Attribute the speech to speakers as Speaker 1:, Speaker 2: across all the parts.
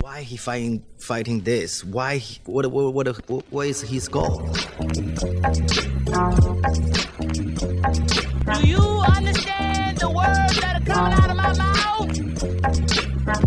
Speaker 1: Why he fighting fighting this? Why he- what what what, what, what is his goal?
Speaker 2: Do you understand the words that are coming out of my mouth?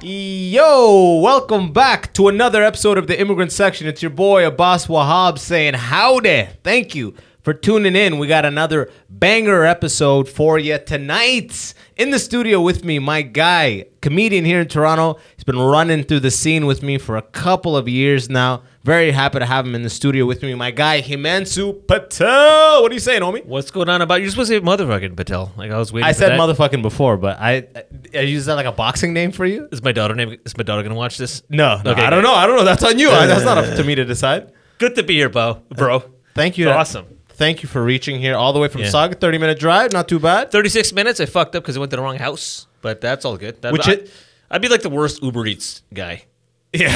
Speaker 3: Yo, welcome back to another episode of the Immigrant Section. It's your boy Abbas Wahab saying howdy. Thank you for tuning in. We got another banger episode for you tonight. In the studio with me, my guy, comedian here in Toronto. He's been running through the scene with me for a couple of years now. Very happy to have him in the studio with me. My guy, Himanshu Patel. What are you saying, homie?
Speaker 4: What's going on about? You're supposed to say motherfucking Patel. Like I was waiting.
Speaker 3: I
Speaker 4: for
Speaker 3: said
Speaker 4: that.
Speaker 3: motherfucking before, but I, I is that like a boxing name for you?
Speaker 4: Is my daughter name? Is my daughter gonna watch this?
Speaker 3: No, no
Speaker 4: Okay,
Speaker 3: I don't
Speaker 4: good.
Speaker 3: know. I don't know. That's on you. I- That's not up to me to decide.
Speaker 4: Good to be here, Bo, bro.
Speaker 3: Thank you.
Speaker 4: It's awesome.
Speaker 3: Thank you for reaching here all the way from
Speaker 4: Yeah.
Speaker 3: Saga. Thirty minute drive, not too bad.
Speaker 4: Thirty-six minutes. I fucked up because I went to the wrong house, but that's all good. That,
Speaker 3: Which
Speaker 4: I,
Speaker 3: it-
Speaker 4: I'd be like the worst Uber Eats guy. Yeah,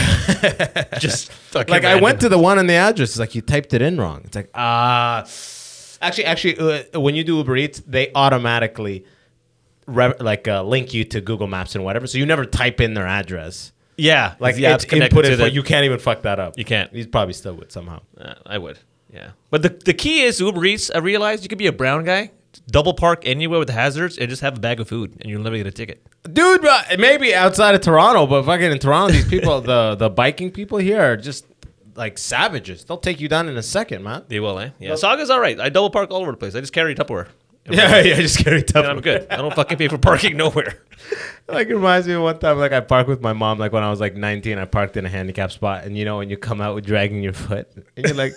Speaker 4: just fucking
Speaker 3: Like I
Speaker 4: random.
Speaker 3: went to the one on the address. It's like you typed it in wrong. It's like ah. actually, actually, uh, when you do Uber Eats, they automatically re- like uh, link you to Google Maps and whatever, so you never type in their address.
Speaker 4: Yeah,
Speaker 3: Like
Speaker 4: the app's
Speaker 3: it's
Speaker 4: connected
Speaker 3: inputted,
Speaker 4: to the-
Speaker 3: for, you can't even fuck that up.
Speaker 4: You can't.
Speaker 3: You probably still would somehow.
Speaker 4: Uh, I would. Yeah, but the the key is Uber Eats. I realized you could be a brown guy, double park anywhere with hazards, and just have a bag of food, and you'll never get a ticket.
Speaker 3: dude. uh, Maybe outside of Toronto, but fucking in Toronto, these people, the the biking people here, are just like savages. They'll take you down in a second, man.
Speaker 4: They will, eh? Yeah. Saga's all right. I double park all over the place. I just carry Tupperware.
Speaker 3: Yeah, yeah, just carry tough.
Speaker 4: and I'm good. I don't fucking pay for parking nowhere.
Speaker 3: Like it reminds me of one time, like I parked with my mom, like when I was like 19, I parked in a handicap spot, and you know when you come out with dragging your foot, and you're like,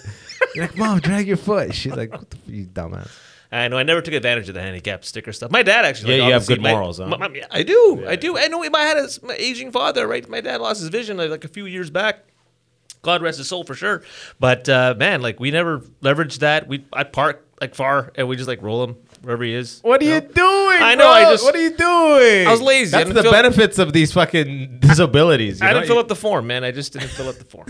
Speaker 3: you're like, mom, drag your foot. She's like, what the f- you dumbass.
Speaker 4: I know I never took advantage of the handicap sticker stuff. My dad actually.
Speaker 3: Yeah,
Speaker 4: like,
Speaker 3: you have
Speaker 4: obviously,
Speaker 3: good
Speaker 4: my-
Speaker 3: morals, huh?
Speaker 4: my- my- I do. I do. I know if I had a, my aging father, right? My dad lost his vision like, like a few years back. God rest his soul for sure. But uh, man, like we never leveraged that. We I park like far and we just like roll him wherever he is.
Speaker 3: What are you
Speaker 4: know?
Speaker 3: doing?
Speaker 4: I know, I
Speaker 3: bro?
Speaker 4: just-
Speaker 3: What are you doing?
Speaker 4: I was lazy. I
Speaker 3: That's
Speaker 4: didn't
Speaker 3: the
Speaker 4: fill-
Speaker 3: benefits of these fucking disabilities. you
Speaker 4: I
Speaker 3: know?
Speaker 4: didn't fill out the form, man. I just didn't fill out the form.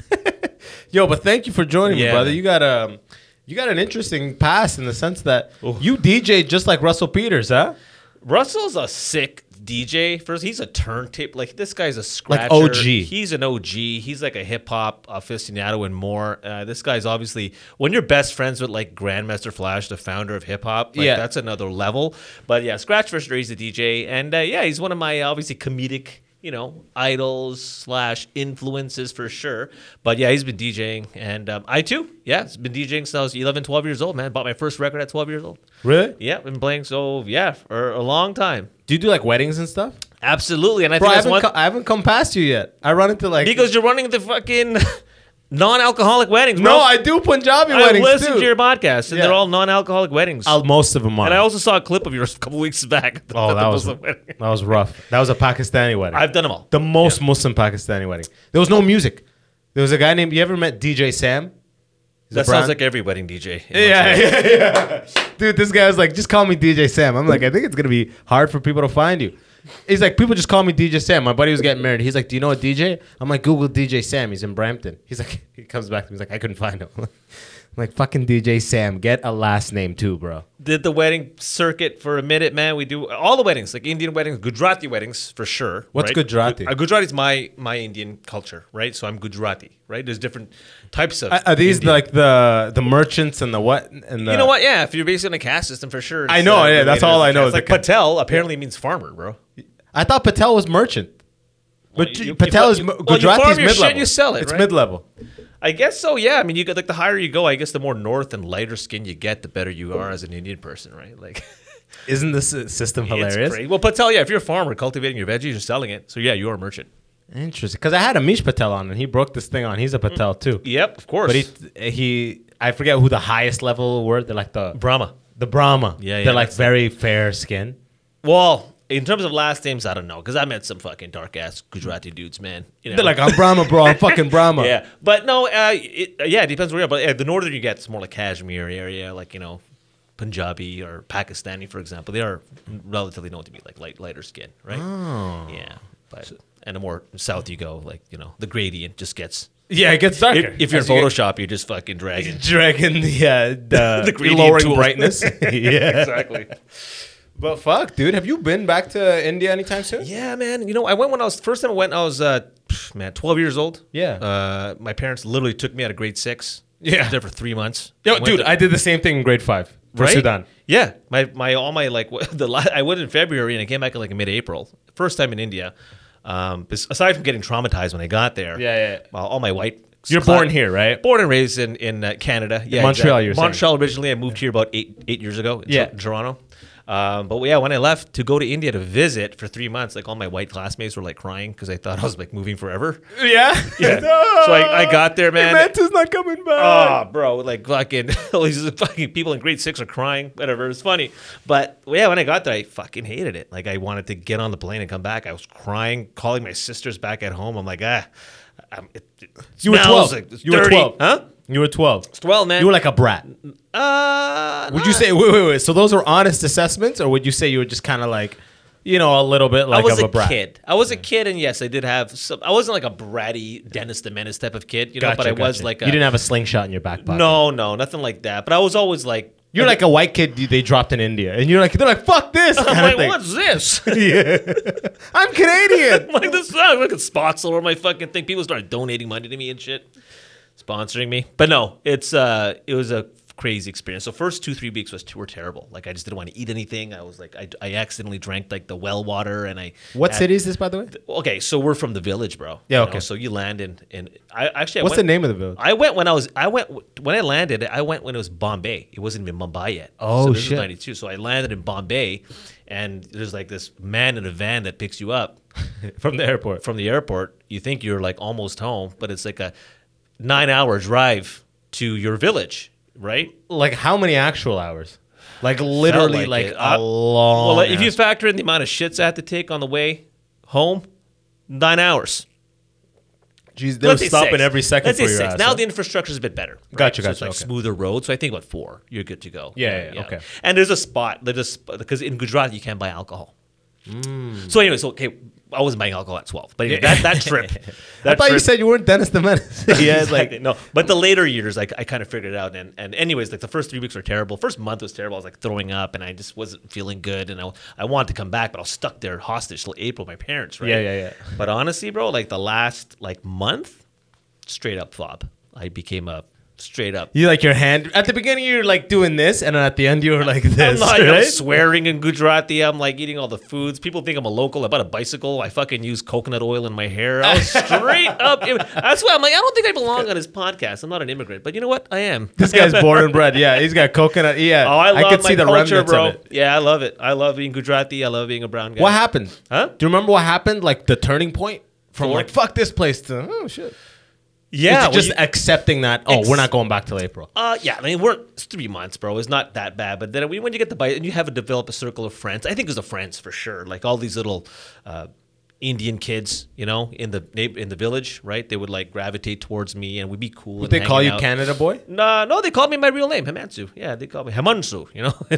Speaker 3: Yo, but thank you for joining me,
Speaker 4: Yeah,
Speaker 3: brother.
Speaker 4: man.
Speaker 3: You got um, you got an interesting past in the sense that you DJ just like Russell Peters, huh?
Speaker 4: Russell's a sick DJ. First, he's a turntable. Like this guy's a
Speaker 3: Like
Speaker 4: scratcher.
Speaker 3: OG.
Speaker 4: He's an OG. He's like a hip hop aficionado and more. Uh, this guy's obviously when you're best friends with like Grandmaster Flash, the founder of hip hop. Like,
Speaker 3: Yeah.
Speaker 4: that's another level. But yeah, Scratch for sure. He's a DJ, and uh, yeah, he's one of my obviously comedic. You know, idols slash influences for sure. But yeah, he's been DJing, and um, I too, yeah, has been DJing since I was 11, 12 years old. Man, bought my first record at 12 years old.
Speaker 3: Really?
Speaker 4: Yeah, been playing so yeah for a long time.
Speaker 3: Do you do like weddings and stuff?
Speaker 4: Absolutely, and I
Speaker 3: Bro,
Speaker 4: think
Speaker 3: I
Speaker 4: that's
Speaker 3: haven't,
Speaker 4: one
Speaker 3: co- I haven't come past you yet. I run into like
Speaker 4: because you're running the fucking non-alcoholic weddings.
Speaker 3: no,
Speaker 4: bro.
Speaker 3: I do Punjabi
Speaker 4: I
Speaker 3: weddings
Speaker 4: listened
Speaker 3: too.
Speaker 4: to your podcast, and
Speaker 3: Yeah.
Speaker 4: they're all non-alcoholic weddings.
Speaker 3: I'll- most of them are.
Speaker 4: and I also saw a clip of yours a couple weeks back. at the-
Speaker 3: oh,
Speaker 4: at
Speaker 3: that
Speaker 4: the
Speaker 3: was
Speaker 4: Muslim
Speaker 3: that
Speaker 4: wedding.
Speaker 3: was rough. That was a Pakistani wedding.
Speaker 4: I've done them all.
Speaker 3: the most Muslim Pakistani wedding. There was no music. There was a guy named. You ever met DJ Sam? He's a
Speaker 4: that
Speaker 3: brand-
Speaker 4: sounds like every wedding DJ.
Speaker 3: Yeah, yeah, yeah. Dude, this guy was like, just call me DJ Sam. I'm like, I think it's gonna be hard for people to find you. He's like, people just call me DJ Sam. My buddy was getting married. He's like, do you know a DJ? I'm like, Google DJ Sam. He's in Brampton. He's like, he comes back to me. He's like, I couldn't find him. I'm like, fucking DJ Sam. Get a last name too, bro.
Speaker 4: did the wedding circuit for a minute, man. We do all the weddings, like Indian weddings, Gujarati weddings for sure.
Speaker 3: What's
Speaker 4: right?
Speaker 3: Gujarati?
Speaker 4: Gu- uh, Gujarati is my my Indian culture, right? So I'm Gujarati, right? There's different types of.
Speaker 3: Are these
Speaker 4: Indian.
Speaker 3: like the the merchants and the what and the?
Speaker 4: You know what? Yeah, if you're based on a caste system, for sure. uh,
Speaker 3: I
Speaker 4: it's,
Speaker 3: know, yeah, that's
Speaker 4: related
Speaker 3: all
Speaker 4: to
Speaker 3: I know
Speaker 4: caste.
Speaker 3: is the
Speaker 4: Like
Speaker 3: ca-
Speaker 4: Patel apparently means farmer, bro.
Speaker 3: I thought Patel was merchant.
Speaker 4: Well,
Speaker 3: But
Speaker 4: you- you-
Speaker 3: Patel
Speaker 4: you-
Speaker 3: is
Speaker 4: you-
Speaker 3: m-
Speaker 4: well, you farm
Speaker 3: Gujarati's
Speaker 4: your shit,
Speaker 3: mid level.
Speaker 4: you sell it,
Speaker 3: It's
Speaker 4: right?
Speaker 3: mid level.
Speaker 4: I guess so. Yeah, I mean, you get like the higher you go, I guess the more north and lighter skin you get, the better you are as an Indian person, right? Like
Speaker 3: Isn't this uh, system
Speaker 4: it's
Speaker 3: hilarious?
Speaker 4: crazy. Well, Patel, yeah, if you're a farmer cultivating your veggies, you're selling it. So yeah, you are a merchant.
Speaker 3: Interesting, because I had Amish Patel on, and he broke this thing on. He's a Patel too,
Speaker 4: Yep, Mm. of course.
Speaker 3: but he he I forget who the highest level were. They're like the
Speaker 4: Brahma.
Speaker 3: the Brahma.
Speaker 4: Yeah, yeah,
Speaker 3: They're like
Speaker 4: that's
Speaker 3: very fair skin.
Speaker 4: Well, in terms of last names, I don't know because I met some fucking dark ass Gujarati dudes, man. You know?
Speaker 3: They're like I'm Brahma, bro. I'm fucking Brahma.
Speaker 4: yeah, but no, uh, it, yeah, it depends where you're. But uh, the northern you get, it's more like Kashmir area, like you know, Punjabi or Pakistani, for example. They are relatively known to be like light, lighter skin, right?
Speaker 3: Oh.
Speaker 4: Yeah, but and the more south you go, like you know, the gradient just gets.
Speaker 3: yeah. It gets darker
Speaker 4: If, if you're in
Speaker 3: As you get-
Speaker 4: Photoshop, you're just fucking dragging.
Speaker 3: dragging the uh, the,
Speaker 4: The gradient
Speaker 3: lowering
Speaker 4: tool.
Speaker 3: brightness. yeah,
Speaker 4: exactly.
Speaker 3: But fuck, dude, have you been back to India anytime soon?
Speaker 4: Yeah, man. You know, I went when I was first time I went. I was uh, pff, man, twelve years old.
Speaker 3: Yeah.
Speaker 4: Uh, my parents literally took me out of grade six.
Speaker 3: Yeah.
Speaker 4: was there for three months.
Speaker 3: Yo,
Speaker 4: Went
Speaker 3: dude,
Speaker 4: to-
Speaker 3: I did the same thing in grade five for
Speaker 4: right?
Speaker 3: Sudan.
Speaker 4: Yeah, my my all my like the la- I went in February and I came back in like mid April. First time in India. Um, bes- aside from getting traumatized when I got there.
Speaker 3: Yeah, yeah, yeah.
Speaker 4: Well, all my white.
Speaker 3: You're born here, right?
Speaker 4: Born and raised in in uh, Canada. Yeah,
Speaker 3: Montreal, you're saying.
Speaker 4: Montreal originally. I moved here about eight eight years ago. In
Speaker 3: Yeah.
Speaker 4: Tor- Toronto. Um, but yeah, when I left to go to India to visit for three months, like all my white classmates were like crying because I thought I was like moving forever.
Speaker 3: Yeah.
Speaker 4: Yeah. So I- I got there, man.
Speaker 3: Imanta's not coming back.
Speaker 4: Oh, bro, like fucking all these fucking people in grade six are crying. Whatever, it's funny. But yeah, when I got there, I fucking hated it. Like I wanted to get on the plane and come back. I was crying, calling my sisters back at home. I'm like, ah, I'm, it, it
Speaker 3: you were twelve.
Speaker 4: smells like it's
Speaker 3: you were
Speaker 4: dirty.
Speaker 3: twelve,
Speaker 4: huh?
Speaker 3: You were twelve.
Speaker 4: Twelve, man.
Speaker 3: You were like a brat.
Speaker 4: uh,
Speaker 3: Would you
Speaker 4: nah.
Speaker 3: say wait, wait, wait? So those were honest assessments, or would you say you were just kind of like, you know, a little bit like
Speaker 4: I was
Speaker 3: of a,
Speaker 4: a,
Speaker 3: brat?
Speaker 4: kid. I was a kid, and yes, I did have some. I wasn't like a bratty Dennis the Menace type of kid, you know.
Speaker 3: Gotcha,
Speaker 4: but I was
Speaker 3: gotcha.
Speaker 4: like a
Speaker 3: you didn't have a slingshot in your back pocket.
Speaker 4: no, no, nothing like that. But I was always like
Speaker 3: you're like a white kid you- they dropped in India, and you're like they're like fuck this
Speaker 4: I'm
Speaker 3: kind of
Speaker 4: like,
Speaker 3: thing.
Speaker 4: what's this?
Speaker 3: I'm Canadian.
Speaker 4: like this sucks. Look at spots all over my fucking thing. People started donating money to me and shit, sponsoring me. But no, it's uh, it was a crazy experience. So first two three weeks was were terrible. Like I just didn't want to eat anything. I was like, I, I accidentally drank like the well water, and I
Speaker 3: what
Speaker 4: had-
Speaker 3: city is this, by the way?
Speaker 4: Okay, so we're from the village, bro.
Speaker 3: Yeah,
Speaker 4: You
Speaker 3: okay.
Speaker 4: so you land in, in I actually. I
Speaker 3: What's
Speaker 4: went-
Speaker 3: the name of the village?
Speaker 4: I went when I was. I went w- when I landed. I went when it was Bombay. It wasn't even Mumbai yet.
Speaker 3: Oh,
Speaker 4: so this
Speaker 3: shit.
Speaker 4: Was Ninety two. So I landed in Bombay, and there's like this man in a van that picks you up
Speaker 3: From the airport.
Speaker 4: From the airport, you think you're like almost home, but it's like a nine hour drive to your village, right?
Speaker 3: Like how many actual hours? Like literally,
Speaker 4: Felt
Speaker 3: like,
Speaker 4: it.
Speaker 3: a
Speaker 4: Uh,
Speaker 3: long.
Speaker 4: Well, if you
Speaker 3: ass-
Speaker 4: factor in the amount of shits I had to take on the way home, nine hours.
Speaker 3: Jeez, they were
Speaker 4: Let's say
Speaker 3: stopping
Speaker 4: six.
Speaker 3: every 2nd
Speaker 4: Let's
Speaker 3: for
Speaker 4: say
Speaker 3: your
Speaker 4: six.
Speaker 3: ass.
Speaker 4: Now
Speaker 3: huh?
Speaker 4: the infrastructure is a bit better. right?
Speaker 3: Gotcha,
Speaker 4: So it's
Speaker 3: gotcha,
Speaker 4: like
Speaker 3: okay.
Speaker 4: smoother roads. So I think about four, you're good to go.
Speaker 3: Yeah, yeah, okay.
Speaker 4: And there's a spot. There's a spot because in Gujarat you can't buy alcohol.
Speaker 3: Hmm.
Speaker 4: So anyway, so okay, I wasn't buying alcohol at twelve, but anyway, that that trip. That
Speaker 3: I thought you
Speaker 4: trip-
Speaker 3: said you weren't Dennis the Menace.
Speaker 4: yeah, it's like no. But the later years, like I kind of figured it out. And and anyways, like the first three weeks were terrible. First month was terrible. I was like throwing up, and I just wasn't feeling good. And I I wanted to come back, but I was stuck there hostage till April. My parents, right?
Speaker 3: Yeah, yeah, yeah.
Speaker 4: But honestly, bro, like the last like month, straight up flop. I became a straight up.
Speaker 3: You like your hand at the beginning. You're like doing this, and then at the end, you were like
Speaker 4: I'm
Speaker 3: this,
Speaker 4: like I'm
Speaker 3: right?
Speaker 4: swearing in Gujarati. I'm like eating all the foods. People think I'm a local. I bought a bicycle. I fucking use coconut oil in my hair. I was straight up. That's why I'm like I don't think I belong on his podcast. I'm not an immigrant, but you know what? I am.
Speaker 3: This guy's born and bred. Yeah, he's got coconut. Yeah,
Speaker 4: Oh, I love
Speaker 3: could
Speaker 4: my
Speaker 3: see the
Speaker 4: culture,
Speaker 3: remnants
Speaker 4: bro.
Speaker 3: of it.
Speaker 4: Yeah, I love it. I love being Gujarati. I love being a brown guy.
Speaker 3: What happened?
Speaker 4: Huh?
Speaker 3: Do you remember what happened? Like the turning point from
Speaker 4: For-
Speaker 3: like fuck this place to oh shit.
Speaker 4: Yeah,
Speaker 3: Is it just
Speaker 4: well, you-
Speaker 3: accepting that. Oh,
Speaker 4: Ex-
Speaker 3: we're not going back till April.
Speaker 4: uh, yeah. I mean, we're it's three months, bro. It's not that bad. But then we, when you get the bite and you have a develop a circle of friends, I think it was the friends for sure. Like all these little. Uh, Indian kids, you know, in the neigh- in the village, right? They would like gravitate towards me, and we'd be cool.
Speaker 3: Would they call you Canada boy?
Speaker 4: No, no, they called me my real name, Himansu. Yeah, they called me Himansu. You know,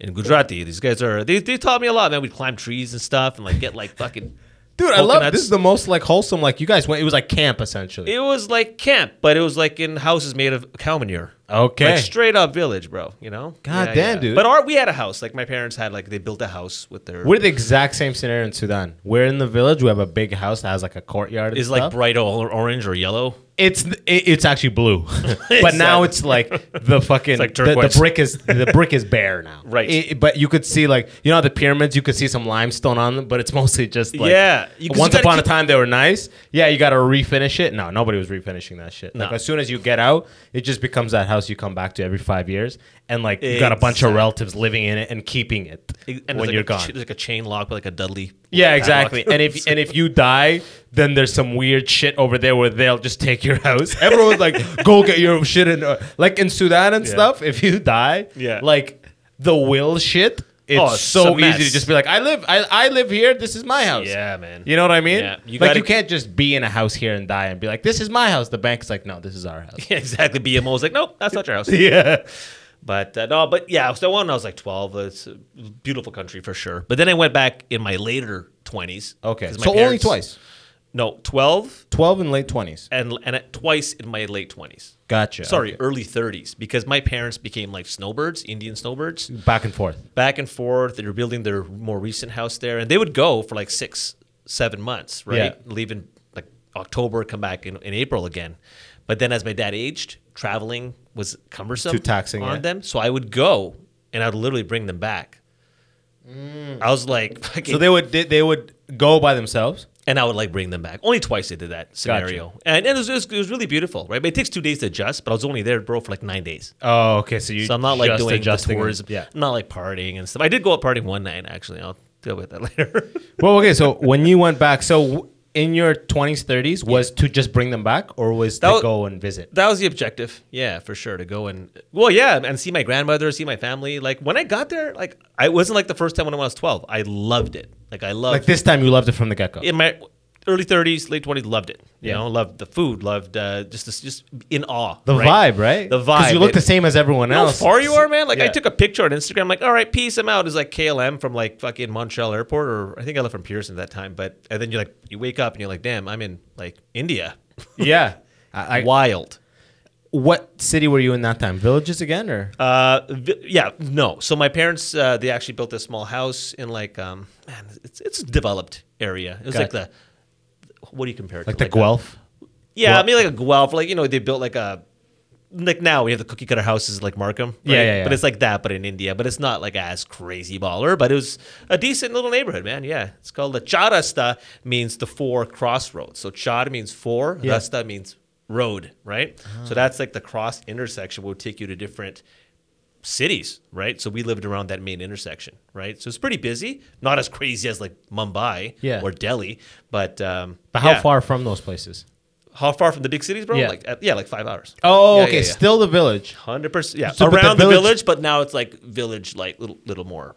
Speaker 4: in Gujarati, these guys are they, they taught me a lot, man. We'd climb trees and stuff, and like get like fucking
Speaker 3: Dude, I love
Speaker 4: Coconuts.
Speaker 3: this. Is the most like wholesome. Like you guys went. It was like camp essentially.
Speaker 4: It was like camp, but it was like in houses made of cow manure.
Speaker 3: Okay.
Speaker 4: Like straight up village, bro. You know?
Speaker 3: God damn, dude.
Speaker 4: But our we had a house. Like my parents had like they built a house with their
Speaker 3: we're the exact same scenario in Sudan. We're in the village. We have a big house that has like a courtyard. and
Speaker 4: is like
Speaker 3: stuff.
Speaker 4: bright or orange or yellow.
Speaker 3: it's it, it's actually blue, but now it's like the fucking
Speaker 4: like
Speaker 3: the, the
Speaker 4: turquoise.
Speaker 3: brick is the brick is bare now.
Speaker 4: Right.
Speaker 3: It- but you could see like you know how the pyramids. You could see some limestone on them, but it's mostly just like
Speaker 4: Yeah, you- 'cause you
Speaker 3: once
Speaker 4: gotta
Speaker 3: upon a
Speaker 4: keep-
Speaker 3: time they were nice. Yeah, you got to refinish it. No, nobody was refinishing that shit. Like
Speaker 4: No.
Speaker 3: as soon as you get out, it just becomes that house you come back to every five years, and like you got a bunch of
Speaker 4: Exact-
Speaker 3: relatives living in it and keeping it
Speaker 4: And there's,
Speaker 3: when
Speaker 4: like
Speaker 3: you're
Speaker 4: a,
Speaker 3: gone.
Speaker 4: There's like a chain lock with like a Dudley.
Speaker 3: Yeah,
Speaker 4: padlock.
Speaker 3: exactly. and if and if you die, then there's some weird shit over there where they'll just take your house. Everyone's like, "Go get your shit," and uh, like in Sudan and stuff. If you die,
Speaker 4: Yeah.
Speaker 3: like the will shit. It's,
Speaker 4: Oh, it's a
Speaker 3: so easy
Speaker 4: mess.
Speaker 3: to just be like, "I live, I, I live here. This is my house."
Speaker 4: Yeah, man.
Speaker 3: You know what I mean?
Speaker 4: Yeah, you
Speaker 3: like
Speaker 4: gotta-
Speaker 3: you can't just be in a house here and die and be like, "This is my house." The bank's like, "No, this is our house."
Speaker 4: Yeah, exactly. BMO was like, nope, that's not your house.
Speaker 3: yeah.
Speaker 4: But uh, no, but yeah, so when I was like 12, it's a beautiful country for sure. But then I went back in my later 20s.
Speaker 3: Okay.
Speaker 4: 'cause my
Speaker 3: So only
Speaker 4: parents-
Speaker 3: twice.
Speaker 4: No, 12
Speaker 3: Twelve and late twice.
Speaker 4: and and at, twice in my late 20s.
Speaker 3: Gotcha.
Speaker 4: Sorry,
Speaker 3: okay.
Speaker 4: early 30s, because my parents became like snowbirds, Indian snowbirds,
Speaker 3: Back and forth.
Speaker 4: back and forth. They were building their more recent house there, and they would go for like six, seven months, right?
Speaker 3: Yeah.
Speaker 4: Leave in like October, come back in, in April again. But then as my dad aged, traveling was cumbersome,
Speaker 3: Too taxing,
Speaker 4: on
Speaker 3: yeah.
Speaker 4: them. So I would go, and I'd literally bring them back. I was like, fucking-
Speaker 3: Mm. So they would they, they would go by themselves.
Speaker 4: and I would like bring them back. Only twice they did that scenario, and, and it, was, it was it was really beautiful, right? But it takes two days to adjust. But I was only there, bro, for like nine days,
Speaker 3: Oh, okay. So you.
Speaker 4: so I'm not like
Speaker 3: just
Speaker 4: doing the
Speaker 3: adjusting it.
Speaker 4: tourism,
Speaker 3: Yeah.
Speaker 4: I'm not like partying and stuff. I did go out partying one night actually. I'll deal with that later.
Speaker 3: Well, okay. So when you went back, so w- in your 20s, 30s, was to just bring them back, or was
Speaker 4: That
Speaker 3: to
Speaker 4: wa-
Speaker 3: go and visit?
Speaker 4: that was the objective, yeah, for sure. To go and well, yeah, and see my grandmother, see my family. Like when I got there, like I wasn't like the first time when I was 12. I loved it. Like I loved
Speaker 3: Like this time, you loved it from the get go.
Speaker 4: in my early 30s, late 20s, loved it. You
Speaker 3: Yeah.
Speaker 4: know, loved the food, loved uh, just this, just in awe.
Speaker 3: The vibe, right?
Speaker 4: The
Speaker 3: Because
Speaker 4: vibe.
Speaker 3: you look
Speaker 4: It-
Speaker 3: the same as everyone
Speaker 4: You know how
Speaker 3: else.
Speaker 4: far you are, man? Like I
Speaker 3: Yeah.
Speaker 4: took a picture on Instagram, like, all right, peace, I'm out. It's like KLM from like fucking Montreal Airport, or I think I left from Pearson at that time. But and then you like you wake up and you're like, damn, I'm in like India,
Speaker 3: Yeah. I, I-
Speaker 4: wild.
Speaker 3: what city were you in that time? Villages again, or
Speaker 4: Uh, vi- yeah, no. So my parents, uh, they actually built a small house in like, um, man, it's it's a developed area. It was
Speaker 3: Got
Speaker 4: like
Speaker 3: it.
Speaker 4: the, what do you compare it
Speaker 3: like
Speaker 4: to?
Speaker 3: the Guelph?
Speaker 4: Yeah,
Speaker 3: Guelph.
Speaker 4: I mean like a Guelph, like you know they built like a like now we have the cookie cutter houses like Markham, right?
Speaker 3: Yeah, yeah, yeah.
Speaker 4: But it's like that, but in India. But it's not like as crazy baller. But it was a decent little neighborhood, man. Yeah, it's called the Charasta, means the four crossroads. So Char means four,
Speaker 3: Yeah. Ah.
Speaker 4: Rasta means road, right? So that's like the cross intersection will take you to different cities, right? So we lived around that main intersection, right? So it's pretty busy, not as crazy as like Mumbai
Speaker 3: Yeah.
Speaker 4: or Delhi, but um,
Speaker 3: But how
Speaker 4: yeah
Speaker 3: far from those places?
Speaker 4: how far from the big cities, bro?
Speaker 3: Yeah.
Speaker 4: Like uh, yeah, like five hours.
Speaker 3: Oh,
Speaker 4: Yeah,
Speaker 3: okay.
Speaker 4: yeah, yeah.
Speaker 3: Still the village.
Speaker 4: hundred percent. Yeah,
Speaker 3: So, but the
Speaker 4: around the
Speaker 3: village-
Speaker 4: village, but now it's like village, like little little more.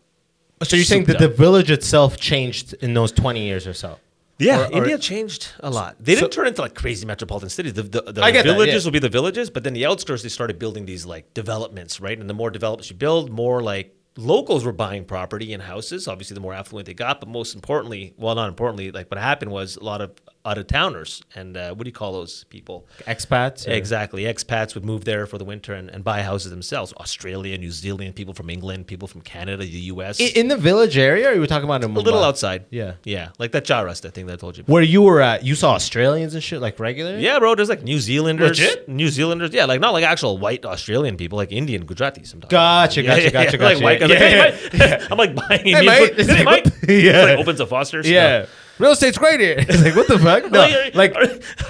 Speaker 3: So you're saying
Speaker 4: Souped
Speaker 3: that the
Speaker 4: up.
Speaker 3: village itself changed in those 20 years or so?
Speaker 4: Yeah,
Speaker 3: Or- or-
Speaker 4: India changed a lot. They didn't
Speaker 3: So-
Speaker 4: turn into like crazy metropolitan cities. The, the, the
Speaker 3: I get that,
Speaker 4: villages
Speaker 3: yeah.
Speaker 4: will be the villages, but then the outskirts they started building these like developments, right? And the more developments you build, more like locals were buying property and houses. Obviously, the more affluent they got, but most importantly, well, not importantly, like what happened was a lot of out of towners and uh, what do you call those people?
Speaker 3: Expats? or-
Speaker 4: Exactly. Expats would move there for the winter and, and buy houses themselves. Australia, New Zealand, people from England, people from Canada, the US.
Speaker 3: I- In the village area, or you were talking about in
Speaker 4: a little
Speaker 3: Mumbai?
Speaker 4: outside.
Speaker 3: Yeah.
Speaker 4: Yeah. Like that Charasta thing that I told you. about.
Speaker 3: Where you were at, you saw Australians and shit, like regular?
Speaker 4: Yeah, bro. There's like New Zealanders.
Speaker 3: Legit?
Speaker 4: New Zealanders. Yeah, like not like actual white Australian people, like Indian Gujarati sometimes.
Speaker 3: Gotcha,
Speaker 4: Yeah,
Speaker 3: gotcha,
Speaker 4: yeah,
Speaker 3: gotcha,
Speaker 4: yeah.
Speaker 3: gotcha.
Speaker 4: Like white guys.
Speaker 3: yeah,
Speaker 4: like,
Speaker 3: yeah,
Speaker 4: hey, mate. I'm like buying Indian
Speaker 3: mate.
Speaker 4: food. Hey,
Speaker 3: Like,
Speaker 4: mate.
Speaker 3: what the- Yeah.
Speaker 4: Like opens a Foster's. No.
Speaker 3: yeah. Real estate's great here. It's like, what the fuck? No, like,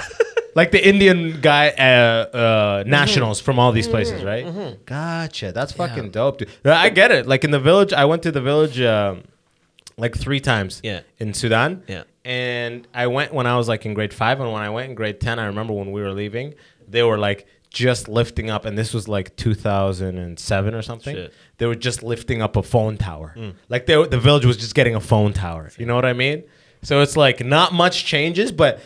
Speaker 3: like the Indian guy, uh, uh,
Speaker 4: Mm-hmm.
Speaker 3: nationals from all these places, right? Gotcha. That's fucking dope, dude. No, I get it. Like in the village, I went to the village um, like three times.
Speaker 4: Yeah.
Speaker 3: In Sudan.
Speaker 4: Yeah.
Speaker 3: And I went when I was like in grade five, and when I went in grade ten, I remember when we were leaving, they were like just lifting up, and this was like 2007 or something.
Speaker 4: Shit.
Speaker 3: They were just lifting up a phone tower. Like they, were- the village was just getting a phone tower. You know what I mean? So it's like not much changes, but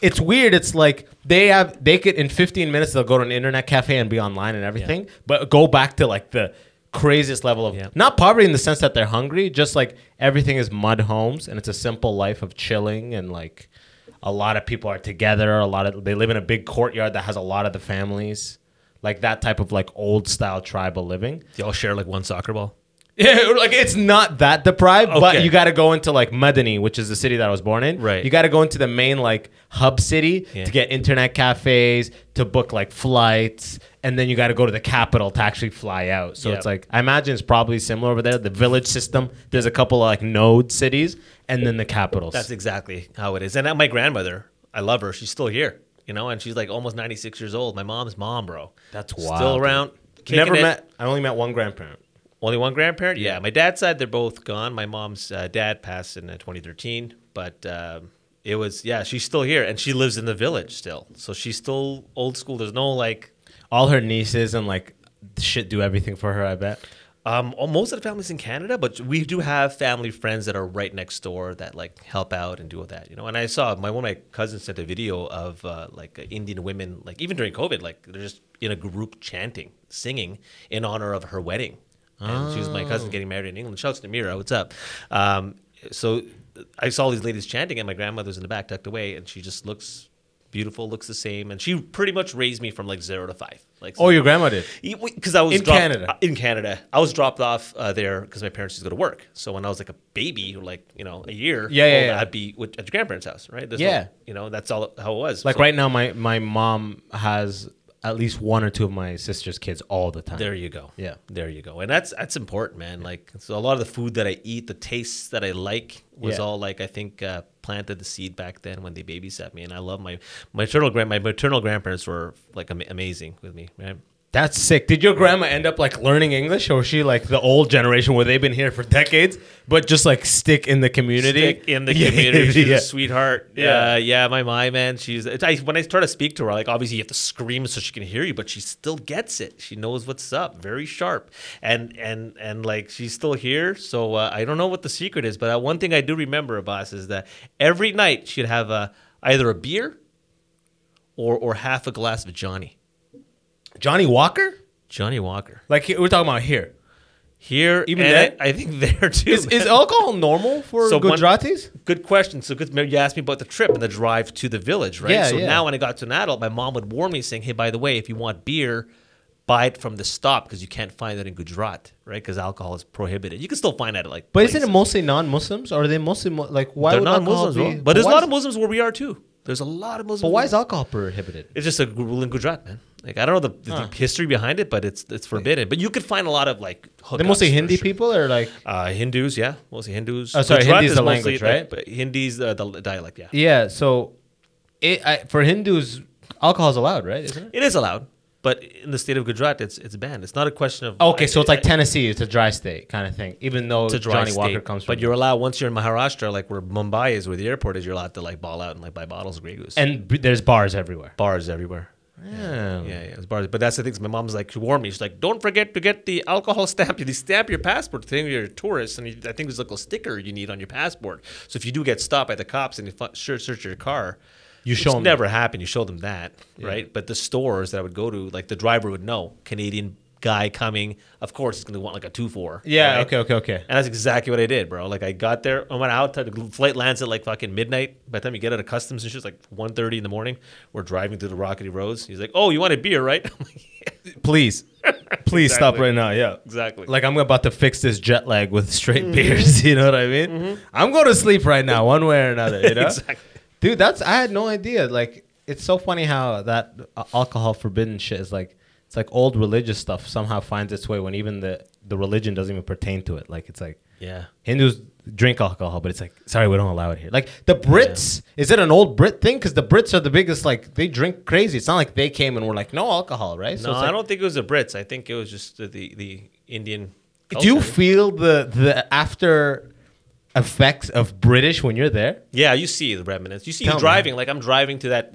Speaker 3: it's weird. It's like they have they could in 15 minutes they'll go to an internet cafe and be online and everything, but go back to like the craziest level of
Speaker 4: Yeah.
Speaker 3: not poverty in the sense that they're hungry, just like everything is mud homes and it's a simple life of chilling and like a lot of people are together, a lot of they live in a big courtyard that has a lot of the families. Like that type of like old style tribal living.
Speaker 4: They all share like one soccer ball.
Speaker 3: Yeah, or, like it's not that deprived, but
Speaker 4: Okay.
Speaker 3: you got to go into like Medini, which is the city that I was born in.
Speaker 4: Right.
Speaker 3: You got to go into the main like hub city
Speaker 4: Yeah.
Speaker 3: to get internet cafes, to book like flights, and then you got to go to the capital to actually fly out. So
Speaker 4: Yeah.
Speaker 3: it's like I imagine it's probably similar over there. The village system. There's a couple of like node cities, and then the capitals.
Speaker 4: That's exactly how it is. And uh, my grandmother, I love her. She's still here, you know, and she's like almost 96 years old. My mom's mom, bro.
Speaker 3: That's wild,
Speaker 4: Still
Speaker 3: dude.
Speaker 4: around. kicking
Speaker 3: Never
Speaker 4: it.
Speaker 3: met. I only met one grandparent.
Speaker 4: Only one grandparent? Yeah. My dad's side, they're both gone. My mom's uh, dad passed in uh, 2013, but um, it was, yeah, she's still here and she lives in the village still. So she's still old school. There's no like,
Speaker 3: All her nieces and like shit do everything for her. I bet.
Speaker 4: um, oh, most of the family's in Canada, but we do have family friends that are right next door that like help out and do all that, you know. And I saw my one of my cousins sent a video of uh, like uh, Indian women, like even during COVID, like they're just in a group chanting, singing in honor of her wedding. And she was my cousin getting married in England. Shouts to Mira, what's up? Um, so I saw these ladies chanting, and my grandmother's in the back tucked away, and she just looks beautiful, looks the same, and she pretty much raised me from like zero to five. Like
Speaker 3: Oh, your grandma did.
Speaker 4: because I was
Speaker 3: In
Speaker 4: dropped-
Speaker 3: Canada.
Speaker 4: uh, in Canada, I was dropped off uh, there because my parents used to go to work. So when I was like a baby, or like you know a year,
Speaker 3: Yeah, yeah,
Speaker 4: old,
Speaker 3: yeah.
Speaker 4: I'd be with, at your grandparents' house, right? There's
Speaker 3: Yeah.
Speaker 4: no- you know that's all how it was.
Speaker 3: Like
Speaker 4: So
Speaker 3: right now, my my mom has at least one or two of my sister's kids all the time.
Speaker 4: There you go.
Speaker 3: Yeah.
Speaker 4: there you go. And that's that's important, man. Like so, a lot of the food that I eat, the tastes that I like, was
Speaker 3: Yeah.
Speaker 4: all like I think uh, planted the seed back then when they babysat me. And I love my my maternal grand my maternal grandparents were like ama- amazing with me, right?
Speaker 3: That's sick. Did your grandma end up like learning English, or was she like the old generation where they've been here for decades, but just like stick in the community?
Speaker 4: Stick in the
Speaker 3: Yeah,
Speaker 4: community. She's
Speaker 3: yeah.
Speaker 4: a sweetheart.
Speaker 3: Yeah.
Speaker 4: Yeah, yeah. My my man. She's it's- I, when I try to speak to her, like obviously you have to scream so she can hear you, but she still gets it. She knows what's up. Very sharp. And and and like she's still here. So uh, I don't know what the secret is, but uh, one thing I do remember, boss, is that every night she'd have a either a beer or or half a glass of Johnny
Speaker 3: Johnny Walker?
Speaker 4: Johnny Walker.
Speaker 3: Like he- we're talking about here.
Speaker 4: Here,
Speaker 3: Even
Speaker 4: and
Speaker 3: that?
Speaker 4: I, I think there too.
Speaker 3: Is, is
Speaker 4: man.
Speaker 3: alcohol normal for
Speaker 4: So one-
Speaker 3: Gujaratis?
Speaker 4: Good question. So, good. You asked me about the trip and the drive to the village, right?
Speaker 3: Yeah,
Speaker 4: so
Speaker 3: yeah.
Speaker 4: now when I got to an adult, my mom would warn me, saying, "Hey, by the way, if you want beer, buy it from the stop because you can't find it in Gujarat, right? Because alcohol is prohibited. You can still find it at like."
Speaker 3: But isn't it
Speaker 4: places.
Speaker 3: mostly non-Muslims? Or are they mostly mo- like why
Speaker 4: They're
Speaker 3: would
Speaker 4: not
Speaker 3: alcohol
Speaker 4: Muslims,
Speaker 3: be-
Speaker 4: bro. but there's a
Speaker 3: why
Speaker 4: lot
Speaker 3: is-
Speaker 4: of Muslims where we are too. There's a lot of Muslims.
Speaker 3: But why is
Speaker 4: where-
Speaker 3: alcohol prohibited?
Speaker 4: It's just a rule in Gujarat, man. Like I don't know the, the deep history behind it, but it's it's forbidden. But you could find a lot of like.
Speaker 3: They
Speaker 4: hookups
Speaker 3: mostly
Speaker 4: for
Speaker 3: Hindi
Speaker 4: sure.
Speaker 3: people or like
Speaker 4: Uh, Hindus, yeah, mostly Hindus.
Speaker 3: Oh, sorry,
Speaker 4: Gujarat
Speaker 3: Hindi is
Speaker 4: is
Speaker 3: the
Speaker 4: mostly,
Speaker 3: language, right?
Speaker 4: like, But Hindi's uh, the dialect, yeah.
Speaker 3: yeah. So, it I, for Hindus, alcohol is allowed, right? Isn't it?
Speaker 4: It is allowed, but in the state of Gujarat, it's it's banned. It's not a question of
Speaker 3: Okay, so it's like
Speaker 4: I-
Speaker 3: Tennessee. It's a dry state kind of thing. Even though
Speaker 4: it's a dry
Speaker 3: Johnny
Speaker 4: state,
Speaker 3: Walker comes from,
Speaker 4: but you're allowed once you're in Maharashtra, like where Mumbai is, where the airport is, you're allowed to like ball out and like buy bottles of Grey Goose
Speaker 3: and b- there's bars everywhere.
Speaker 4: bars everywhere.
Speaker 3: Yeah.
Speaker 4: Yeah, yeah, it's bars. But that's the thing. is My mom's like, she warned me. She's like, don't forget to get the alcohol stamp. You stamp your passport thing. You're a tourist, and you, I think there's like a little sticker you need on your passport. So if you do get stopped by the cops and you fu- sure search your car,
Speaker 3: You
Speaker 4: which
Speaker 3: show 'em that.
Speaker 4: never happened. You show them that, right? But the stores that I would go to, like the driver would know Canadian guy coming. Of course, he's gonna want like a two four.
Speaker 3: Yeah, okay, okay, okay.
Speaker 4: And that's exactly what I did, bro. Like I got there, I went out. The flight lands at like fucking midnight. By the time you get out of customs and shit's like 1.30 in the morning. We're driving through the rockety roads. He's like, "Oh, you want a beer, right?" I'm like,
Speaker 3: Please, please stop right now. Yeah,
Speaker 4: Exactly. Mm-hmm.
Speaker 3: Like I'm about to fix this jet lag with straight beers. You know what I mean? I'm going to sleep right now, one way or another. You know,
Speaker 4: Exactly.
Speaker 3: dude. That's I had no idea. Like it's so funny how that uh, alcohol forbidden shit is like. It's like old religious stuff somehow finds its way when even the the religion doesn't even pertain to it. Like it's like
Speaker 4: Yeah.
Speaker 3: Hindus drink alcohol, but it's like, sorry, we don't allow it here. Like the Brits, is it an old Brit thing? Because the Brits are the biggest. Like they drink crazy. It's not like they came and were like, no alcohol, right?
Speaker 4: No,
Speaker 3: it's
Speaker 4: I
Speaker 3: like-
Speaker 4: don't think it was the Brits. I think it was just the the, the Indian.
Speaker 3: Do you
Speaker 4: culture.
Speaker 3: feel the the after effects of British when you're there?
Speaker 4: Yeah, you see the remnants. You see
Speaker 3: Tell
Speaker 4: you
Speaker 3: me.
Speaker 4: driving. Like I'm driving to that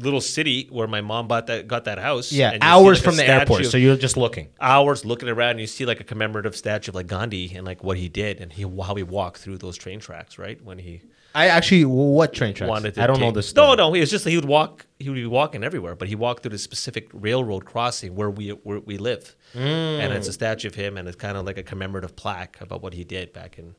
Speaker 4: little city where my mom bought that got that house.
Speaker 3: Yeah,
Speaker 4: and you see,
Speaker 3: hours
Speaker 4: like, a
Speaker 3: from the airport,
Speaker 4: statue-
Speaker 3: so you're just looking.
Speaker 4: hours looking around and you see like a commemorative statue of like Gandhi and like what he did and he how he walked through those train tracks, right? When he
Speaker 3: I actually, what train tracks?
Speaker 4: wanted to
Speaker 3: I don't know
Speaker 4: take-
Speaker 3: this. Story.
Speaker 4: No, no, it's just he would walk he would be walking everywhere, but he walked through the specific railroad crossing where we where we live.
Speaker 3: Mm.
Speaker 4: And it's a statue of him and it's kind of like a commemorative plaque about what he did back in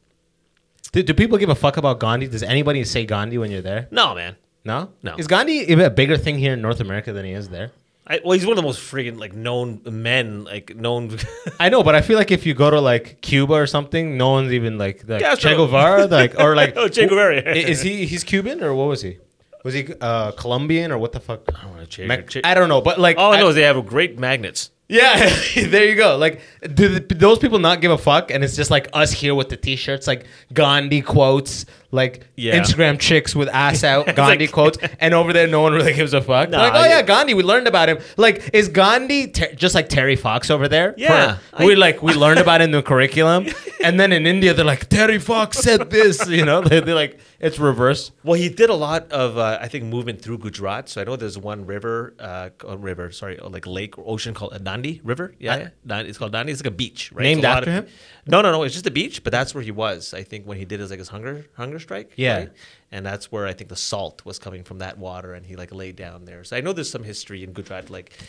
Speaker 3: Do, do people give a fuck about Gandhi? Does anybody say Gandhi when you're there?
Speaker 4: No, man.
Speaker 3: No,
Speaker 4: No.
Speaker 3: Is Gandhi even a bigger thing here in North America than he is there?
Speaker 4: I, well, he's one of the most friggin' like known men, like known.
Speaker 3: I know, but I feel like if you go to like Cuba or something, no one's even like, like
Speaker 4: Yeah,
Speaker 3: Che
Speaker 4: true.
Speaker 3: Guevara, like or like
Speaker 4: Oh, Che Guevara.
Speaker 3: I- Is he he's Cuban or what was he? Was he uh, Colombian or what the fuck? I don't,
Speaker 4: know, Che- Che- Oh,
Speaker 3: I don't know, but like
Speaker 4: All I know
Speaker 3: I-
Speaker 4: is they have great magnets.
Speaker 3: Yeah, there you go. Like, do th- those people not give a fuck? And it's just like us here with the t-shirts, like Gandhi quotes, like
Speaker 4: Yeah.
Speaker 3: Instagram chicks with ass out Gandhi
Speaker 4: like-
Speaker 3: quotes, and over there no one really gives a fuck. They're
Speaker 4: Nah,
Speaker 3: like, oh yeah,
Speaker 4: yeah.
Speaker 3: Gandhi. We learned about him. Like, is Gandhi ter- just like Terry Fox over there?
Speaker 4: Yeah,
Speaker 3: For- we
Speaker 4: I-
Speaker 3: like we learned about it in the curriculum, and then in India they're like Terry Fox said this. You know, they're, they're like it's reverse.
Speaker 4: Well, he did a lot of, uh, I think, movement through Gujarat. So I know there's one river, uh, oh, river, sorry, oh, like lake or ocean called Nandi River. Yeah, yeah. Nandi, it's called Nandi. It's like a beach, right?
Speaker 3: Named
Speaker 4: It's a lot
Speaker 3: after
Speaker 4: of-
Speaker 3: him?
Speaker 4: No, no, no. It's just a beach, but that's where he was. I think when he did his like his hunger hunger strike.
Speaker 3: Yeah.
Speaker 4: right? And that's where I think the salt was coming from that water, and he like laid down there. So I know there's some history in Gujarat, like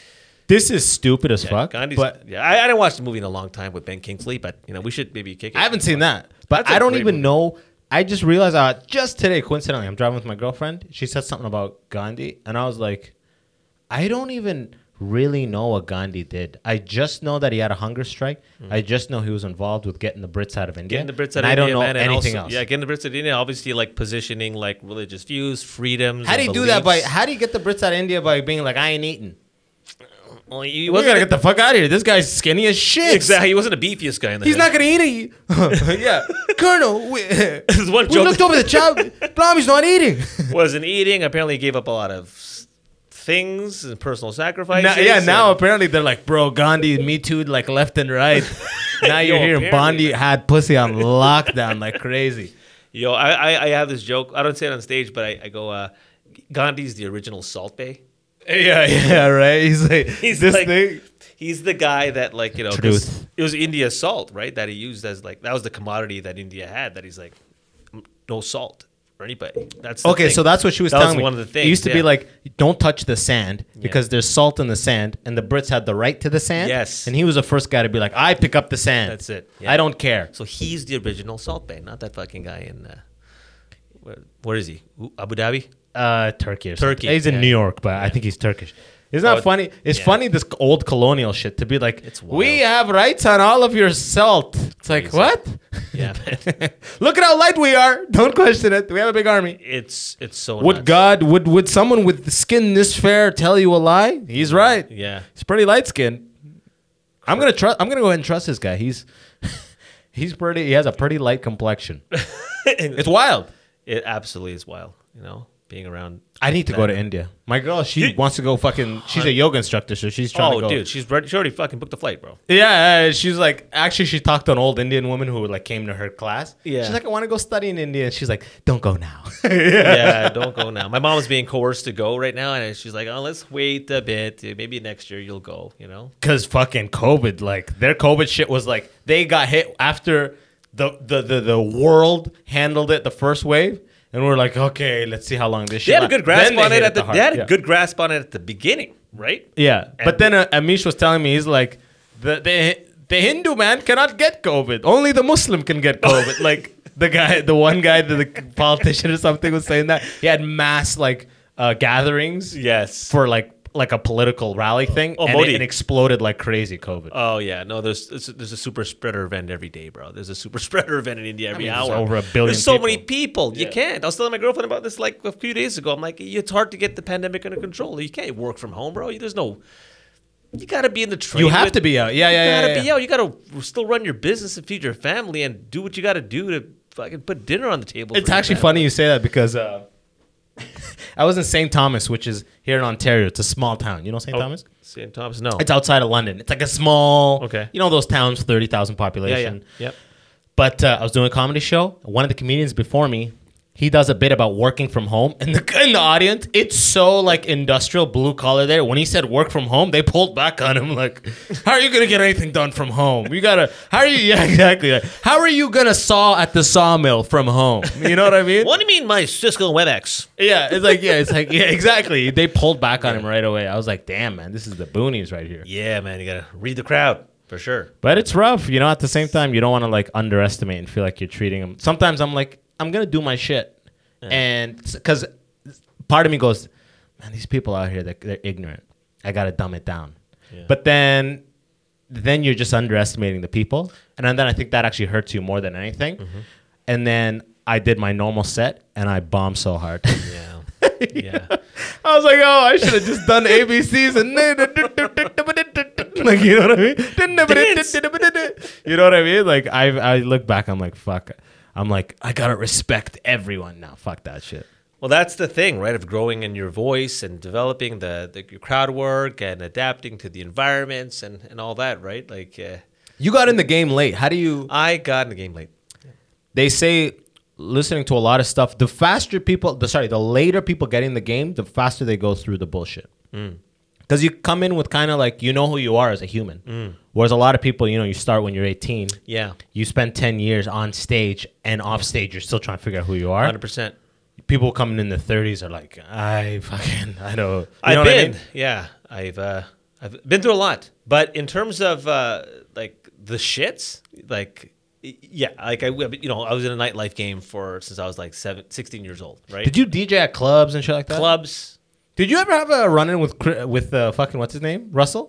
Speaker 3: This is stupid as
Speaker 4: yeah,
Speaker 3: fuck.
Speaker 4: Gandhi's.
Speaker 3: but
Speaker 4: yeah, I, I didn't watch the movie in a long time with Ben Kingsley, but you know we should maybe kick. it.
Speaker 3: I haven't seen that, but
Speaker 4: That's a
Speaker 3: I don't
Speaker 4: great
Speaker 3: even
Speaker 4: movie.
Speaker 3: know I just realized uh, just today, coincidentally, I'm driving with my girlfriend. She said something about Gandhi, and I was like, I don't even really know what Gandhi did. I just know that he had a hunger strike. I just know he was involved with getting the Brits out of India.
Speaker 4: Mm. Getting the Brits out
Speaker 3: and
Speaker 4: of
Speaker 3: I don't
Speaker 4: India,
Speaker 3: know
Speaker 4: man, and
Speaker 3: anything
Speaker 4: also-
Speaker 3: else.
Speaker 4: Yeah, getting the Brits out of India, obviously, like positioning like religious views, freedoms.
Speaker 3: how do
Speaker 4: and
Speaker 3: you do that? By
Speaker 4: beliefs.
Speaker 3: how do you get the Brits out of India by being like, I ain't eating?
Speaker 4: Well, he
Speaker 3: We
Speaker 4: wasn't
Speaker 3: gotta
Speaker 4: a-
Speaker 3: get the fuck out of here. This guy's skinny as shit.
Speaker 4: exactly. He wasn't a beefiest guy in the.
Speaker 3: He's
Speaker 4: head.
Speaker 3: not gonna eat it. yeah, Colonel. We,
Speaker 4: is one
Speaker 3: we
Speaker 4: joke.
Speaker 3: looked over the child. Blimey's not eating.
Speaker 4: wasn't eating. Apparently, he gave up a lot of s- things and personal sacrifices.
Speaker 3: Now- yeah, now
Speaker 4: and-
Speaker 3: apparently they're like, bro, Gandhi, me too, like left and right. now you're
Speaker 4: Yo,
Speaker 3: here.
Speaker 4: apparently,
Speaker 3: Gandhi
Speaker 4: man.
Speaker 3: had pussy on lockdown like crazy.
Speaker 4: yo, I, I I have this joke. I don't say it on stage, but I, I go, uh, Gandhi's the original Salt Bay.
Speaker 3: Yeah, yeah, right. He's like,
Speaker 4: He's
Speaker 3: this
Speaker 4: like-
Speaker 3: thing.
Speaker 4: He's the guy that like you know 'cause
Speaker 3: Truth.
Speaker 4: It was India salt, right? That he used as like that was the commodity that India had. That he's like, "Mm, no salt for anybody. That's the
Speaker 3: Okay,
Speaker 4: thing.
Speaker 3: so that's what she was
Speaker 4: That was
Speaker 3: telling me.
Speaker 4: one of the
Speaker 3: it
Speaker 4: things,
Speaker 3: used to be
Speaker 4: yeah.
Speaker 3: like, don't touch the sand because there's salt in the sand, and the Brits had the right to the sand.
Speaker 4: Yes.
Speaker 3: and he was the first guy to be like, I pick up the sand.
Speaker 4: That's it,
Speaker 3: I
Speaker 4: yeah.
Speaker 3: don't care.
Speaker 4: So he's the original Salt Bay, not that fucking guy in. Uh, where, where is he? Ooh, Abu Dhabi.
Speaker 3: uh, Turkey or
Speaker 4: Turkey,
Speaker 3: something. He's in
Speaker 4: yeah.
Speaker 3: New York, but I think he's Turkish. Isn't that
Speaker 4: Oh,
Speaker 3: funny? It's
Speaker 4: yeah.
Speaker 3: funny this old colonial shit to be like,
Speaker 4: It's
Speaker 3: we
Speaker 4: wild.
Speaker 3: have rights on all of your salt. It's like
Speaker 4: Crazy.
Speaker 3: what?
Speaker 4: Yeah,
Speaker 3: Look at how light we are. Don't question it. We have a big army.
Speaker 4: it's it's so.
Speaker 3: Would
Speaker 4: nuts.
Speaker 3: God would would someone with the skin this fair tell you a lie? He's right.
Speaker 4: Yeah.
Speaker 3: he's pretty light skinned. I'm gonna trust. I'm gonna go ahead and trust this guy. He's he's pretty. He has a pretty light complexion. it's wild.
Speaker 4: It absolutely is wild, you know, being around.
Speaker 3: I need to go to India. My girl, she
Speaker 4: You-
Speaker 3: wants to go fucking. She's a yoga instructor, so she's trying to
Speaker 4: Oh,
Speaker 3: go.
Speaker 4: dude, she's ready, she already fucking booked the flight, bro.
Speaker 3: Yeah, uh, she's like. Actually, she talked to an old Indian woman who like came to her class.
Speaker 4: Yeah.
Speaker 3: she's like, I want to go study in India. And she's like, Don't go now.
Speaker 4: yeah, don't go now. My mom is being coerced to go right now, and she's like, "Oh, let's wait a bit. Maybe next year you'll go." You know?
Speaker 3: Cause fucking COVID, like their COVID shit was like they got hit after the the the, the world handled it the first wave, and we're like, okay, let's see how long this
Speaker 4: They
Speaker 3: shit.
Speaker 4: had a
Speaker 3: lasts."
Speaker 4: good grasp
Speaker 3: Then they
Speaker 4: on
Speaker 3: hit
Speaker 4: it at the.
Speaker 3: hard,
Speaker 4: they had a
Speaker 3: yeah.
Speaker 4: good grasp on it at the beginning, right?
Speaker 3: Yeah, but then uh, Amish was telling me he's like the the the Hindu man cannot get COVID. Only the Muslim can get COVID. like the guy, the one guy, the, the politician or something was saying that he had mass like uh, gatherings
Speaker 4: Yes.
Speaker 3: for like like a political rally thing,
Speaker 4: Oh,
Speaker 3: and
Speaker 4: Modi.
Speaker 3: it, it exploded like crazy. COVID.
Speaker 4: Oh yeah, no. There's there's a- there's a super spreader event every day, bro. There's a super spreader event in India every
Speaker 3: mean, there's
Speaker 4: hour.
Speaker 3: over a billion
Speaker 4: There's so many
Speaker 3: people.
Speaker 4: people. You can't. I was telling my girlfriend about this like a few days ago. I'm like, it's hard to get the pandemic under control. You can't work from home, bro. There's no. You gotta be in the train.
Speaker 3: you have
Speaker 4: with-
Speaker 3: to be out. Yeah, yeah,
Speaker 4: you
Speaker 3: yeah.
Speaker 4: gotta
Speaker 3: yeah,
Speaker 4: be
Speaker 3: yeah.
Speaker 4: out. You gotta still run your business and feed your family and do what you gotta do to fucking put dinner on the table.
Speaker 3: It's
Speaker 4: for your
Speaker 3: actually
Speaker 4: family.
Speaker 3: funny you say that because. Uh, I was in St. Thomas, which is here in Ontario. It's a small town. You know St. Thomas?
Speaker 4: St. Oh, Thomas, no.
Speaker 3: It's outside of London. It's like a small,
Speaker 4: Okay.
Speaker 3: you know, those towns, 30,000
Speaker 4: yeah,
Speaker 3: population.
Speaker 4: yeah, yep.
Speaker 3: But uh, I was doing a comedy show. One of the comedians before me, he does a bit about working from home. And the, in the audience, it's so like industrial, blue collar there. When he said work from home, they pulled back on him like, how are you going to get anything done from home? You got to, how are you, yeah, exactly. Like, how are you going to saw at the sawmill from home? You know what I mean?
Speaker 4: What do you mean, my Cisco WebEx?
Speaker 3: Yeah, it's like, yeah, it's like, yeah, exactly. They pulled back on him right away. I was like, damn, man, this is the boonies right here.
Speaker 4: Yeah, man, you gotta read the crowd for sure.
Speaker 3: But it's rough, you know. At the same time, you don't want to like underestimate and feel like you're treating them. Sometimes I'm like, I'm gonna do my shit, and because part of me goes, man, these people out here, they're, they're ignorant. I gotta dumb it down.
Speaker 4: Yeah.
Speaker 3: But then, then you're just underestimating the people, and then I think that actually hurts you more than anything. And then I did my normal set, and I bombed so hard.
Speaker 4: Yeah, yeah.
Speaker 3: I was like, oh, I should have just done ABCs and like you know what I mean. You know what I mean? Like I I look back, I'm like, fuck. I'm like, I gotta respect everyone now. Fuck that shit.
Speaker 4: Well, that's the thing, right? Of growing in your voice and developing the, the your crowd work and adapting to the environments and, and all that, right? Like, uh,
Speaker 3: You got in the game late. How do you?
Speaker 4: I got in the game late.
Speaker 3: They say listening to a lot of stuff. The faster people, the sorry, the later people get in the game, the faster they go through the bullshit. Because you come in with kind of like you know who you are as a human, whereas a lot of people, you know, you start when you're 18.
Speaker 4: Yeah,
Speaker 3: you spend 10 years on stage and off stage you're still trying to figure out who you are
Speaker 4: hundred percent.
Speaker 3: people coming in the 30s are like i fucking i don't you know
Speaker 4: I've
Speaker 3: what I
Speaker 4: been,
Speaker 3: mean?
Speaker 4: yeah, I've uh, I've been through a lot, but in terms of uh, like the shits, like y- yeah, like I, you know, I was in a nightlife game for since I was like seven, 16 years old, right?
Speaker 3: Did you DJ at clubs and shit like that?
Speaker 4: clubs
Speaker 3: Did you ever have a run in with Cri- with uh, fucking what's his name Russell?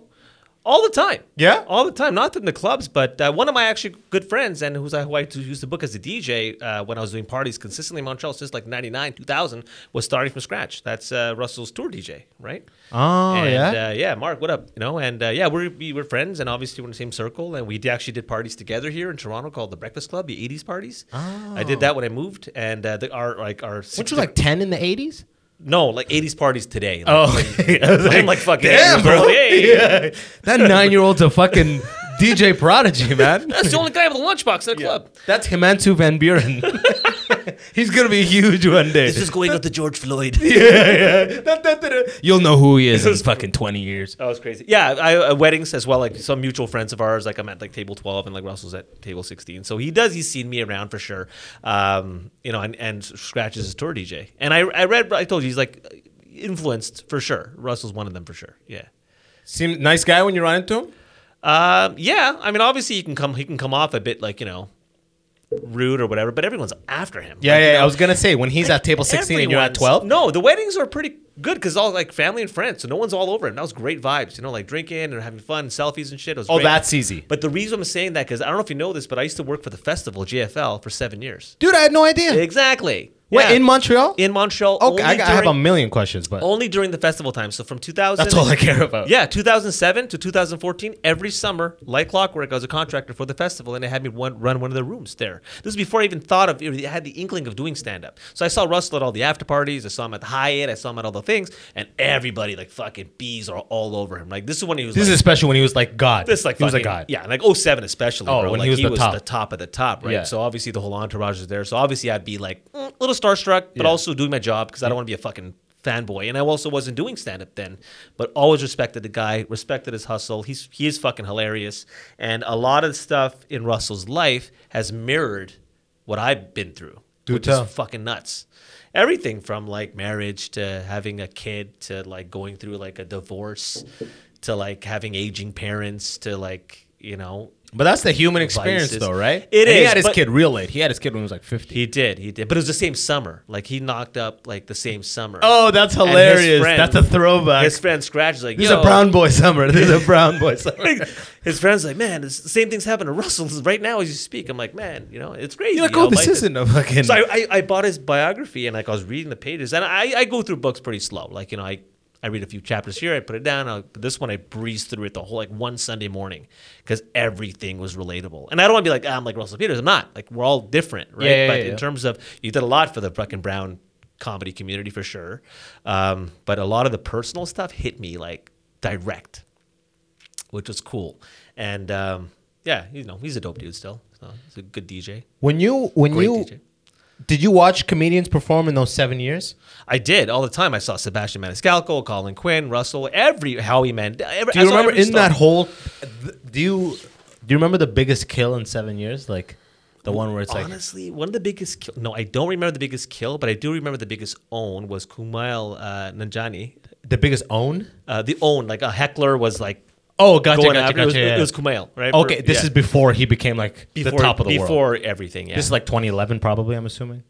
Speaker 4: all the time?
Speaker 3: Yeah?
Speaker 4: all the time. Not in the clubs, but uh, one of my actually good friends and who's I, who I used to book as a DJ uh, when I was doing parties consistently in Montreal since like '99, 2000 was starting from scratch. That's uh, Russell's tour DJ, right?
Speaker 3: Oh
Speaker 4: and,
Speaker 3: yeah.
Speaker 4: uh, yeah. Mark, what up? You know, and uh, yeah, we're we were friends, and obviously we're in the same circle, and we d- actually did parties together here in Toronto called the Breakfast Club, the '80s parties. I did that when I moved, and uh, the, our like our
Speaker 3: Weren't
Speaker 4: 60
Speaker 3: Oh. you like ten in the eighties?
Speaker 4: no like '80s parties today. Like,
Speaker 3: Oh, I was
Speaker 4: I'm like fucking
Speaker 3: damn,
Speaker 4: eight years
Speaker 3: bro.
Speaker 4: old. Hey.
Speaker 3: Yeah. That nine year old's a fucking DJ prodigy, man.
Speaker 4: That's the only guy with a lunchbox in the club.
Speaker 3: That's Himanshu Van Buren. He's gonna be huge one day.
Speaker 4: going up to George Floyd.
Speaker 3: Da, da, da, da. You'll know who he is in fucking twenty years.
Speaker 4: That was crazy. Yeah, I, uh, weddings as well. Like some mutual friends of ours. Like I'm at like table twelve, and like Russell's at table sixteen. So he does. He's seen me around for sure. Um, you know, and, and scratches his tour DJ. And I, I read. I told you he's like influenced for sure. Russell's one of them for sure. Yeah.
Speaker 3: Seem nice guy when you run into him.
Speaker 4: Um, yeah. I mean, obviously he can come. He can come off a bit like you know, rude or whatever. But everyone's after him.
Speaker 3: Yeah,
Speaker 4: Like, you
Speaker 3: yeah. I
Speaker 4: know,
Speaker 3: was gonna say when he's at table sixteen and you're at
Speaker 4: Everyone's-
Speaker 3: twelve.
Speaker 4: No, the weddings are pretty good because all like family and friends, so no one's all over him. That was great vibes, you know, like drinking and having fun, selfies and shit. It was
Speaker 3: Oh,
Speaker 4: great.
Speaker 3: that's easy.
Speaker 4: But the reason I'm saying that because I don't know if you know this, but I used to work for the festival JFL for seven years.
Speaker 3: Dude, I had no idea.
Speaker 4: Exactly.
Speaker 3: Wait,
Speaker 4: Yeah.
Speaker 3: in Montreal?
Speaker 4: In Montreal.
Speaker 3: okay, I,
Speaker 4: only
Speaker 3: I have a
Speaker 4: during-
Speaker 3: million questions, but
Speaker 4: only during the festival time. So from 2000.
Speaker 3: that's all I care about.
Speaker 4: Yeah, 2007 to 2014, every summer, like clockwork, I was a contractor for the festival, and they had me one, run one of the rooms there. This was before I even thought of, I had the inkling of doing stand up. So I saw Russell at all the after parties, I saw him at the Hyatt, I saw him at all the things, and everybody, like, fucking bees are all over him. Like, this is when he was
Speaker 3: This is
Speaker 4: like,
Speaker 3: especially when he was like God.
Speaker 4: this like
Speaker 3: he was a
Speaker 4: fucking-
Speaker 3: god.
Speaker 4: Yeah, like 07 especially.
Speaker 3: Oh,
Speaker 4: bro.
Speaker 3: when
Speaker 4: like,
Speaker 3: he was the top.
Speaker 4: the top of the top, right?
Speaker 3: Yeah.
Speaker 4: So obviously the whole entourage is there. So obviously I'd be like mm, a little starstruck, but
Speaker 3: Yeah.
Speaker 4: also doing my job because I don't want to be a fucking fanboy. And I also wasn't doing stand up then, but always respected the guy, respected his hustle. He's he is fucking hilarious, and a lot of stuff in Russell's life has mirrored what I've been through,
Speaker 3: Do
Speaker 4: which
Speaker 3: tell.
Speaker 4: is fucking nuts. Everything from like marriage to having a kid to like going through like a divorce to like having aging parents to like you know
Speaker 3: But that's the human experience,
Speaker 4: Vices.
Speaker 3: though, right?
Speaker 4: It
Speaker 3: and He
Speaker 4: is,
Speaker 3: had his
Speaker 4: but-
Speaker 3: kid real late. He had his kid when he was like fifty.
Speaker 4: he did he did but it was the same summer like he knocked up like the same summer
Speaker 3: oh, that's
Speaker 4: And his
Speaker 3: hilarious.
Speaker 4: friend-
Speaker 3: that's a throwback.
Speaker 4: his friend scratch is like
Speaker 3: this is
Speaker 4: Yo.
Speaker 3: a brown boy summer. This is a brown boy summer.
Speaker 4: his friend's like man it's the same thing's happening to Russell right now as you speak I'm like man you know it's crazy
Speaker 3: You're like,
Speaker 4: you know,
Speaker 3: oh, this
Speaker 4: like-
Speaker 3: isn't a fucking.
Speaker 4: So I, I, I bought his biography and like I was reading the pages and I, I go through books pretty slow. Like, you know, I, I read a few chapters here, I put it down. I, this one I breezed through it the whole like one Sunday morning because everything was relatable. And I don't want to be like, "Ah, I'm like Russell Peters. I'm not. Like we're all different, right?
Speaker 3: Yeah, yeah,
Speaker 4: but
Speaker 3: yeah,
Speaker 4: in
Speaker 3: yeah.
Speaker 4: terms of you did a lot for the fucking Brown comedy community for sure. Um, but a lot of the personal stuff hit me like direct, which was cool. And um, yeah, you know, he's a dope dude still. So he's a good DJ.
Speaker 3: when you when
Speaker 4: Great
Speaker 3: you
Speaker 4: DJ.
Speaker 3: did you watch comedians perform in those seven years?
Speaker 4: I did all the time. I saw Sebastian Maniscalco, Colin Quinn, Russell, every Howie Mandel. Every,
Speaker 3: Do you
Speaker 4: I saw
Speaker 3: remember
Speaker 4: every
Speaker 3: in that
Speaker 4: star.
Speaker 3: whole? th- Do you do you remember the biggest kill in seven years? Like the one where it's like
Speaker 4: Honestly, one of the biggest kill. No, I don't remember the biggest kill, but I do remember the biggest own was Kumail uh, Nanjani.
Speaker 3: the biggest own.
Speaker 4: Uh, the own, like a heckler, was like
Speaker 3: Oh, gotcha,
Speaker 4: going
Speaker 3: gotcha,
Speaker 4: after. it was-
Speaker 3: gotcha. yeah.
Speaker 4: It was, Kumail, right?
Speaker 3: Okay,
Speaker 4: For-
Speaker 3: this
Speaker 4: yeah.
Speaker 3: is before he became like the top of the
Speaker 4: before
Speaker 3: world.
Speaker 4: everything. Yeah.
Speaker 3: This is like 2011, probably. I'm assuming.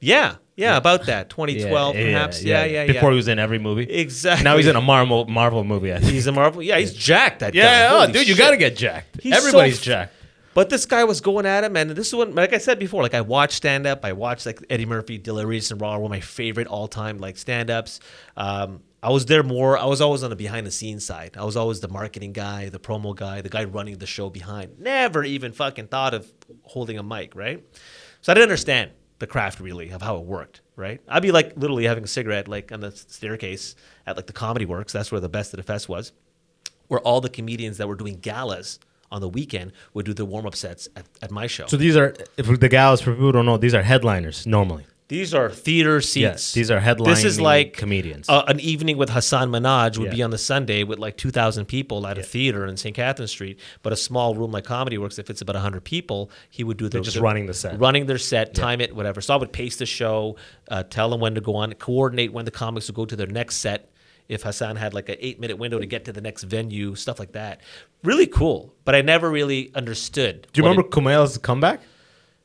Speaker 4: yeah, yeah, about that 2012 perhaps. Yeah, yeah, yeah.
Speaker 3: Before he was in every movie.
Speaker 4: exactly.
Speaker 3: Now he's in a Marvel Marvel movie. I think.
Speaker 4: He's a Marvel. Yeah, he's jacked. That
Speaker 3: Yeah,
Speaker 4: guy.
Speaker 3: oh,
Speaker 4: Holy
Speaker 3: dude, you
Speaker 4: shit.
Speaker 3: gotta get jacked.
Speaker 4: He's
Speaker 3: Everybody's
Speaker 4: so f-
Speaker 3: jacked.
Speaker 4: But this guy was going at him, and this is when, like I said before, like I watched stand up. I watched like Eddie Murphy, Delirious, and Raw, one of my favorite all time like stand ups. Um, I was there more. I was always on the behind the scenes side. I was always the marketing guy, the promo guy, the guy running the show behind. Never even fucking thought of holding a mic, right? So I didn't understand the craft really of how it worked, right? I'd be like literally having a cigarette like on the staircase at like the Comedy Works. That's where the best of the fest was where all the comedians that were doing galas on the weekend would do their warm up sets at, at my show.
Speaker 3: So these are if the gals for people who don't know, these are headliners normally.
Speaker 4: these are theater seats.
Speaker 3: Yes, these are headlining comedians.
Speaker 4: Uh, an evening with Hassan Minaj would be
Speaker 3: Yeah.
Speaker 4: on the Sunday with like 2,000 people at a theater in St. Catherine Street, but a small room like Comedy Works, if it's about 100 people, he would do their
Speaker 3: just running the set.
Speaker 4: Running their set, time it, whatever. So I would pace the show, uh, tell them when to go on, coordinate when the comics would go to their next set. if Hassan had like an eight minute window to get to the next venue, stuff like that. Really cool, but I never really understood.
Speaker 3: Do you
Speaker 4: what
Speaker 3: remember
Speaker 4: it-
Speaker 3: Kumail's comeback?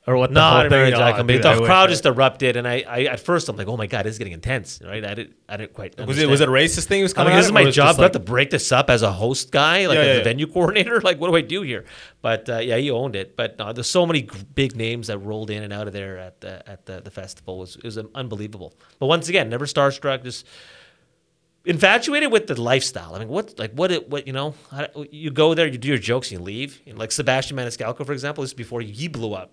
Speaker 3: Or what
Speaker 4: no, I
Speaker 3: whole
Speaker 4: don't remember
Speaker 3: thing-
Speaker 4: Jack
Speaker 3: oh,
Speaker 4: and Bean.
Speaker 3: dude, I
Speaker 4: The
Speaker 3: wish
Speaker 4: crowd
Speaker 3: I-
Speaker 4: just erupted, and I, I, at first, I'm like, oh my god, this is getting intense, right? I didn't, I didn't quite.
Speaker 3: Was it was it a
Speaker 4: understand.
Speaker 3: racist thing? He was
Speaker 4: I'm
Speaker 3: coming.
Speaker 4: like,
Speaker 3: at
Speaker 4: this is
Speaker 3: him, or
Speaker 4: my
Speaker 3: was it
Speaker 4: job.
Speaker 3: just
Speaker 4: I have
Speaker 3: like-
Speaker 4: to break this up as a host guy, like
Speaker 3: Yeah,
Speaker 4: as
Speaker 3: yeah,
Speaker 4: a
Speaker 3: yeah.
Speaker 4: venue coordinator. Like, what do I do here? But uh, yeah, he owned it. But no, there's so many g- big names that rolled in and out of there at the at the, the festival. It was it was um, unbelievable. But once again, never starstruck. Just infatuated with the lifestyle. I mean, what like what it what you know? I, you go there, you do your jokes, and you leave. And like Sebastian Maniscalco, for example, this is before he blew up,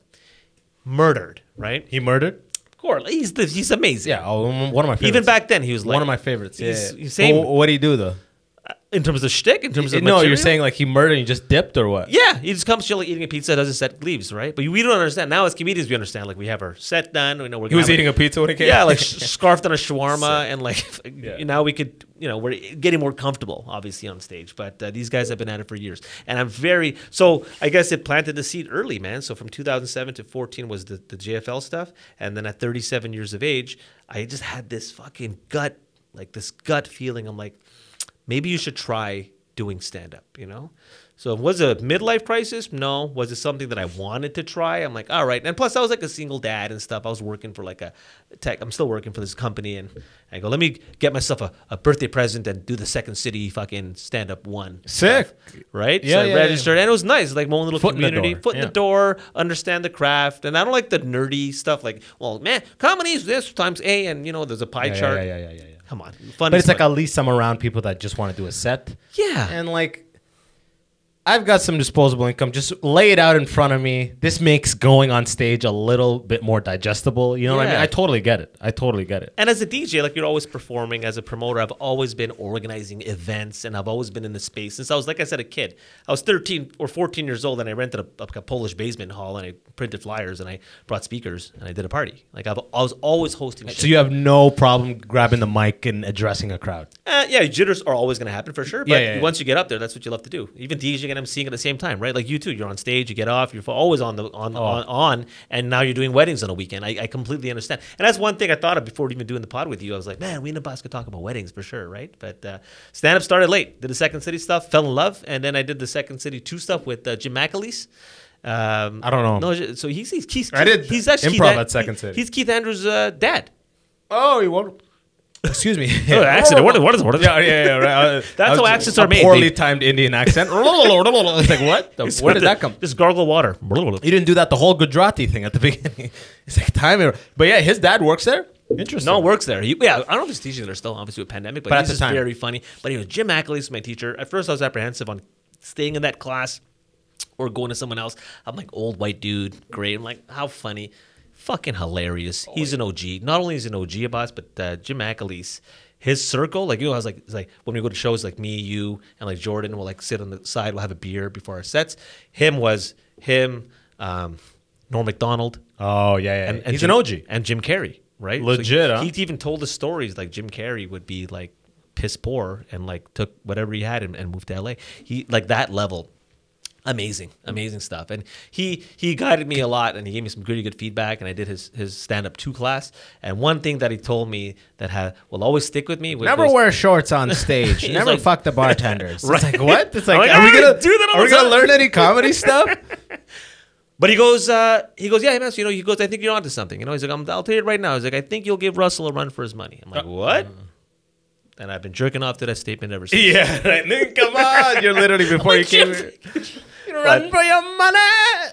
Speaker 4: murdered. Right?
Speaker 3: he murdered.
Speaker 4: Of course, he's the, he's amazing.
Speaker 3: Yeah, oh, one one of my favorites.
Speaker 4: Even back then, he was like
Speaker 3: one of my favorites. Yeah,
Speaker 4: he's-
Speaker 3: yeah.
Speaker 4: he's same-
Speaker 3: Wh- what did he do though?
Speaker 4: in terms of shtick, in terms of
Speaker 3: no, you're
Speaker 4: material.
Speaker 3: saying like he murdered and he just dipped or what?
Speaker 4: Yeah, he just comes chilling, eating a pizza, does his set, leaves, right? But we don't understand. Now, as comedians, we understand. Like, we have our set done. We know we're
Speaker 3: He was
Speaker 4: gonna have
Speaker 3: eating a pizza when he came.
Speaker 4: Yeah, like sh- scarfed on a shawarma, and like
Speaker 3: Yeah.
Speaker 4: now we could, you know, we're getting more comfortable, obviously, on stage. But uh, these guys have been at it for years, and I'm very so. I guess it planted the seed early, man. So from 2007 to 14 was the the JFL stuff, and then at 37 years of age, I just had this fucking gut, like this gut feeling. I'm like, maybe you should try doing stand up, you know? So was it a midlife crisis? No. Was it something that I wanted to try? I'm like, all right. And plus, I was like a single dad and stuff. I was working for like a tech. I'm still working for this company, and I go, let me get myself a, a birthday present and do the Second City fucking stand up one.
Speaker 3: Sick.
Speaker 4: Right?
Speaker 3: Yeah,
Speaker 4: so I
Speaker 3: yeah, yeah.
Speaker 4: registered, and it was nice. Like my own little
Speaker 3: Foot in the
Speaker 4: community,
Speaker 3: door,
Speaker 4: foot in
Speaker 3: yeah.
Speaker 4: the door, understand the craft, and I don't like the nerdy stuff. Like, well, man, comedy is this times a, and you know, there's a pie
Speaker 3: Yeah, yeah,
Speaker 4: chart.
Speaker 3: yeah, yeah, yeah, yeah, yeah.
Speaker 4: Come on, fun.
Speaker 3: But
Speaker 4: is
Speaker 3: it's like
Speaker 4: fun.
Speaker 3: at least I'm around people that just want to do a set.
Speaker 4: Yeah.
Speaker 3: And like I've got some disposable income. Just lay it out in front of me. This makes going on stage a little bit more digestible. You know what I mean?
Speaker 4: Yeah.
Speaker 3: I totally get it. I totally get it.
Speaker 4: And as a DJ, like you're always performing. As a promoter, I've always been organizing events, and I've always been in the space since I was, like I said, a kid. I was 13 or 14 years old, and I rented a, a Polish basement hall, and I printed flyers, and I brought speakers, and I did a party. Like I've, I was always hosting. Shit.
Speaker 3: So you have no problem grabbing the mic and addressing a crowd.
Speaker 4: Uh, yeah, jitters are always going to happen for sure. But
Speaker 3: Yeah, yeah, yeah.
Speaker 4: once you get up there, that's what you love to do. Even DJing and MCing at the same time, right? Like you too. You're on stage, you get off, you're always on the on
Speaker 3: Oh.
Speaker 4: on, on, and now you're doing weddings on a weekend. I, I completely understand, and that's one thing I thought of before even doing the pod with you. I was like, man, we in Nebraska could talk about weddings for sure, right? But uh, stand up started late. Did the Second City stuff, fell in love, and then I did the Second City two stuff with uh, Jim McAleese. Um,
Speaker 3: I don't know him.
Speaker 4: No, so he's he's, he's
Speaker 3: I did
Speaker 4: he's actually
Speaker 3: improv
Speaker 4: Keith, An-
Speaker 3: at Second City.
Speaker 4: He's Keith Andrews' uh, dad.
Speaker 3: Oh, you won't. Excuse me.
Speaker 4: Oh, the accent. What is- what is- what is-
Speaker 3: Yeah, yeah, yeah. Right. I-
Speaker 4: That's
Speaker 3: I was-
Speaker 4: how accents are
Speaker 3: a
Speaker 4: made.
Speaker 3: Poorly
Speaker 4: They-
Speaker 3: timed Indian accent. it's like what? The- Where did that come?
Speaker 4: Just gargle water.
Speaker 3: You didn't do that the whole Gujarati thing at the beginning. It's like time. error. But yeah, his dad works there. Interesting.
Speaker 4: No, works there. He, yeah, I don't know if he's teaching there still, obviously with pandemic, but,
Speaker 3: But at
Speaker 4: he's
Speaker 3: the
Speaker 4: just
Speaker 3: time.
Speaker 4: very funny. But he was Jim Ackley's my teacher. At first, I was apprehensive on staying in that class or going to someone else. I'm like old white dude, great. I'm like, how funny, fucking
Speaker 3: Oh,
Speaker 4: hilarious. He's an OG. Not only is he an OG about us, but uh, Jim Ackley's. His circle, like you know, I was like, it's like when we go to shows, like me, you, and like Jordan will like sit on the side, we'll have a beer before our sets. Him was him, um, Norm Macdonald,
Speaker 3: Oh yeah, yeah.
Speaker 4: and, and
Speaker 3: He's
Speaker 4: Jim-
Speaker 3: an OG.
Speaker 4: and Jim Carrey, right? So
Speaker 3: Legit, huh?
Speaker 4: he, he even told the stories like Jim Carrey would be like piss poor and like took whatever he had and, and moved to LA. He like that level. Amazing, amazing stuff, and he he guided me a lot, and he gave me some really good feedback, and I did his his stand up two class, and one thing that he told me that ha- will always stick with me. was-
Speaker 3: Never
Speaker 4: was-
Speaker 3: wear shorts on stage.
Speaker 4: He's
Speaker 3: Never
Speaker 4: like-
Speaker 3: fuck the bartenders. It's
Speaker 4: Right.
Speaker 3: like what? It's like,
Speaker 4: I'm like,
Speaker 3: are we
Speaker 4: "I
Speaker 3: gonna
Speaker 4: do that all
Speaker 3: Are
Speaker 4: the
Speaker 3: we gonna
Speaker 4: time."
Speaker 3: learn any comedy stuff?
Speaker 4: But he goes, uh, he goes, yeah, hey, Master, you know, he goes, I think you're onto something. You know, he's like, I'm, I'll tell you right now. He's like, I think you'll give Russell a run for his money. I'm like,
Speaker 3: Uh,
Speaker 4: what? And I've been jerking off to that statement ever since.
Speaker 3: mm. yeah. Right. Then Come on. You're literally before you came. here. You run
Speaker 4: But-
Speaker 3: for your money.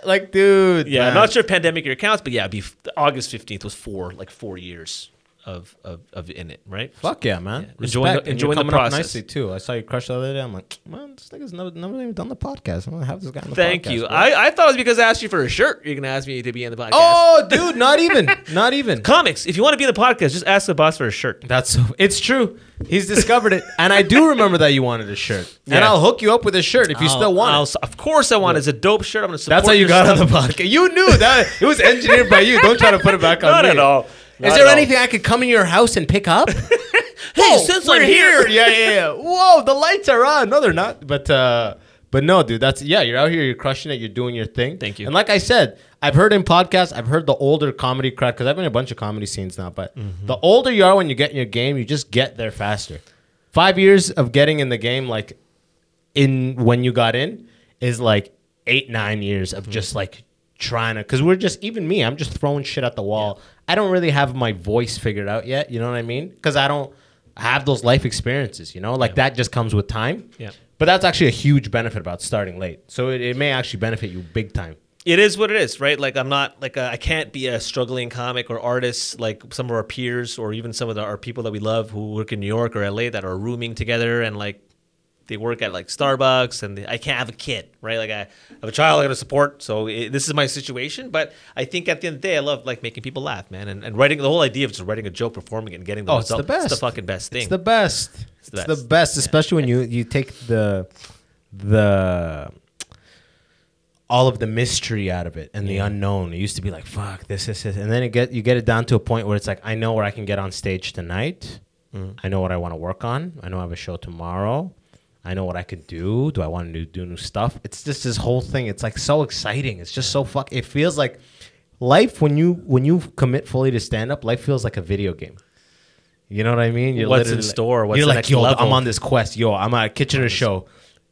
Speaker 3: Like, dude.
Speaker 4: Yeah,
Speaker 3: man.
Speaker 4: I'm not sure if pandemic year counts, but yeah, it'd be August 15th was four, like four years of of, of in it, right?
Speaker 3: Fuck yeah, man.
Speaker 4: Yeah. Enjoying the-
Speaker 3: Respect. And you're
Speaker 4: enjoying the
Speaker 3: coming up
Speaker 4: process.
Speaker 3: nicely too. I saw you crush the other day. I'm like, man, this nigga's never, never even done the podcast. I'm gonna have this guy on the
Speaker 4: Thank
Speaker 3: podcast.
Speaker 4: you.
Speaker 3: bro."
Speaker 4: I, I thought it was because I asked you for a shirt. You're gonna ask me to be in the podcast.
Speaker 3: oh, dude, not even, not even.
Speaker 4: comics! If you want to be in the podcast, just ask the boss for a shirt.
Speaker 3: That's so- it's true. He's discovered it, and I do remember that you wanted a shirt, and
Speaker 4: Yeah.
Speaker 3: I'll hook you up with a shirt if you still want. it.
Speaker 4: Of course, I want. it. It's a dope shirt. I'm gonna. Support
Speaker 3: That's how you
Speaker 4: your
Speaker 3: got on
Speaker 4: stuff.
Speaker 3: the podcast. You knew that it was engineered by you. Don't try to put it back on
Speaker 4: Not
Speaker 3: me.
Speaker 4: at all.
Speaker 3: Is
Speaker 4: Oh, Not
Speaker 3: there
Speaker 4: at all.
Speaker 3: anything I could come in your house and pick up? hey,
Speaker 4: since
Speaker 3: we're
Speaker 4: I'm here.
Speaker 3: yeah, yeah, yeah. Whoa, the lights are on. No, they're not. But uh, but no, dude, that's yeah. You're out here. You're crushing it. You're doing your thing.
Speaker 4: Thank you.
Speaker 3: And like I said, I've heard in podcasts. I've heard the older comedy crowd
Speaker 4: Mm-hmm.
Speaker 3: because I've been in a bunch of comedy scenes now. But the older you are when you get in your game, you just get there faster. Five years of getting in the game, like in when you got in, is like eight nine years of just like trying to. Because we're just even me, I'm just throwing shit at the wall. I don't really have my voice figured out yet. You know what I mean? Because I don't have those life experiences. You know, like that just comes with time.
Speaker 4: Yeah.
Speaker 3: But that's actually a huge benefit about starting late. So it, it may actually benefit you big time.
Speaker 4: it is what it is, right? Like I'm not like uh, I can't be a struggling comic or artist like some of our peers or even some of the, our people that we love who work in New York or LA that are rooming together and like they work at like Starbucks and they, I can't have a kid, right? Like I have a child I got to support, so it, this is my situation. But I think at the end of the day, I love like making people laugh, man, and, and writing the whole idea of just writing a joke, performing it, and getting the
Speaker 3: Oh, it's
Speaker 4: result.
Speaker 3: the best.
Speaker 4: the fucking best thing.
Speaker 3: It's the best. It's the
Speaker 4: the
Speaker 3: best,
Speaker 4: best.
Speaker 3: especially when you you take the the all of the mystery out of it and the unknown. It used to be like fuck this this this, and then it get you get it down to a point where it's like I know where I can get on stage tonight.
Speaker 4: Mm.
Speaker 3: I know what I want to work on. I know I have a show tomorrow. I know what I could do. Do I want to do new stuff? It's just this whole thing. It's like so exciting. It's just so fuck. It feels like life when you when you commit fully to stand up. Life feels like a video game. You know what I mean? You're
Speaker 4: What's in
Speaker 3: literally like-
Speaker 4: store? What's
Speaker 3: you're
Speaker 4: the
Speaker 3: like,
Speaker 4: next
Speaker 3: yo,
Speaker 4: level?"
Speaker 3: I'm on this quest. Yo, I'm at a Kitchener show.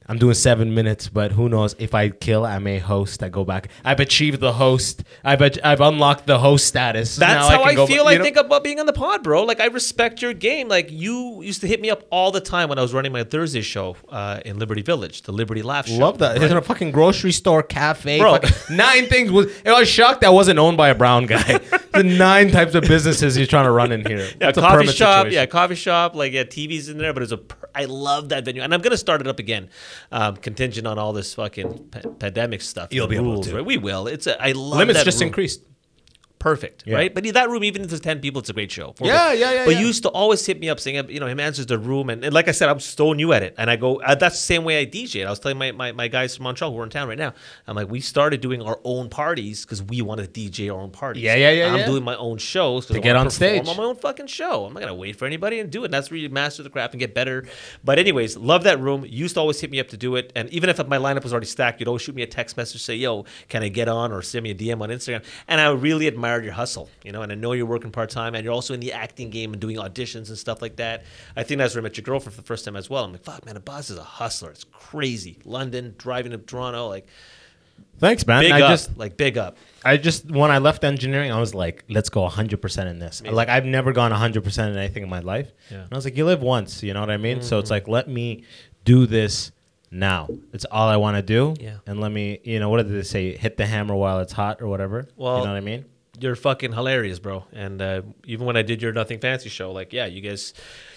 Speaker 3: I'm doing seven minutes, but who knows? If I kill, I may host. I go back. I've achieved the host. I've I've unlocked the host status.
Speaker 4: That's
Speaker 3: Now
Speaker 4: how
Speaker 3: can
Speaker 4: I,
Speaker 3: go
Speaker 4: feel.
Speaker 3: ba-
Speaker 4: I
Speaker 3: you know?
Speaker 4: think about being on the pod, bro. Like I respect your game. Like you used to hit me up all the time when I was running my Thursday show uh, in Liberty Village, the Liberty Laugh Show.
Speaker 3: Love that. It's in a fucking grocery store, cafe.
Speaker 4: Bro.
Speaker 3: fucking- nine things was. I was shocked that wasn't owned by a brown guy. the nine types of businesses you're trying to run in here.
Speaker 4: Yeah,
Speaker 3: It's a
Speaker 4: coffee
Speaker 3: permit
Speaker 4: shop.
Speaker 3: situation.
Speaker 4: Yeah, coffee shop. Like yeah, TVs in there, but it's a. Per- I love that venue, and I'm gonna start it up again, um, contingent on all this fucking pa- pandemic stuff.
Speaker 3: You'll
Speaker 4: the
Speaker 3: be able to.
Speaker 4: Right? We will. It's. A, I love
Speaker 3: Limits
Speaker 4: that
Speaker 3: just
Speaker 4: room.
Speaker 3: increased.
Speaker 4: perfect,
Speaker 3: Yeah.
Speaker 4: right? But that room, even if it's ten people, it's a great show. Four
Speaker 3: Yeah,
Speaker 4: people.
Speaker 3: yeah, yeah,
Speaker 4: But
Speaker 3: yeah.
Speaker 4: you used to always hit me up saying, you know, him answers the room, and, and like I said, I'm so new at it, and I go, uh, that's the same way I DJ. I was telling my, my my guys from Montreal who are in town right now, I'm like, we started doing our own parties because we wanted to DJ our own parties.
Speaker 3: Yeah, yeah, yeah,
Speaker 4: I'm
Speaker 3: yeah.
Speaker 4: doing my own shows to
Speaker 3: get on stage.
Speaker 4: on my own fucking show. I'm not gonna wait for anybody and do it. And that's where you master the craft and get better. But anyways, love that room. You used to always hit me up to do it, and even if my lineup was already stacked, you'd always shoot me a text message, say, "Yo, can I get on?" or send me a DM on Instagram. And I really admired your hustle, you know. And I know you're working part time, and you're also in the acting game and doing auditions and stuff like that. I think that's where I met your girlfriend for the first time as well. I'm like, fuck, man, Abbas is a hustler. It's crazy. London, driving to Toronto, like
Speaker 3: Thanks, man.
Speaker 4: big
Speaker 3: I
Speaker 4: up,
Speaker 3: just
Speaker 4: like big up.
Speaker 3: I just when I left engineering, I was like, let's go 100% in this. Like I've never gone 100% in anything in my life.
Speaker 4: Yeah. Mm-hmm.
Speaker 3: And I was like, you live once, you know what I mean? So it's like, let me do this now. It's all I want to do.
Speaker 4: Yeah.
Speaker 3: And let me, you know, what did they say? Hit the hammer while it's hot or whatever.
Speaker 4: Well-
Speaker 3: you know what I mean?
Speaker 4: you're fucking hilarious, bro. And uh, even when I did your Nothing Fancy show, like, yeah, you guys,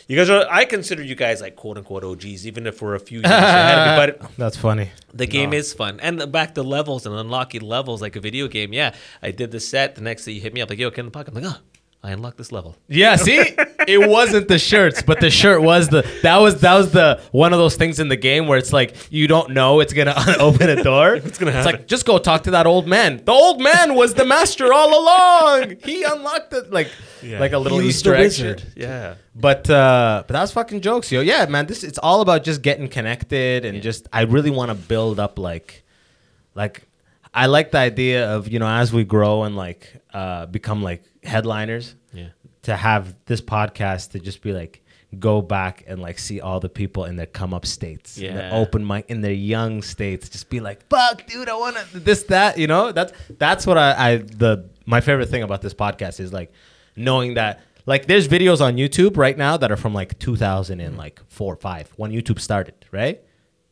Speaker 4: you guys are. I consider you guys like quote unquote OGs, even if we're a few years ahead of you. But
Speaker 3: That's funny.
Speaker 4: the game is fun, and back to levels and unlocking levels like a video game. Yeah, I did the set. The next day you hit me up like, yo, can the puck? I'm like, oh, I unlocked this level.
Speaker 3: Yeah, see? it wasn't the shirts, but the shirt was the that was that was the one of those things in the game where it's like you don't know it's gonna open a door. it's
Speaker 4: gonna
Speaker 3: It's like
Speaker 4: happen.
Speaker 3: just go talk to that old man. The old man was the master all along. He unlocked it like like a little
Speaker 1: He was
Speaker 3: Easter
Speaker 1: the
Speaker 3: egg.
Speaker 1: wizard.
Speaker 3: shit.
Speaker 4: Yeah,
Speaker 3: But uh but that's fucking jokes, yo. Yeah, man, this it's all about just getting connected and just I really wanna build up like like I like the idea of, you know, as we grow and like uh become like headliners
Speaker 4: yeah.
Speaker 3: to have this podcast to just be like go back and like see all the people in their come up states in their
Speaker 4: Yeah.
Speaker 3: open mic in their young states just be like fuck dude i want to this that you know that's that's what I, I the my favorite thing about this podcast is like knowing that like there's videos on youtube right now that are from like 2000 and like four or five when youtube started right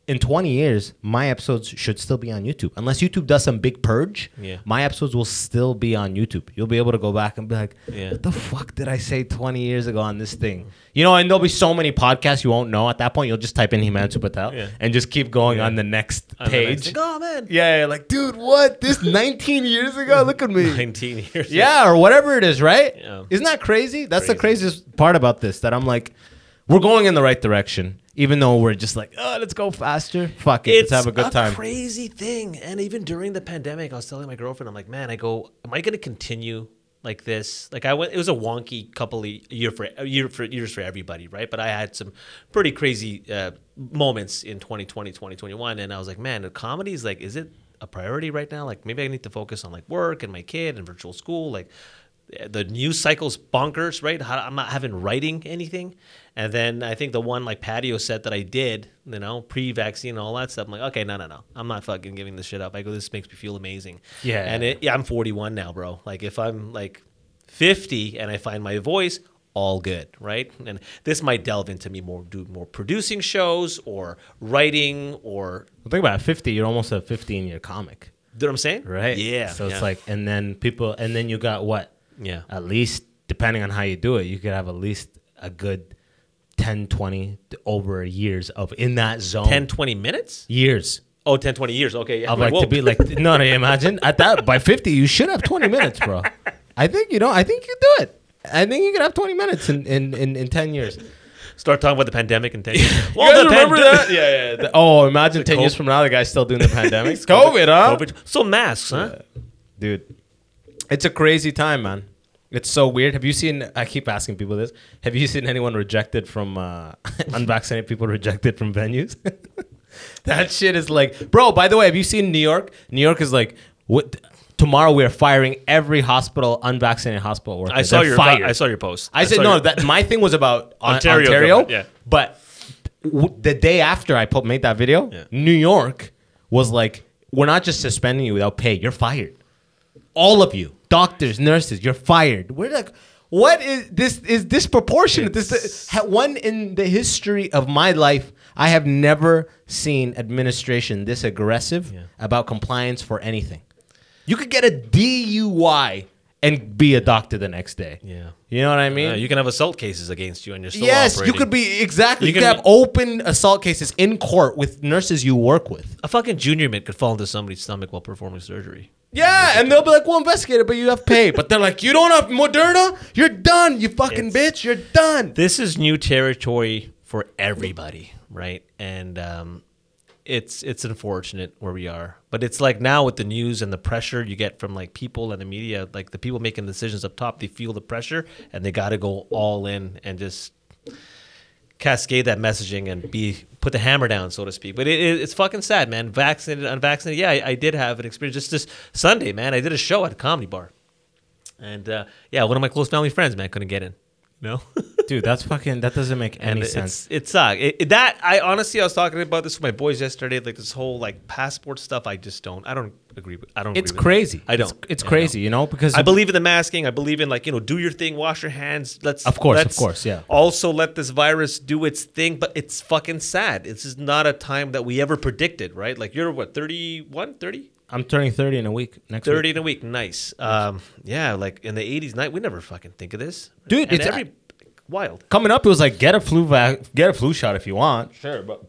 Speaker 3: in 20 years my episodes should still be on youtube unless youtube does some big purge
Speaker 4: Yeah.
Speaker 3: my episodes will still be on youtube you'll be able to go back and be like
Speaker 4: Yeah.
Speaker 3: what the fuck did I say 20 years ago on this thing? You know, and there'll be so many podcasts you won't know at that point. You'll just type in Himanshu Patel
Speaker 4: Yeah.
Speaker 3: and just keep going on the next
Speaker 4: And then I
Speaker 3: page.
Speaker 4: think, oh man,
Speaker 3: yeah, yeah, like, dude, what? This 19 years ago? Look at me.
Speaker 4: 19 years.
Speaker 3: Yeah, or whatever it is, right?
Speaker 4: Yeah.
Speaker 3: Isn't that crazy? That's the
Speaker 4: Crazy.
Speaker 3: craziest part about this that I'm like, we're going in the right direction, even though we're just like, oh, let's go faster. Fuck it.
Speaker 4: It's
Speaker 3: let's have a good time.
Speaker 4: crazy thing. And even during the pandemic, I was telling my girlfriend, I'm like, man, I go, am I going to continue like this? Like I went, it was a wonky couple of year for a year for years for everybody, right? But I had some pretty crazy uh, moments in 2020, 2021, and I was like, man, the comedy is like, is it a priority right now? Like maybe I need to focus on like work and my kid and virtual school, like. the news cycle's bonkers, right? How, I'm not having writing anything. And then I think the one like patio set that I did, you know, pre-vaccine, all that stuff. I'm like, okay, no, no, no, I'm not fucking giving this shit up. I go, this makes me feel amazing.
Speaker 3: Yeah.
Speaker 4: And it, yeah, I'm 41 now, bro. Like if I'm like 50 and I find my voice, all good, right? And this might delve into me more, do more producing shows or writing or,
Speaker 3: Well, think about it, 50, you're almost a 15 year comic,
Speaker 4: you know what I'm saying?
Speaker 3: right?
Speaker 4: Yeah.
Speaker 3: So it's
Speaker 4: yeah.
Speaker 3: like, and then people, and then you got what?
Speaker 4: Yeah.
Speaker 3: At least, depending on how you do it, you could have at least a good 10, 20 to over years of in that zone.
Speaker 4: 10, 20 minutes?
Speaker 3: years.
Speaker 4: Oh, 10, 20 years. Okay. Yeah.
Speaker 3: Of like
Speaker 4: Whoa.
Speaker 3: to be like, no, no, imagine at that by 50, you should have 20 minutes, bro. I think you know, I think you do it. I think you could have 20 minutes in, in, in, in 10 years.
Speaker 4: Start talking about the pandemic and 10 years.
Speaker 3: You guys remember that?
Speaker 4: Yeah, yeah. yeah.
Speaker 3: The- oh, imagine 10 years
Speaker 4: COVID-
Speaker 3: from now, the guy's still doing the pandemic. COVID, huh?
Speaker 4: COVID. So masks, huh?
Speaker 3: dude. It's a crazy time, man. It's so weird. Have you seen? I keep asking people this. Have you seen anyone rejected from uh, unvaccinated people rejected from venues? that shit is like, bro. By the way, have you seen New York? New York is like, what? Tomorrow we are firing every hospital, unvaccinated hospital worker.
Speaker 4: I saw
Speaker 3: They're
Speaker 4: your
Speaker 3: fired.
Speaker 4: I saw your post.
Speaker 3: I said
Speaker 4: saw
Speaker 3: no.
Speaker 4: your-
Speaker 3: That my thing was about on- Ontario,
Speaker 4: Ontario government, yeah.
Speaker 3: but w- the day after I put, made that video,
Speaker 4: Yeah.
Speaker 3: New York was like, "We're not just suspending you without pay. You're fired, all of you, doctors, nurses. You're fired." We're like, "What is this? Is disproportionate? This ha- one in the history of my life." I have never seen administration this aggressive about compliance for anything. You could get a DUI and be a doctor the next day.
Speaker 4: Yeah.
Speaker 3: You know what I mean?
Speaker 4: Uh, you can have assault cases against you, and you're still
Speaker 3: yes,
Speaker 4: operating.
Speaker 3: you could be exactly. You,
Speaker 4: You
Speaker 3: could
Speaker 4: can
Speaker 3: have
Speaker 4: be-
Speaker 3: open assault cases in court with nurses you work with.
Speaker 4: A fucking junior mid could fall into somebody's stomach while performing surgery.
Speaker 3: Yeah, and they'll be like, "Well, investigate it, but you have pay." But they're like, "You don't have Moderna. You're done. You fucking bitch. You're done."
Speaker 4: This is new territory for everybody, right? And um, it's it's unfortunate where we are, but it's like now with the news and the pressure you get from like people and the media, like the people making decisions up top, they feel the pressure and they got to go all in and just cascade that messaging and be put the hammer down, so to speak. But it, it, it's fucking sad, man. Vaccinated, unvaccinated. Yeah, I, I did have an experience just this Sunday, man. I did a show at a comedy bar, and uh, yeah, one of my close family friends, man, couldn't get in. No.
Speaker 3: Dude, that's fucking. That doesn't make any
Speaker 4: and it's it sucked. It, it- that I honestly, I was talking about this with my boys yesterday. Like this whole like passport stuff. I just don't. I don't agree with. I don't.
Speaker 3: It's
Speaker 4: agree with
Speaker 3: crazy.
Speaker 4: it. I don't.
Speaker 3: It's, it's
Speaker 4: I don't.
Speaker 3: crazy, you know, because
Speaker 4: I believe in the masking. I believe in like you know, do your thing, wash your hands. Let's
Speaker 3: Of course, of
Speaker 4: let's
Speaker 3: course, yeah.
Speaker 4: Also, let this virus do its thing. But it's fucking sad. This is not a time that we ever predicted, right? Like you're what 31, 30?
Speaker 3: I'm turning thirty in a week. Next
Speaker 4: 30
Speaker 3: week.
Speaker 4: in a week. Nice. Um, yeah, like in the 80s, night we never fucking think of this,
Speaker 3: Dude,
Speaker 4: And
Speaker 3: it's-
Speaker 4: every wild.
Speaker 3: Coming up, it was like get a flu vac, get a flu shot if you want. Sure, but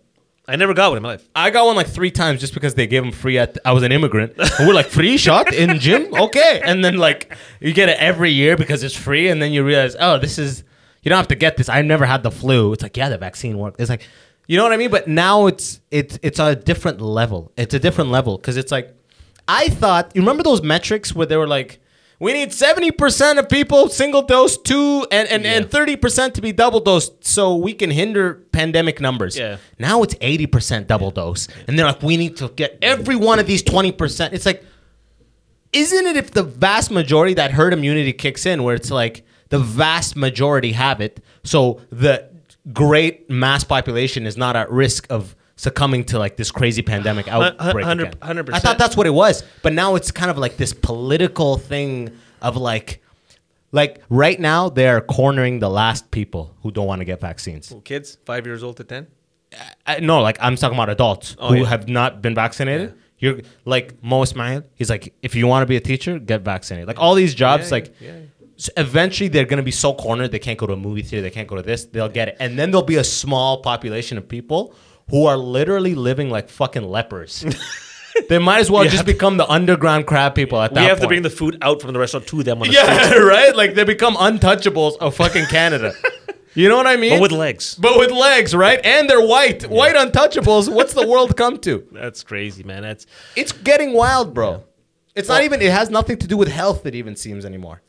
Speaker 4: I never got one in my life.
Speaker 3: I got one like three times just because they gave them free. At I was an immigrant. And we're like free shot in gym, okay. And then like you get it every year because it's free, and then you realize, oh, this is you don't have to get this. I never had the flu. It's like yeah, the vaccine worked. It's like you know what I mean. But now it's it's it's on a different level. It's a different level because it's like I thought. You remember those metrics where they were like. We need 70% of people single dose two and, and, and 30% to be double dosed so we can hinder pandemic numbers.
Speaker 4: Yeah.
Speaker 3: Now it's 80% double dose. And they're like, we need to get every one of these 20%. It's like, isn't it if the vast majority that herd immunity kicks in, where it's like the vast majority have it, so the great mass population is not at risk of succumbing to like this crazy pandemic outbreak?
Speaker 4: hundred-
Speaker 3: again?
Speaker 4: hundred
Speaker 3: I thought
Speaker 4: percent.
Speaker 3: that's what it was, but now it's kind of like this political thing of like, like right now they're cornering the last people who don't want to get vaccines.
Speaker 4: Kids, five years old to ten.
Speaker 3: I, no, like I'm talking about adults
Speaker 4: Oh,
Speaker 3: who
Speaker 4: yeah.
Speaker 3: have not been vaccinated. You're like Mo Ismail. He's like, if you want to be a teacher, get vaccinated. Like all these jobs,
Speaker 4: Yeah,
Speaker 3: like
Speaker 4: yeah, yeah.
Speaker 3: s- eventually they're gonna be so cornered they can't go to a movie theater, they can't go to this. They'll get it, and then there'll be a small population of people who are literally living like fucking lepers. they might as well just become the underground crab people at that.
Speaker 4: We have to
Speaker 3: point.
Speaker 4: bring the food out from the restaurant to them. On a
Speaker 3: yeah,
Speaker 4: yeah,
Speaker 3: right. Like they become untouchables of fucking Canada. you know what I mean?
Speaker 4: but with legs.
Speaker 3: But with legs, right? And they're white. White untouchables. What's the world come to?
Speaker 4: That's crazy, man. That's
Speaker 3: It's getting wild, bro. It's not even, it has nothing to do with health, it even seems anymore.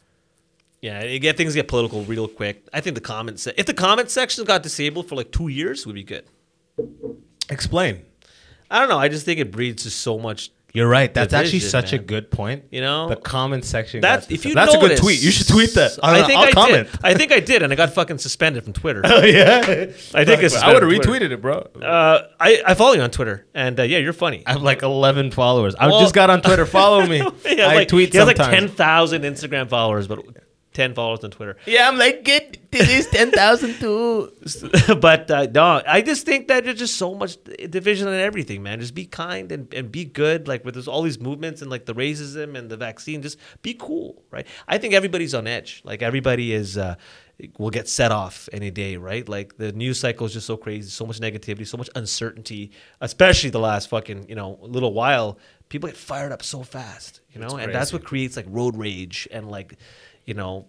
Speaker 4: yeah. It get things get political real quick. I think the comment se- if the comment section got disabled for like two years, would be good.
Speaker 3: Explain.
Speaker 4: I don't know. I just think it breeds just so much
Speaker 3: You're right. That's actually
Speaker 4: Division,
Speaker 3: such a
Speaker 4: man.
Speaker 3: good point.
Speaker 4: You know?
Speaker 3: the comment section.
Speaker 4: That
Speaker 3: got
Speaker 4: if
Speaker 3: to-
Speaker 4: you
Speaker 3: that's a good
Speaker 4: notice-
Speaker 3: tweet. You should tweet that. I'll,
Speaker 4: think
Speaker 3: I'll
Speaker 4: I
Speaker 3: comment. Oh,
Speaker 4: Did. I think I did, and I got fucking suspended from Twitter. Uh,
Speaker 3: yeah,
Speaker 4: I think it's
Speaker 3: I would have
Speaker 4: better Twitter.
Speaker 3: retweeted it, bro.
Speaker 4: Uh, I I follow you on Twitter, and uh, yeah, you're funny.
Speaker 3: I have like 11 followers. I
Speaker 4: Well-
Speaker 3: just got on Twitter. Follow me.
Speaker 4: He has
Speaker 3: I
Speaker 4: like,
Speaker 3: tweet
Speaker 4: He has like
Speaker 3: sometimes.
Speaker 4: ten thousand Instagram followers, but ten followers on Twitter.
Speaker 3: yeah, I'm like, get this is 10,000 too.
Speaker 4: but uh, no, I just think that there's just so much division and everything, man. Just be kind and, and be good. Like with there's all these movements and like the racism and the vaccine, just be cool, right? I think everybody's on edge. Like everybody is. Uh, Will get set off any day, right? Like the news cycle is just so crazy, so much negativity, so much uncertainty, especially the last fucking you know little while. People get fired up so fast, you know, and that's
Speaker 3: crazy.
Speaker 4: what creates like road rage and like, you know,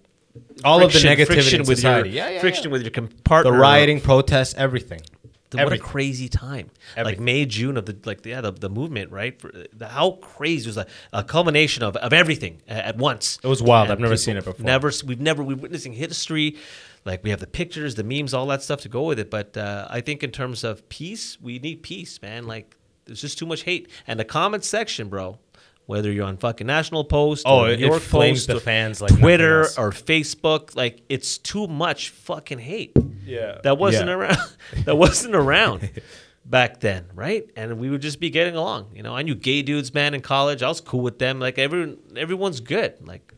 Speaker 3: All of the negativity
Speaker 4: friction
Speaker 3: in
Speaker 4: with
Speaker 3: society.
Speaker 4: your
Speaker 3: yeah, yeah,
Speaker 4: friction with your com-
Speaker 3: yeah.
Speaker 4: partner,
Speaker 3: The rioting, protests, everything.
Speaker 4: the, what a
Speaker 3: Everything.
Speaker 4: crazy time! Like
Speaker 3: Everything.
Speaker 4: May, June of the like yeah the, the movement right. For, the, how crazy was that? A culmination of, of everything a- at once.
Speaker 3: It was wild. I've never seen it before.
Speaker 4: Never s- we've never we're witnessing history. Like we have the pictures, the memes, all that stuff to go with it. But uh, I think in terms of peace, we need peace, man. Like there's just too much hate and the comment section, bro. Whether you're on fucking National Post,
Speaker 3: Oh,
Speaker 4: or
Speaker 3: it- it
Speaker 4: New York
Speaker 3: flames
Speaker 4: Post,
Speaker 3: the
Speaker 4: or
Speaker 3: fans like nothing
Speaker 4: Twitter
Speaker 3: else.
Speaker 4: or Facebook, like it's too much fucking hate
Speaker 3: Yeah.
Speaker 4: that wasn't
Speaker 3: Yeah.
Speaker 4: around that wasn't around back then right and we would just be getting along you know i knew gay dudes man in college i was cool with them like everyone everyone's good like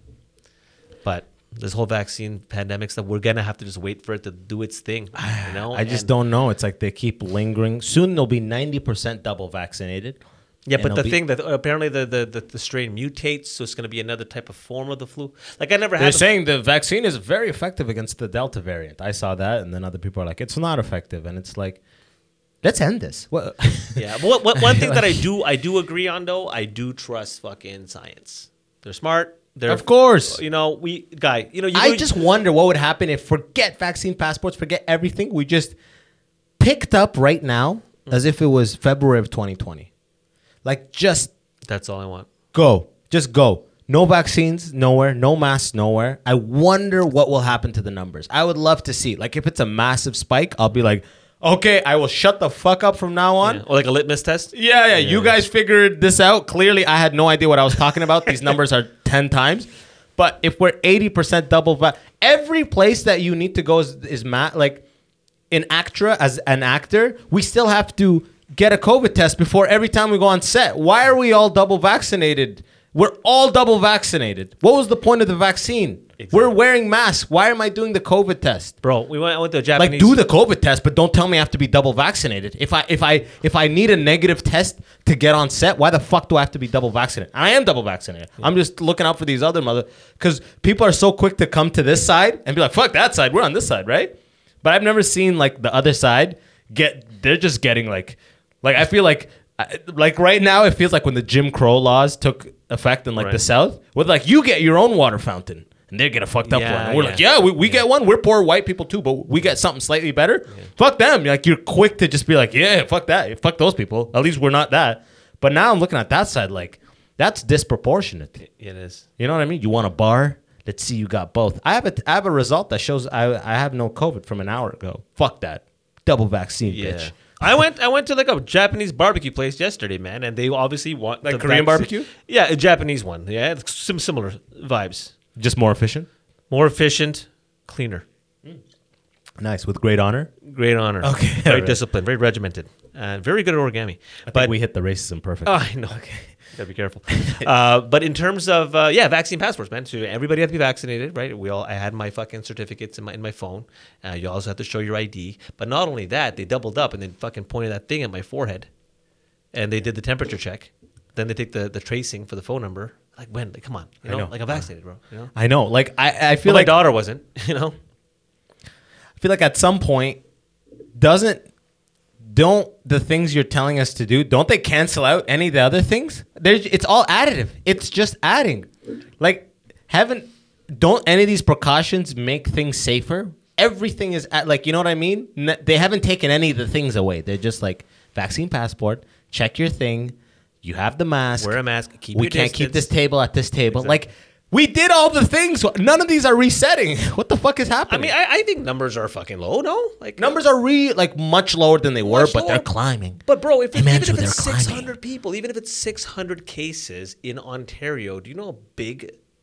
Speaker 4: but this whole vaccine pandemic stuff we're gonna have to just wait for it to do its thing you know
Speaker 3: I just
Speaker 4: And-
Speaker 3: don't know. It's like they keep lingering. Soon they'll be 90% double vaccinated.
Speaker 4: yeah
Speaker 3: and
Speaker 4: but the
Speaker 3: they'll be-
Speaker 4: thing that apparently the, the the the strain mutates so it's gonna be another type of form of the flu like i never had
Speaker 3: They're
Speaker 4: the-
Speaker 3: saying the vaccine is very effective against the Delta variant. I saw that, and then other people are like, it's not effective. And it's like, let's end this. What?
Speaker 4: Yeah, but what, what, one thing that I do I do agree on though I do trust fucking science. They're smart. They're
Speaker 3: Of course.
Speaker 4: You know we guy. You know you
Speaker 3: I
Speaker 4: know-
Speaker 3: just wonder what would happen if forget vaccine passports, forget everything. We just picked up right now as if it was February of 2020. Like just
Speaker 4: That's all I want.
Speaker 3: go, just go. No vaccines, nowhere. No masks, nowhere. I wonder what will happen to the numbers. I would love to see. Like if it's a massive spike, I'll be like, okay, I will shut the fuck up from now on.
Speaker 4: Yeah. Or like a litmus test.
Speaker 3: Yeah, yeah, you guys figured this out. Clearly, I had no idea what I was talking about. These numbers are 10 times. But if we're 80% double, va- every place that you need to go is, is ma- like in Actra, as an actor, we still have to get a COVID test before every time we go on set. Why are we all double vaccinated? We're all double vaccinated. What was the point of the vaccine? We're
Speaker 4: Exactly.
Speaker 3: wearing masks. Why am I doing the COVID test?
Speaker 4: Bro, we went. I went to a
Speaker 3: like
Speaker 4: Japanese.
Speaker 3: do the COVID test, but don't tell me I have to be double vaccinated. If I if I if I need a negative test to get on set, why the fuck do I have to be double vaccinated? And I am double vaccinated. I'm just looking out for these other mother because people are so quick to come to this side and be like, fuck that side, we're on this side, right? But I've never seen like the other side get. They're just getting like, like I feel like. I- Like right now, it feels like when the Jim Crow laws took effect in like the
Speaker 4: Right.
Speaker 3: South, with like you get your own water fountain, and they're gonna fucked up
Speaker 4: Yeah,
Speaker 3: one. And we're
Speaker 4: yeah.
Speaker 3: like, yeah, yeah, we, we get one. We're poor white people too, but we get something slightly better. Fuck them. Like you're quick to just be like, yeah, fuck that. Fuck those people. At least we're not that. But now I'm looking at that side like that's disproportionate.
Speaker 4: It is.
Speaker 3: You know what I mean? You want a bar? Let's see you got both. I have a I have a result that shows I I have no COVID from an hour ago. Fuck that. Double vaccine,
Speaker 4: Yeah.
Speaker 3: bitch.
Speaker 4: I went. I went to like a Japanese barbecue place yesterday, man, and they obviously want
Speaker 3: Like
Speaker 4: the
Speaker 3: Korean barbecue?
Speaker 4: Yeah, a Japanese one. Yeah, it's some similar vibes.
Speaker 3: Just more efficient.
Speaker 4: More efficient, cleaner.
Speaker 3: Nice with great honor.
Speaker 4: Great honor.
Speaker 3: Okay,
Speaker 4: Very
Speaker 3: alright.
Speaker 4: disciplined. Very regimented. And very good at origami.
Speaker 3: I
Speaker 4: but
Speaker 3: think we hit the racism perfect.
Speaker 4: Oh, I know. Okay. Gotta be careful. uh, but in terms of uh, yeah, vaccine passports, man. So everybody had to be vaccinated, right? We all. I had my fucking certificates in my in my phone. Uh, you also have to show your ID. But not only that, they doubled up and they fucking pointed that thing at my forehead, and they did the temperature check. Then they take the, the tracing for the phone number. Like when? Like, come on, you know,
Speaker 3: know.
Speaker 4: Like I'm vaccinated, bro. You know.
Speaker 3: I know. Like I I feel
Speaker 4: But my
Speaker 3: like
Speaker 4: daughter wasn't. You know.
Speaker 3: I feel like at some point, doesn't don't the things you're telling us to do don't they cancel out any of the other things? There's, it's all additive. It's just adding. Like, haven't don't any of these precautions make things safer? Everything is at like you know what I mean. N- they haven't taken any of the things away. They're just like vaccine passport. Check your thing. You have the mask.
Speaker 4: Wear a mask. Keep
Speaker 3: we
Speaker 4: your
Speaker 3: can't keep this
Speaker 4: distance.
Speaker 3: table at this table. Like We did all the things. None of these are resetting. What the fuck is
Speaker 4: I
Speaker 3: happening?
Speaker 4: mean, I, I think numbers are fucking low. No, like
Speaker 3: numbers are re like much lower than they were,
Speaker 4: Much
Speaker 3: but they're
Speaker 4: lower.
Speaker 3: climbing.
Speaker 4: But bro, if,
Speaker 3: Hey,
Speaker 4: it-
Speaker 3: man,
Speaker 4: even
Speaker 3: Drew,
Speaker 4: if it's
Speaker 3: they're
Speaker 4: six hundred people, even if it's six hundred cases in Ontario, do you know how big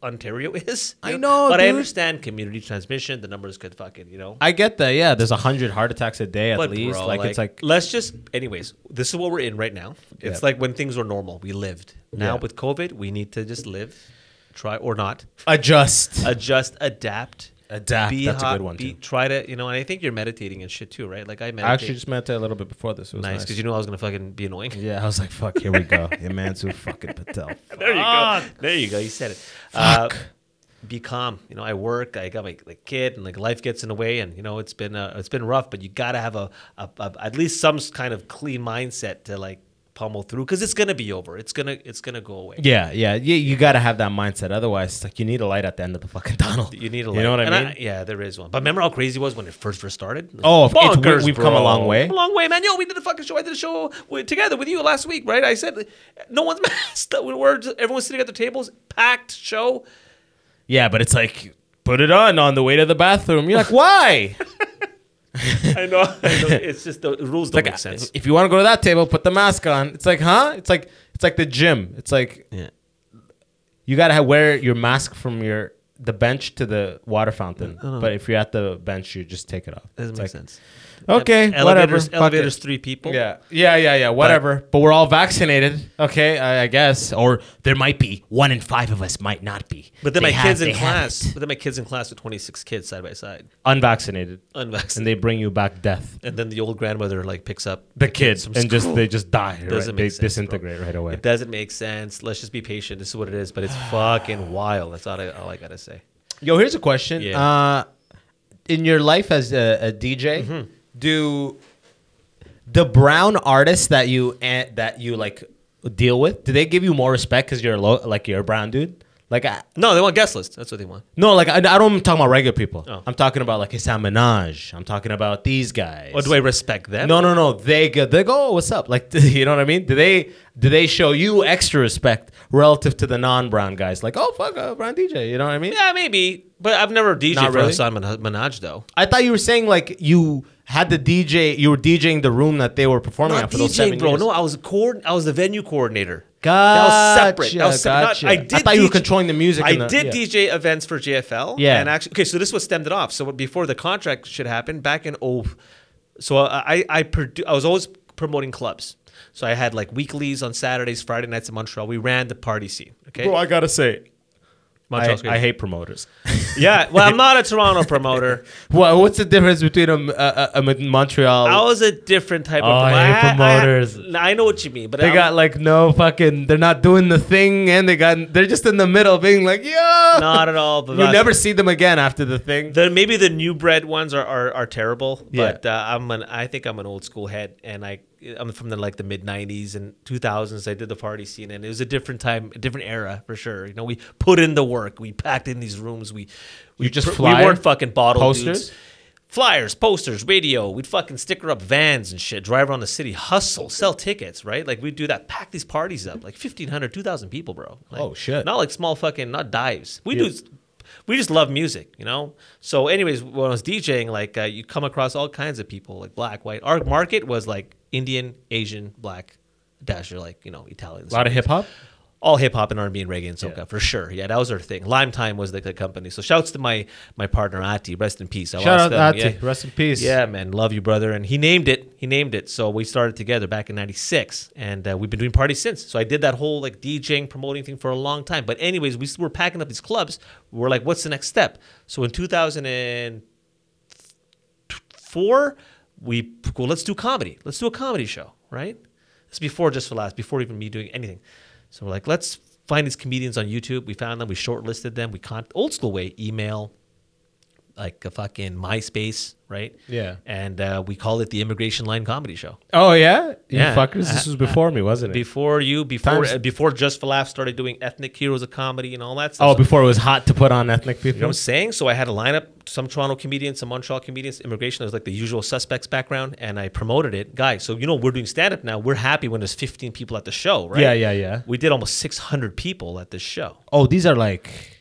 Speaker 4: Ontario is?
Speaker 3: I
Speaker 4: You
Speaker 3: know,
Speaker 4: but I
Speaker 3: dude.
Speaker 4: understand community transmission. The numbers could fucking you know.
Speaker 3: I get that. Yeah, there's hundred heart attacks a day at
Speaker 4: but
Speaker 3: least.
Speaker 4: bro,
Speaker 3: like, it's like
Speaker 4: let's just anyways. This is what we're in right now. It's
Speaker 3: Yeah.
Speaker 4: like when things were normal, we lived. Now
Speaker 3: Yeah.
Speaker 4: with COVID, we need to just live, try or not
Speaker 3: adjust.
Speaker 4: adjust, adapt.
Speaker 3: Adapt, that's a good one,
Speaker 4: Be,
Speaker 3: too.
Speaker 4: try to you know, and I think you're meditating and shit too, right? Like I meditate.
Speaker 3: I actually just met that a little bit before this. It was
Speaker 4: nice because you know I was gonna fucking be annoying.
Speaker 3: yeah, I was like, fuck, here we go. Himanshu fucking Patel.
Speaker 4: There you
Speaker 3: Ah,
Speaker 4: go. There you go. You said it. Uh, be calm. You know, I work. I got my like, kid, and like life gets in the way, and you know it's been uh, it's been rough. But you gotta have a, a, a at least some s- kind of clean mindset to like pummel through because it's gonna be over. It's gonna it's gonna go away.
Speaker 3: Yeah, yeah, yeah. You gotta have that mindset. Otherwise, it's like you need a light at the end of the fucking tunnel.
Speaker 4: You need a
Speaker 3: You know what
Speaker 4: light.
Speaker 3: I
Speaker 4: And
Speaker 3: mean?
Speaker 4: yeah, there is one. But remember how crazy it was when it first first started?
Speaker 3: Oh, it's- we- we've come a
Speaker 4: bro.
Speaker 3: long way.
Speaker 4: A long way, man. Yo, we did a fucking show. I did a show with, together with you last week, right? I said no one's masked. We were just, everyone's sitting at the tables, packed show.
Speaker 3: Yeah, but it's like put it on on the way to the bathroom. You're like, why?
Speaker 4: I know. I know. It's just the rules don't
Speaker 3: like,
Speaker 4: make sense.
Speaker 3: If you want to go to that table, put the mask on. It's like, huh? It's like it's like the gym. It's like
Speaker 4: Yeah.
Speaker 3: you gotta have, wear your mask from your the bench to the water fountain. But if you're at the bench, you just take it off.
Speaker 4: Doesn't
Speaker 3: It's
Speaker 4: make
Speaker 3: like,
Speaker 4: sense.
Speaker 3: Okay, whatever.
Speaker 4: Elevators,
Speaker 3: fuck
Speaker 4: elevators
Speaker 3: it.
Speaker 4: three people.
Speaker 3: Yeah, yeah, yeah, yeah. Whatever. But, we're all vaccinated. Okay, I, I guess. Or there might be one in five of us might not be.
Speaker 4: But then
Speaker 3: They
Speaker 4: my
Speaker 3: have-
Speaker 4: kids
Speaker 3: they
Speaker 4: in
Speaker 3: have
Speaker 4: class.
Speaker 3: it.
Speaker 4: But then my kids in class with 26 kids side by side,
Speaker 3: unvaccinated, and
Speaker 4: unvaccinated.
Speaker 3: they bring you back death.
Speaker 4: And then the old grandmother like picks up
Speaker 3: The kids
Speaker 4: from
Speaker 3: and just
Speaker 4: school.
Speaker 3: they just die. Right?
Speaker 4: Doesn't
Speaker 3: They
Speaker 4: make sense, bro.
Speaker 3: disintegrate right away.
Speaker 4: It doesn't make sense. Let's just be patient. This is what it is. But it's fucking wild. That's all I, all I gotta say.
Speaker 3: Yo, here's a question.
Speaker 4: Yeah.
Speaker 3: Uh, in your life as a, a DJ,
Speaker 4: Mm-hmm.
Speaker 3: do the brown artists that you eh, that you like deal with, do they give you more respect because you're a lo- like you're a brown dude? Like, I,
Speaker 4: No, they want guest list. That's what they want.
Speaker 3: no, like I, I don't even talk about regular people.
Speaker 4: Oh.
Speaker 3: I'm talking about like Hassan Minaj. I'm talking about these guys.
Speaker 4: Or Oh, do I respect them?
Speaker 3: No, no, no. They go, they go. "Oh, what's up? Like, you know what I mean? Do they do they show you extra respect relative to the non-brown guys? Like, oh fuck, uh, brown DJ. You know what I mean?
Speaker 4: Yeah, maybe. But I've never DJed
Speaker 3: Not
Speaker 4: for
Speaker 3: really.
Speaker 4: Hassan Minaj, Minaj though.
Speaker 3: I thought you were saying like you had the DJ, you were DJing the room that they were performing at
Speaker 4: Not
Speaker 3: for those seven
Speaker 4: DJing, bro.
Speaker 3: years.
Speaker 4: No, I was a coord- I was the venue coordinator.
Speaker 3: Gotcha,
Speaker 4: That was separate. That was separate. Not-
Speaker 3: gotcha.
Speaker 4: I
Speaker 3: I
Speaker 4: did.
Speaker 3: thought you were
Speaker 4: DJ
Speaker 3: controlling the music
Speaker 4: I
Speaker 3: and the-
Speaker 4: did
Speaker 3: yeah.
Speaker 4: DJ events for JFL.
Speaker 3: Yeah.
Speaker 4: And actually, okay, so this was stemmed it off. So before the contract should happen, back in oh, so I I I, produ- I was always promoting clubs. So I had like weeklies on Saturdays, Friday nights in Montreal. We ran the party scene. Okay.
Speaker 3: I gotta say, I,
Speaker 4: Montreal's great.
Speaker 3: I hate promoters.
Speaker 4: Yeah. Well, I'm not a Toronto promoter.
Speaker 3: well, what's the difference between a, a, a, a Montreal?
Speaker 4: I was a different type
Speaker 3: Oh,
Speaker 4: of
Speaker 3: I hate promoters.
Speaker 4: I, I, know what you mean, but
Speaker 3: they
Speaker 4: I'm-
Speaker 3: got like no fucking. They're not doing the thing, and they got they're just in the middle, being like, yo.
Speaker 4: not at all.
Speaker 3: you never see them again after the thing.
Speaker 4: The, maybe the new bread ones are, are, are terrible,
Speaker 3: Yeah.
Speaker 4: but uh, I'm an I think I'm an old school head, and I I'm from the like the mid '90s and 2000s. I did the party scene, and it was a different time, a different era for sure. You know, we put in the work, we packed in these rooms, we we
Speaker 3: You just
Speaker 4: pr-
Speaker 3: flyer?
Speaker 4: we weren't fucking bottle
Speaker 3: Posters?
Speaker 4: dudes. Flyers, posters, radio. We'd fucking sticker up vans and shit, drive around the city, hustle, sell tickets, right? Like, we'd do that, pack these parties up, like 1,500, 2,000 people, bro. Like,
Speaker 3: Oh, shit.
Speaker 4: Not like small fucking, not dives. We
Speaker 3: Yeah.
Speaker 4: do we just love music, you know. So, anyways, when I was DJing, like uh, you come across all kinds of people, like black, white. Our market was like Indian, Asian, black, dasher, like you know, Italian.
Speaker 3: a lot of hip hop.
Speaker 4: all hip hop and R and B and reggae and soca
Speaker 3: Yeah.
Speaker 4: for sure. Yeah, that was our thing. Lime Time was the, the company. So, shouts to my my partner Ati, rest in peace. I
Speaker 3: Shout out
Speaker 4: lost
Speaker 3: to
Speaker 4: him,
Speaker 3: Ati. Rest in peace.
Speaker 4: Yeah, man, love you, brother. And he named it. He named it. So we started together back in '96, and uh, we've been doing parties since. So I did that whole like DJing promoting thing for a long time. But anyways, we were packing up these clubs. We're like, what's the next step? So in 2004, we go, let's do comedy. Let's do a comedy show, right? This is before Just for Last, before even me doing anything. So we're like, let's find these comedians on YouTube. We found them. We shortlisted them. We con- old school way, email, like a fucking MySpace, right?
Speaker 3: Yeah.
Speaker 4: And uh, we called it the Immigration Line Comedy Show.
Speaker 3: Oh yeah, you
Speaker 4: Yeah. Uh,
Speaker 3: fuckers. This was before me, wasn't it?
Speaker 4: Before you, before
Speaker 3: Times-
Speaker 4: uh, before Just for Laughs started doing ethnic heroes of comedy and all that stuff.
Speaker 3: oh,
Speaker 4: So-
Speaker 3: before it was hot to put on ethnic people.
Speaker 4: you know what I'm saying? So I had a lineup, some Toronto comedians, some Montreal comedians, immigration. It was like the usual suspects background, and I promoted it. Guys, so you know, we're doing stand up now. We're happy when there's 15 people at the show, right?
Speaker 3: Yeah, yeah, yeah.
Speaker 4: We did almost 600 people at this show.
Speaker 3: oh, these are like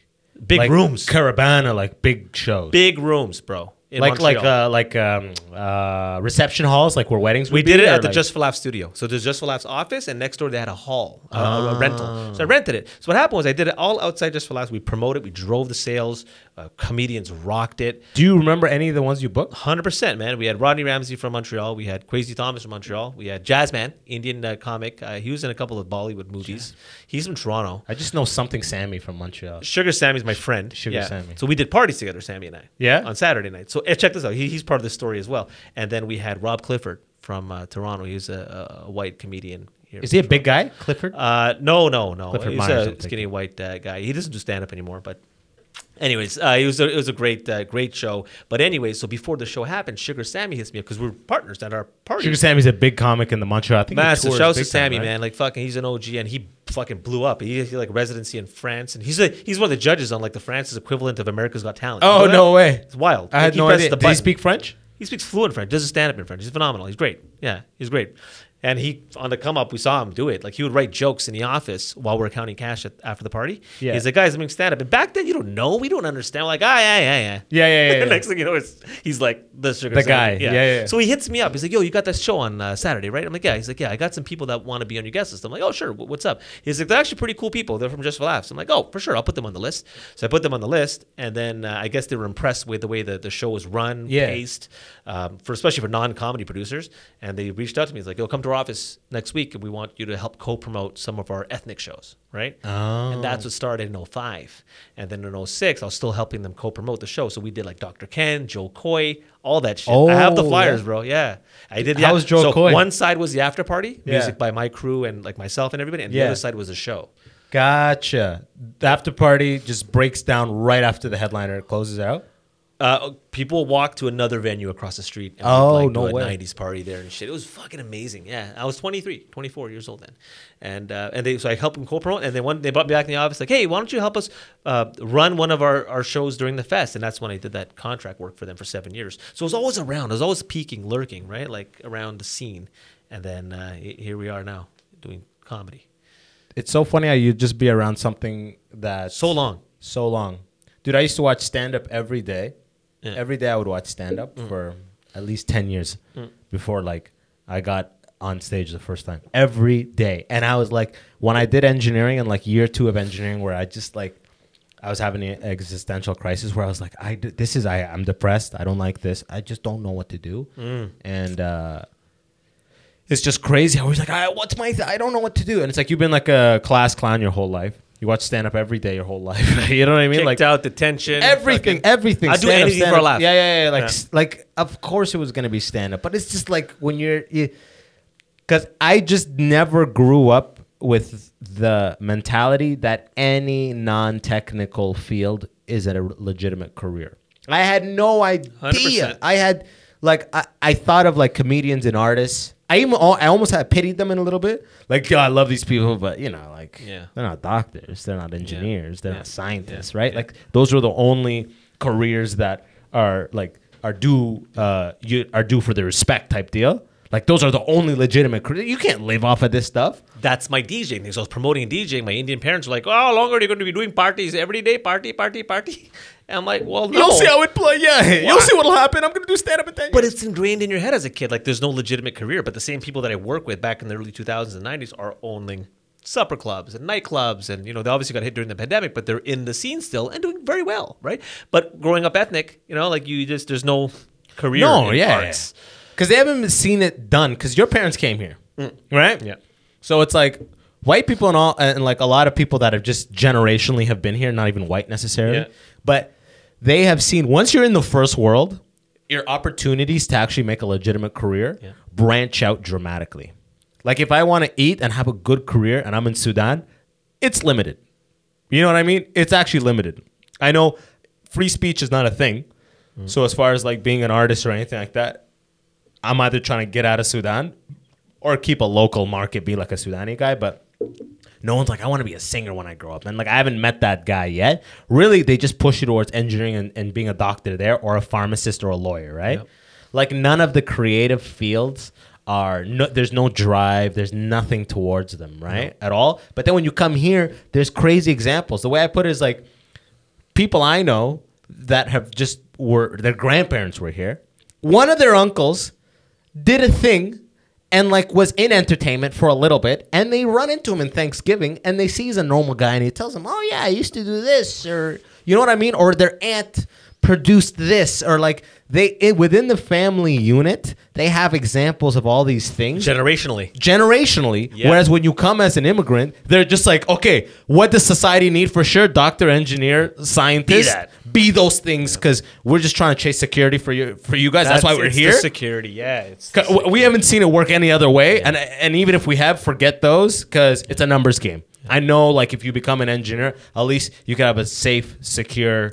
Speaker 4: Big
Speaker 3: like
Speaker 4: rooms.
Speaker 3: Caravana, like big shows.
Speaker 4: Big rooms, bro. in
Speaker 3: like like
Speaker 4: Montreal.
Speaker 3: uh, like um, uh, reception halls, like where weddings. Would
Speaker 4: We did
Speaker 3: be,
Speaker 4: it
Speaker 3: or
Speaker 4: at the
Speaker 3: like-
Speaker 4: Just for Laughs studio. So there's Just for Laughs office, and next door they had a hall, a-
Speaker 3: Ah.
Speaker 4: a, a rental. So I rented it. So what happened was I did it all outside Just for Laughs. We promoted, we drove the sales. Uh, comedians rocked it.
Speaker 3: Do you remember any of the ones you booked?
Speaker 4: Hundred percent, man. We had Rodney Ramsey from Montreal. We had Crazy Thomas from Montreal. We had Jazzman, Indian uh, comic. Uh, he was in a couple of Bollywood movies. He's from Toronto.
Speaker 3: I just know something Sammy from Montreal.
Speaker 4: Sugar Sammy's my friend.
Speaker 3: Sugar
Speaker 4: Yeah.
Speaker 3: Sammy.
Speaker 4: So we did parties together, Sammy and I.
Speaker 3: Yeah?
Speaker 4: On Saturday night. So eh, check this out. He, he's part of this story as well. And then we had Rob Clifford from uh, Toronto. He's a, a, a white comedian. Here.
Speaker 3: Is he a big guy, Clifford?
Speaker 4: Uh, no, no, no.
Speaker 3: Clifford
Speaker 4: he's
Speaker 3: Myers, I'm
Speaker 4: a
Speaker 3: thinking.
Speaker 4: skinny white uh, guy. He doesn't do stand up anymore, but. Anyways, uh, it was a, it was a great uh, great show. But anyways, so before the show happened, Sugar Sammy hits me up because we were partners at our party.
Speaker 3: Sugar Sammy's a big comic in the Montreal. I think he
Speaker 4: Massive.
Speaker 3: tours
Speaker 4: Shout out to
Speaker 3: big time,
Speaker 4: Sammy,
Speaker 3: right?
Speaker 4: man. Like fucking, he's an OG, and he fucking blew up. He, he like residency in France, and he's a, he's one of the judges on like the France's equivalent of America's Got Talent. You
Speaker 3: Oh
Speaker 4: know
Speaker 3: no
Speaker 4: that?
Speaker 3: way!
Speaker 4: It's wild.
Speaker 3: I had
Speaker 4: Like,
Speaker 3: no
Speaker 4: pressed
Speaker 3: idea.
Speaker 4: the
Speaker 3: Did he
Speaker 4: button.
Speaker 3: speak French?
Speaker 4: He speaks fluent French. Does a stand up in French. He's phenomenal. He's great. Yeah, he's great. And he on the come up, we saw him do it. Like he would write jokes in the office while we're counting cash at, after the party.
Speaker 3: Yeah.
Speaker 4: He's like, guys, I'm doing stand up. And back then, you don't know. We don't understand. We're like, ah, yeah, yeah, yeah.
Speaker 3: Yeah, yeah, yeah, yeah.
Speaker 4: Next thing you know, it's, he's like the sugar.
Speaker 3: The
Speaker 4: Sammy.
Speaker 3: guy. Yeah, yeah, yeah.
Speaker 4: So he hits me up. He's like, yo, you got that show on uh, Saturday, right? I'm like, yeah. He's like, yeah, I got some people that want to be on your guest list. I'm like, oh, sure. Wh- What's up? He's like, they're actually pretty cool people. They're from Just for Laughs. I'm like, oh, for sure. I'll put them on the list. So I put them on the list. And then uh, I guess they were impressed with the way that the show was run,
Speaker 3: Yeah.
Speaker 4: paced, um, for especially for non comedy producers. And they reached out to me. He's like, yo, come to our office next week and we want you to help co promote some of our ethnic shows, right? And that's what started in 05. And then in 06, I was still helping them co promote the show. So we did like Dr. Ken, Joe Coy, all that shit. I have the
Speaker 3: Oh,
Speaker 4: flyers,
Speaker 3: yeah.
Speaker 4: bro. Yeah. I did.
Speaker 3: How
Speaker 4: af-
Speaker 3: was Joe
Speaker 4: so
Speaker 3: Coy?
Speaker 4: One side was the after party,
Speaker 3: Yeah.
Speaker 4: music by my crew and like myself and everybody. And
Speaker 3: Yeah.
Speaker 4: the other side was the show.
Speaker 3: Gotcha. The after party just breaks down right after the headliner closes out.
Speaker 4: Uh, people walked to another venue across the street. And
Speaker 3: Oh,
Speaker 4: we'd, like,
Speaker 3: no
Speaker 4: do a
Speaker 3: way.
Speaker 4: 90s party there and shit. It was fucking amazing. Yeah. I was 23, 24 years old then. And uh, and they so I helped them co-promote. And then one, they brought me back in the office like, hey, why don't you help us uh, run one of our, our shows during the fest? And that's when I did that contract work for them for seven years. So it was always around. I was always peeking, lurking, right? Like around the scene. And then uh, he- here we are now doing comedy.
Speaker 3: It's so funny how you just be around something that
Speaker 4: So long.
Speaker 3: so long. Dude, I used to watch stand up every day.
Speaker 4: Yeah. Mm.
Speaker 3: Every day I would watch stand up for at least 10 years before like I got on stage the first time. Every day. And I was like when I did engineering and like year 2 of engineering where I just like I was having an existential crisis where I was like I d- this is I I'm depressed. I don't like this. I just don't know what to do.
Speaker 4: Mm.
Speaker 3: And uh it's just crazy how he's like, I, what's my, th- I don't know what to do. And it's like, you've been like a class clown your whole life. You watch stand up every day your whole life. you know what I mean?
Speaker 4: Kicked
Speaker 3: like
Speaker 4: out the tension.
Speaker 3: everything,
Speaker 4: fucking-
Speaker 3: everything.
Speaker 4: I'd do
Speaker 3: stand-up,
Speaker 4: anything for a
Speaker 3: stand-up.
Speaker 4: laugh.
Speaker 3: Yeah, yeah, yeah. Like,
Speaker 4: Yeah.
Speaker 3: s- like of course it was going to be stand up. But it's just like when you're, because I just never grew up with the mentality that any non technical field is a legitimate career. I had no idea.
Speaker 4: 100%.
Speaker 3: I had like I, I thought of like comedians and artists. I even al- I almost had pitied them in a little bit. Like, yo, I love these people, but you know, like
Speaker 4: Yeah.
Speaker 3: they're not doctors, they're not engineers, they're
Speaker 4: Yeah.
Speaker 3: not scientists, right? Like those are the only careers that are like are due uh you are due for the respect type deal. Like those are the only legitimate careers. You can't live off of this stuff.
Speaker 4: that's my DJing thing. So I was promoting DJing. My Indian parents were like, "Oh, how long are you going to be doing parties every day? Party, party, party." And I'm like, "Well, no."
Speaker 3: You'll see how it play. Yeah, you'll
Speaker 4: Why?
Speaker 3: see what'll happen. I'm gonna do stand up at ten.
Speaker 4: but it's ingrained in your head as a kid. Like, there's no legitimate career. But the same people that I work with back in the early 2000s and 90s are owning supper clubs and nightclubs, and you know they obviously got hit during the pandemic, but they're in the scene still and doing very well, right? But growing up ethnic, you know, like you just there's no career.
Speaker 3: No,
Speaker 4: in
Speaker 3: yeah.
Speaker 4: arts.
Speaker 3: Because they haven't seen it done. Because your parents came here, right?
Speaker 4: Mm. Yeah.
Speaker 3: So it's like white people and all, and like a lot of people that have just generationally have been here, not even white necessarily,
Speaker 4: Yeah.
Speaker 3: but they have seen once you're in the first world, your opportunities to actually make a legitimate career
Speaker 4: Yeah.
Speaker 3: branch out dramatically. Like if I want to eat and have a good career, and I'm in Sudan, it's limited. You know what I mean? It's actually limited. I know free speech is not a thing.
Speaker 4: Mm.
Speaker 3: So as far as like being an artist or anything like that, I'm either trying to get out of Sudan or keep a local market, be like a Sudani guy, but no one's like, I want to be a singer when I grow up. And like, I haven't met that guy yet. Really, they just push you towards engineering and, and being a doctor there or a pharmacist or a lawyer, right? Like, none of the creative fields are, no, there's no drive, there's nothing towards them, right? At all. But then when you come here, there's crazy examples. The way I put it is like, people I know that have just were their grandparents were here. One of their uncles did a thing and like was in entertainment for a little bit and they run into him in Thanksgiving and they see he's a normal guy and he tells them, "Oh yeah, I used to do this," or you know what I mean, or their aunt produced this, or like they it, within the family unit they have examples of all these things
Speaker 4: Generationally.
Speaker 3: generationally.
Speaker 4: Yeah.
Speaker 3: Whereas when you come as an immigrant, they're just like, okay, what does society need for sure? Doctor, engineer, scientist,
Speaker 4: that.
Speaker 3: be those things because we're just trying to chase security for you for you guys. That's, why we're
Speaker 4: it's the
Speaker 3: here.
Speaker 4: security, yeah. It's the
Speaker 3: 'Cause w- We haven't seen it work any other way, and and even if we have, forget those because it's a numbers game. I know, like if you become an engineer, at least you can have a safe, secure,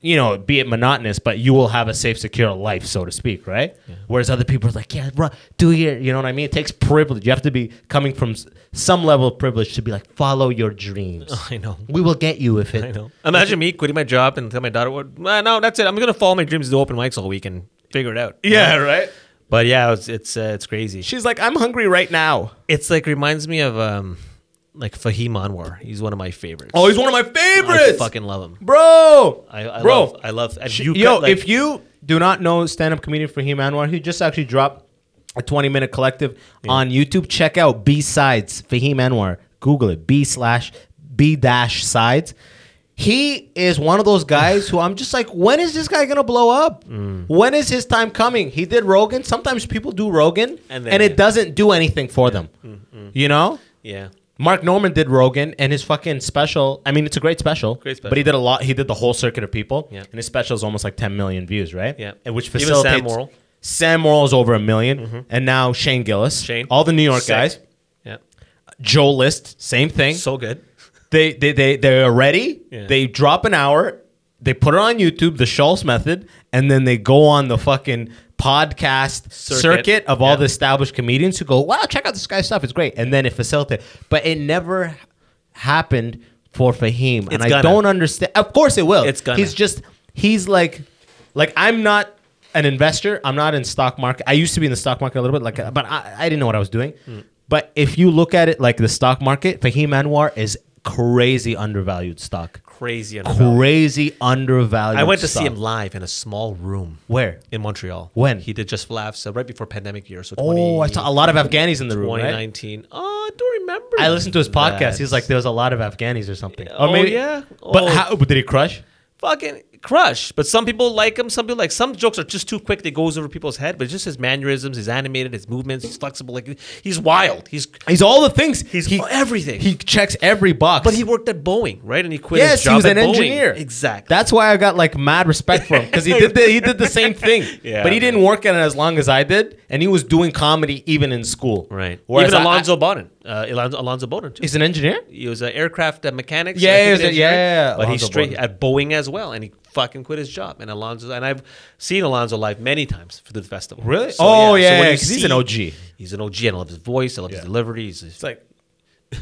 Speaker 3: you know, be it monotonous, but you will have a safe, secure life, so to speak, right? Whereas other people are like, yeah, bro, do your, you know what I mean? It takes privilege. You have to be coming from s- some level of privilege to be like, follow your dreams.
Speaker 4: I know.
Speaker 3: We will get you if it.
Speaker 4: I know. Imagine me quitting my job and tell my daughter, "What? Well, no, that's it. I'm gonna follow my dreams, do open mics all week, and figure it out."
Speaker 3: Yeah, right.
Speaker 4: But yeah, it's it's, uh, it's crazy.
Speaker 3: She's like, I'm hungry right now.
Speaker 4: It's like reminds me of um, like Fahim Anwar. He's one of my favorites.
Speaker 3: Oh, he's one of my
Speaker 4: I
Speaker 3: favorites,
Speaker 4: fucking love him.
Speaker 3: bro.
Speaker 4: I, I
Speaker 3: Bro.
Speaker 4: love, I love. And
Speaker 3: Sh-
Speaker 4: you
Speaker 3: Yo,
Speaker 4: cut, like-
Speaker 3: if you do not know stand-up comedian Fahim Anwar, he just actually dropped a 20-minute collective on YouTube. Check out B-Sides, Fahim Anwar. Google it, B slash B dash sides. He is one of those guys who I'm just like, when is this guy gonna blow up?
Speaker 4: Mm.
Speaker 3: When is his time coming? He did Rogan. Sometimes people do Rogan and,
Speaker 4: And then- Mm,
Speaker 3: it doesn't do anything for them. You know?
Speaker 4: yeah,
Speaker 3: Mark Norman did Rogan and his fucking special. I mean, it's a great special,
Speaker 4: Great special.
Speaker 3: but he did a lot. He did the whole circuit of people,
Speaker 4: Yeah.
Speaker 3: and his special is almost like 10 million views, right?
Speaker 4: Yeah.
Speaker 3: and which
Speaker 4: Even Sam
Speaker 3: facilitates
Speaker 4: Morrill.
Speaker 3: Sam Morrill is over a 1000000 and now Shane Gillis,
Speaker 4: Shane.
Speaker 3: all the New York
Speaker 4: Sick.
Speaker 3: guys,
Speaker 4: yeah,
Speaker 3: Joe List, same thing.
Speaker 4: so good.
Speaker 3: They they they they're ready.
Speaker 4: Yeah.
Speaker 3: They drop an hour. They put it on YouTube, the Schultz method, and then they go on the fucking podcast circuit,
Speaker 4: Circuit.
Speaker 3: of all
Speaker 4: Yeah.
Speaker 3: the established comedians who go, "Wow, check out this guy's stuff. It's great." And then it facilitates. But it never happened for Fahim, and
Speaker 4: It's
Speaker 3: I
Speaker 4: gonna.
Speaker 3: don't understand. Of course, it will.
Speaker 4: It's gonna.
Speaker 3: He's just he's like, like I'm not an investor. I'm not in stock market. I used to be in the stock market a little bit, like, uh, but I, I didn't know what I was doing.
Speaker 4: Hmm.
Speaker 3: But if you look at it like the stock market, Fahim Anwar is crazy undervalued stock.
Speaker 4: Crazy. and about-
Speaker 3: Crazy undervalued.
Speaker 4: I went to see
Speaker 3: stock.
Speaker 4: him live in a small room
Speaker 3: Where?
Speaker 4: in Montreal.
Speaker 3: When?
Speaker 4: he did just laughs uh, right before pandemic year. So 20,
Speaker 3: Oh, I saw a lot of Afghanis in the room. Right?
Speaker 4: 2019. Oh, I don't remember.
Speaker 3: I listened to his podcast. He's
Speaker 4: that.
Speaker 3: like, there was a lot of Afghanis or something.
Speaker 4: Oh,
Speaker 3: or maybe,
Speaker 4: yeah?
Speaker 3: But
Speaker 4: Oh.
Speaker 3: how but did he crush?
Speaker 4: fucking crush. But some people like him. Some people like some jokes are just too quick. They goes over people's head. But just his mannerisms, his animated, his movements, he's flexible. Like he's wild. He's
Speaker 3: He's all the things.
Speaker 4: He's
Speaker 3: he,
Speaker 4: everything.
Speaker 3: He checks every box.
Speaker 4: but he worked at Boeing, right? And he quit. his
Speaker 3: yes,
Speaker 4: job
Speaker 3: he was
Speaker 4: at
Speaker 3: an
Speaker 4: Boeing.
Speaker 3: engineer.
Speaker 4: Exactly.
Speaker 3: That's why I got like mad respect for him because he did the he did the same thing.
Speaker 4: Yeah,
Speaker 3: but he
Speaker 4: man.
Speaker 3: didn't work at it as long as I did, and he was doing comedy even in school.
Speaker 4: right.
Speaker 3: Whereas
Speaker 4: Even
Speaker 3: I-
Speaker 4: Alonzo Bonin. Uh, Alonzo, Alonzo Bonin too.
Speaker 3: he's an engineer.
Speaker 4: he was an aircraft uh, mechanic.
Speaker 3: Yeah,
Speaker 4: I
Speaker 3: he
Speaker 4: think
Speaker 3: was
Speaker 4: an
Speaker 3: a- yeah,
Speaker 4: engineer,
Speaker 3: yeah, yeah.
Speaker 4: But he's
Speaker 3: Alonzo
Speaker 4: straight
Speaker 3: Bonin.
Speaker 4: at Boeing as well, and he fucking quit his job. And Alonzo, and I've seen Alonzo live many times for the festival. So,
Speaker 3: oh
Speaker 4: so
Speaker 3: yeah,
Speaker 4: when you
Speaker 3: 'cause he's
Speaker 4: see-
Speaker 3: an OG.
Speaker 4: He's an OG, and I love his voice. I love his delivery. He's, he's
Speaker 3: like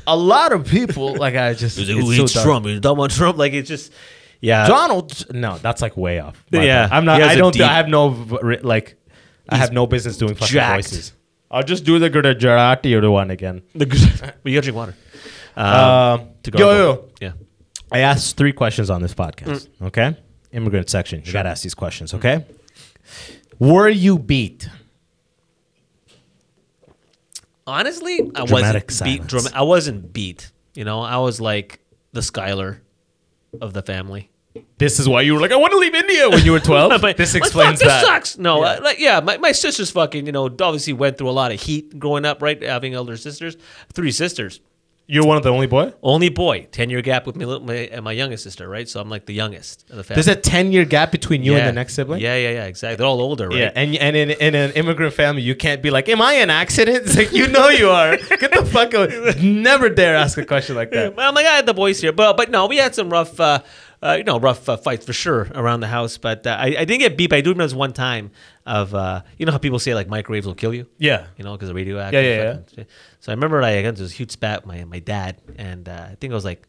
Speaker 3: a lot of people. Like I just
Speaker 4: It's,
Speaker 3: it's so
Speaker 4: it's
Speaker 3: dumb.
Speaker 4: Trump. It's Donald Trump. Like it's just, yeah.
Speaker 3: Donald. No, that's like way off. My
Speaker 4: Yeah,
Speaker 3: bad. I'm not.
Speaker 4: he has
Speaker 3: I
Speaker 4: a
Speaker 3: don't. do-
Speaker 4: deep-
Speaker 3: I have no v- re- like. I have no business doing fucking
Speaker 4: jacked.
Speaker 3: voices. I'll just do the Gujarati one again.
Speaker 4: The good- well, you gotta drink water. Um, to
Speaker 3: yo, yo.
Speaker 4: gargle. yeah.
Speaker 3: I asked three questions on this podcast. Okay, immigrant section. You gotta ask these questions. Okay, were you beat?
Speaker 4: Honestly, I
Speaker 3: Dramatic
Speaker 4: wasn't beat.
Speaker 3: silence.
Speaker 4: Dram- I wasn't beat. You know, I was like the Skyler of the family.
Speaker 3: This is why you were like, I want to leave India when you were twelve.
Speaker 4: But
Speaker 3: this
Speaker 4: like,
Speaker 3: explains
Speaker 4: fuck,
Speaker 3: that.
Speaker 4: This sucks. No, uh, like, yeah, my, my sisters fucking, you know, obviously went through a lot of heat growing up, right? Having elder sisters, three sisters.
Speaker 3: You're one of the only boy.
Speaker 4: Only boy, 10 year gap with me, little- my, and my youngest sister, right? So I'm like the youngest of the family.
Speaker 3: There's a ten year gap between you
Speaker 4: yeah.
Speaker 3: and the next sibling.
Speaker 4: Yeah, yeah, yeah, exactly. They're all older, right?
Speaker 3: Yeah, and and in, in an immigrant family, you can't be like, "Am I an accident?" It's like you know you are. Get the fuck out! Never dare ask a question like that.
Speaker 4: Well, I'm like, I had the boys here, but but no, we had some rough, uh, uh, you know, rough uh, fights for sure around the house. But uh, I, I didn't get beat. But I do remember this one time of uh, you know how people say like microwaves will kill you.
Speaker 3: Yeah.
Speaker 4: You know, because of radioactive.
Speaker 3: Yeah, yeah, yeah.
Speaker 4: fucking shit. So I remember I got into this huge spat with my my dad, and uh, I think I was like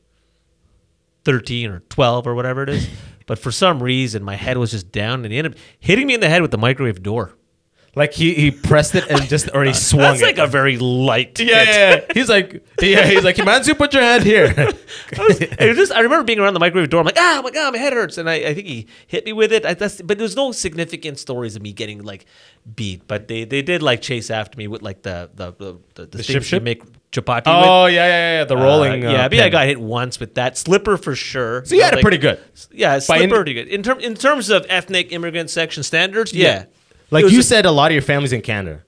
Speaker 4: 13 or 12 or whatever it is. but for some reason, my head was just down, and he ended up hitting me in the head with the microwave door.
Speaker 3: Like he, he pressed it and just already swung
Speaker 4: That's
Speaker 3: it.
Speaker 4: like a very light.
Speaker 3: yeah,
Speaker 4: hit.
Speaker 3: yeah, yeah. He's like, yeah, he's like, Himansu, put your hand here.
Speaker 4: I, was- it was just, I remember being around the microwave door. I'm like, ah, my god, my head hurts, and I, I think he hit me with it. I, that's, but there's no significant stories of me getting like beat. But they, they did like chase after me with like the the the, the, the
Speaker 3: ship
Speaker 4: things you
Speaker 3: ship?
Speaker 4: make chapati.
Speaker 3: oh, yeah, yeah, yeah, yeah. The
Speaker 4: with.
Speaker 3: rolling.
Speaker 4: Uh,
Speaker 3: uh,
Speaker 4: yeah, but yeah, I
Speaker 3: pin.
Speaker 4: got hit once with that slipper for sure.
Speaker 3: So you had it
Speaker 4: Like-
Speaker 3: pretty good.
Speaker 4: Yeah, slipper
Speaker 3: in-
Speaker 4: pretty good in term in terms of ethnic immigrant section standards. Yeah, It
Speaker 3: Like
Speaker 4: was
Speaker 3: you
Speaker 4: a-
Speaker 3: said, a lot of your family's in Canada.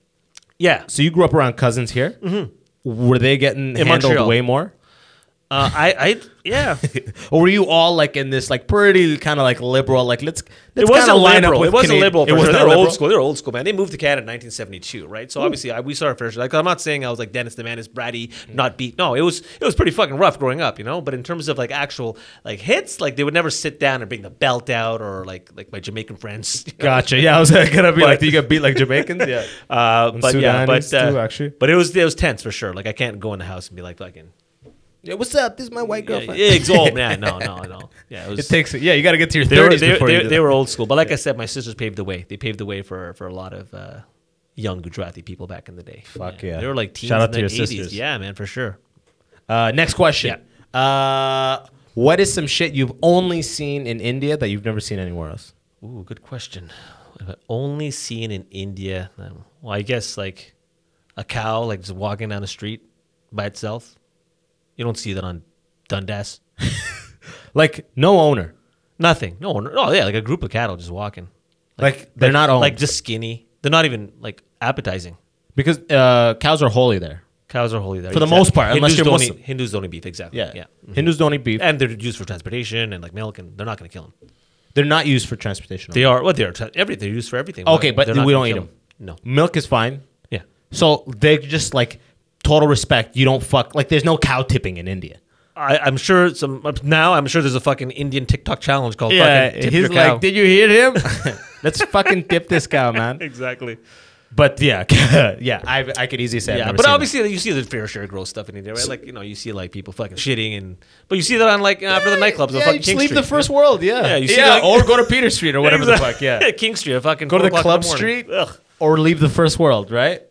Speaker 4: yeah.
Speaker 3: So you grew up around cousins here. Mm-hmm. Were they getting handled
Speaker 4: Montreal.
Speaker 3: way more?
Speaker 4: Uh, I I yeah.
Speaker 3: Or were you all like in this like pretty kind of like liberal like let's let's
Speaker 4: it was
Speaker 3: kind
Speaker 4: a
Speaker 3: of line
Speaker 4: liberal.
Speaker 3: up with
Speaker 4: it was
Speaker 3: Canadian-
Speaker 4: a liberal.
Speaker 3: It was
Speaker 4: they're
Speaker 3: not liberal? Hmm.
Speaker 4: old school. They're old school, man. They moved to Canada in 1972, right? So obviously, I, we saw our fair share. Like I'm not saying I was like Dennis the Man is bratty, not beat. No, it was it was pretty fucking rough growing up, you know. But in terms of like actual like hits, like they would never sit down and bring the belt out or like like my Jamaican friends. you know?
Speaker 3: Gotcha. Yeah, I was uh, gonna be like, do you get beat like Jamaicans? Yeah.
Speaker 4: Uh, but yeah,
Speaker 3: Sudanese
Speaker 4: but uh,
Speaker 3: too, actually.
Speaker 4: but it was it was tense for sure. Like I can't go in the house and be like fucking
Speaker 3: yeah. What's up? This is my white
Speaker 4: yeah,
Speaker 3: girlfriend.
Speaker 4: exalt man. No, no, no. Yeah,
Speaker 3: It takes yeah. You got to get to your
Speaker 4: they were,
Speaker 3: thirties
Speaker 4: they,
Speaker 3: before you
Speaker 4: they,
Speaker 3: do
Speaker 4: they
Speaker 3: that.
Speaker 4: were old school. But like I said, my sisters paved the way. They paved the way for for a lot of uh, young Gujarati people back in the day.
Speaker 3: Fuck yeah.
Speaker 4: They were like teens
Speaker 3: Shout out
Speaker 4: in
Speaker 3: to
Speaker 4: the
Speaker 3: your
Speaker 4: 80s.
Speaker 3: sisters.
Speaker 4: Yeah, man, for sure.
Speaker 3: Uh, next question. Uh, what is some shit you've only seen in India that you've never seen anywhere else?
Speaker 4: Ooh, good question. I've only seen in India. um, Well, I guess like a cow like just walking down the street by itself. You don't see that on Dundas.
Speaker 3: Like no owner.
Speaker 4: Nothing. No one. Oh yeah, like a group of cattle just walking.
Speaker 3: Like, they're not owned.
Speaker 4: Like just skinny. They're not even like appetizing.
Speaker 3: because uh, cows are holy there.
Speaker 4: Cows are holy there
Speaker 3: For the most part, unless
Speaker 4: Hindus
Speaker 3: you're
Speaker 4: don't
Speaker 3: Muslim.
Speaker 4: eat, Hindus don't eat beef, exactly. Yeah, Mm-hmm.
Speaker 3: Mm-hmm. Hindus don't eat beef.
Speaker 4: And they're used for transportation and like milk, and they're not going to kill them.
Speaker 3: They're not used for transportation.
Speaker 4: They are what they are. Tra- every they're used for everything.
Speaker 3: okay, but
Speaker 4: They're not
Speaker 3: we
Speaker 4: gonna
Speaker 3: don't eat
Speaker 4: kill
Speaker 3: them.
Speaker 4: 'em. No.
Speaker 3: milk is fine.
Speaker 4: Yeah.
Speaker 3: So they're just like total respect. You don't fuck like there's no cow tipping in India.
Speaker 4: I, I'm sure some uh, now. I'm sure there's a fucking Indian TikTok challenge called fucking tip your cow.
Speaker 3: did you hear him? Let's fucking tip this cow, man.
Speaker 4: exactly.
Speaker 3: But yeah, yeah, I I could easily say. I've
Speaker 4: Yeah,
Speaker 3: never
Speaker 4: but
Speaker 3: seen
Speaker 4: obviously you see the fair share of gross stuff in India, right? Like you know, you see like people fucking shitting, and but you see that on like after the nightclubs on
Speaker 3: yeah, you
Speaker 4: fucking King
Speaker 3: just leave
Speaker 4: Street.
Speaker 3: the first world, yeah,
Speaker 4: Yeah, you see
Speaker 3: yeah,
Speaker 4: that-
Speaker 3: or go to Peter Street or whatever the fuck, yeah,
Speaker 4: King Street, at fucking
Speaker 3: go to the
Speaker 4: four o'clock
Speaker 3: club
Speaker 4: in morning.
Speaker 3: street
Speaker 4: Ugh.
Speaker 3: or leave the first world, right?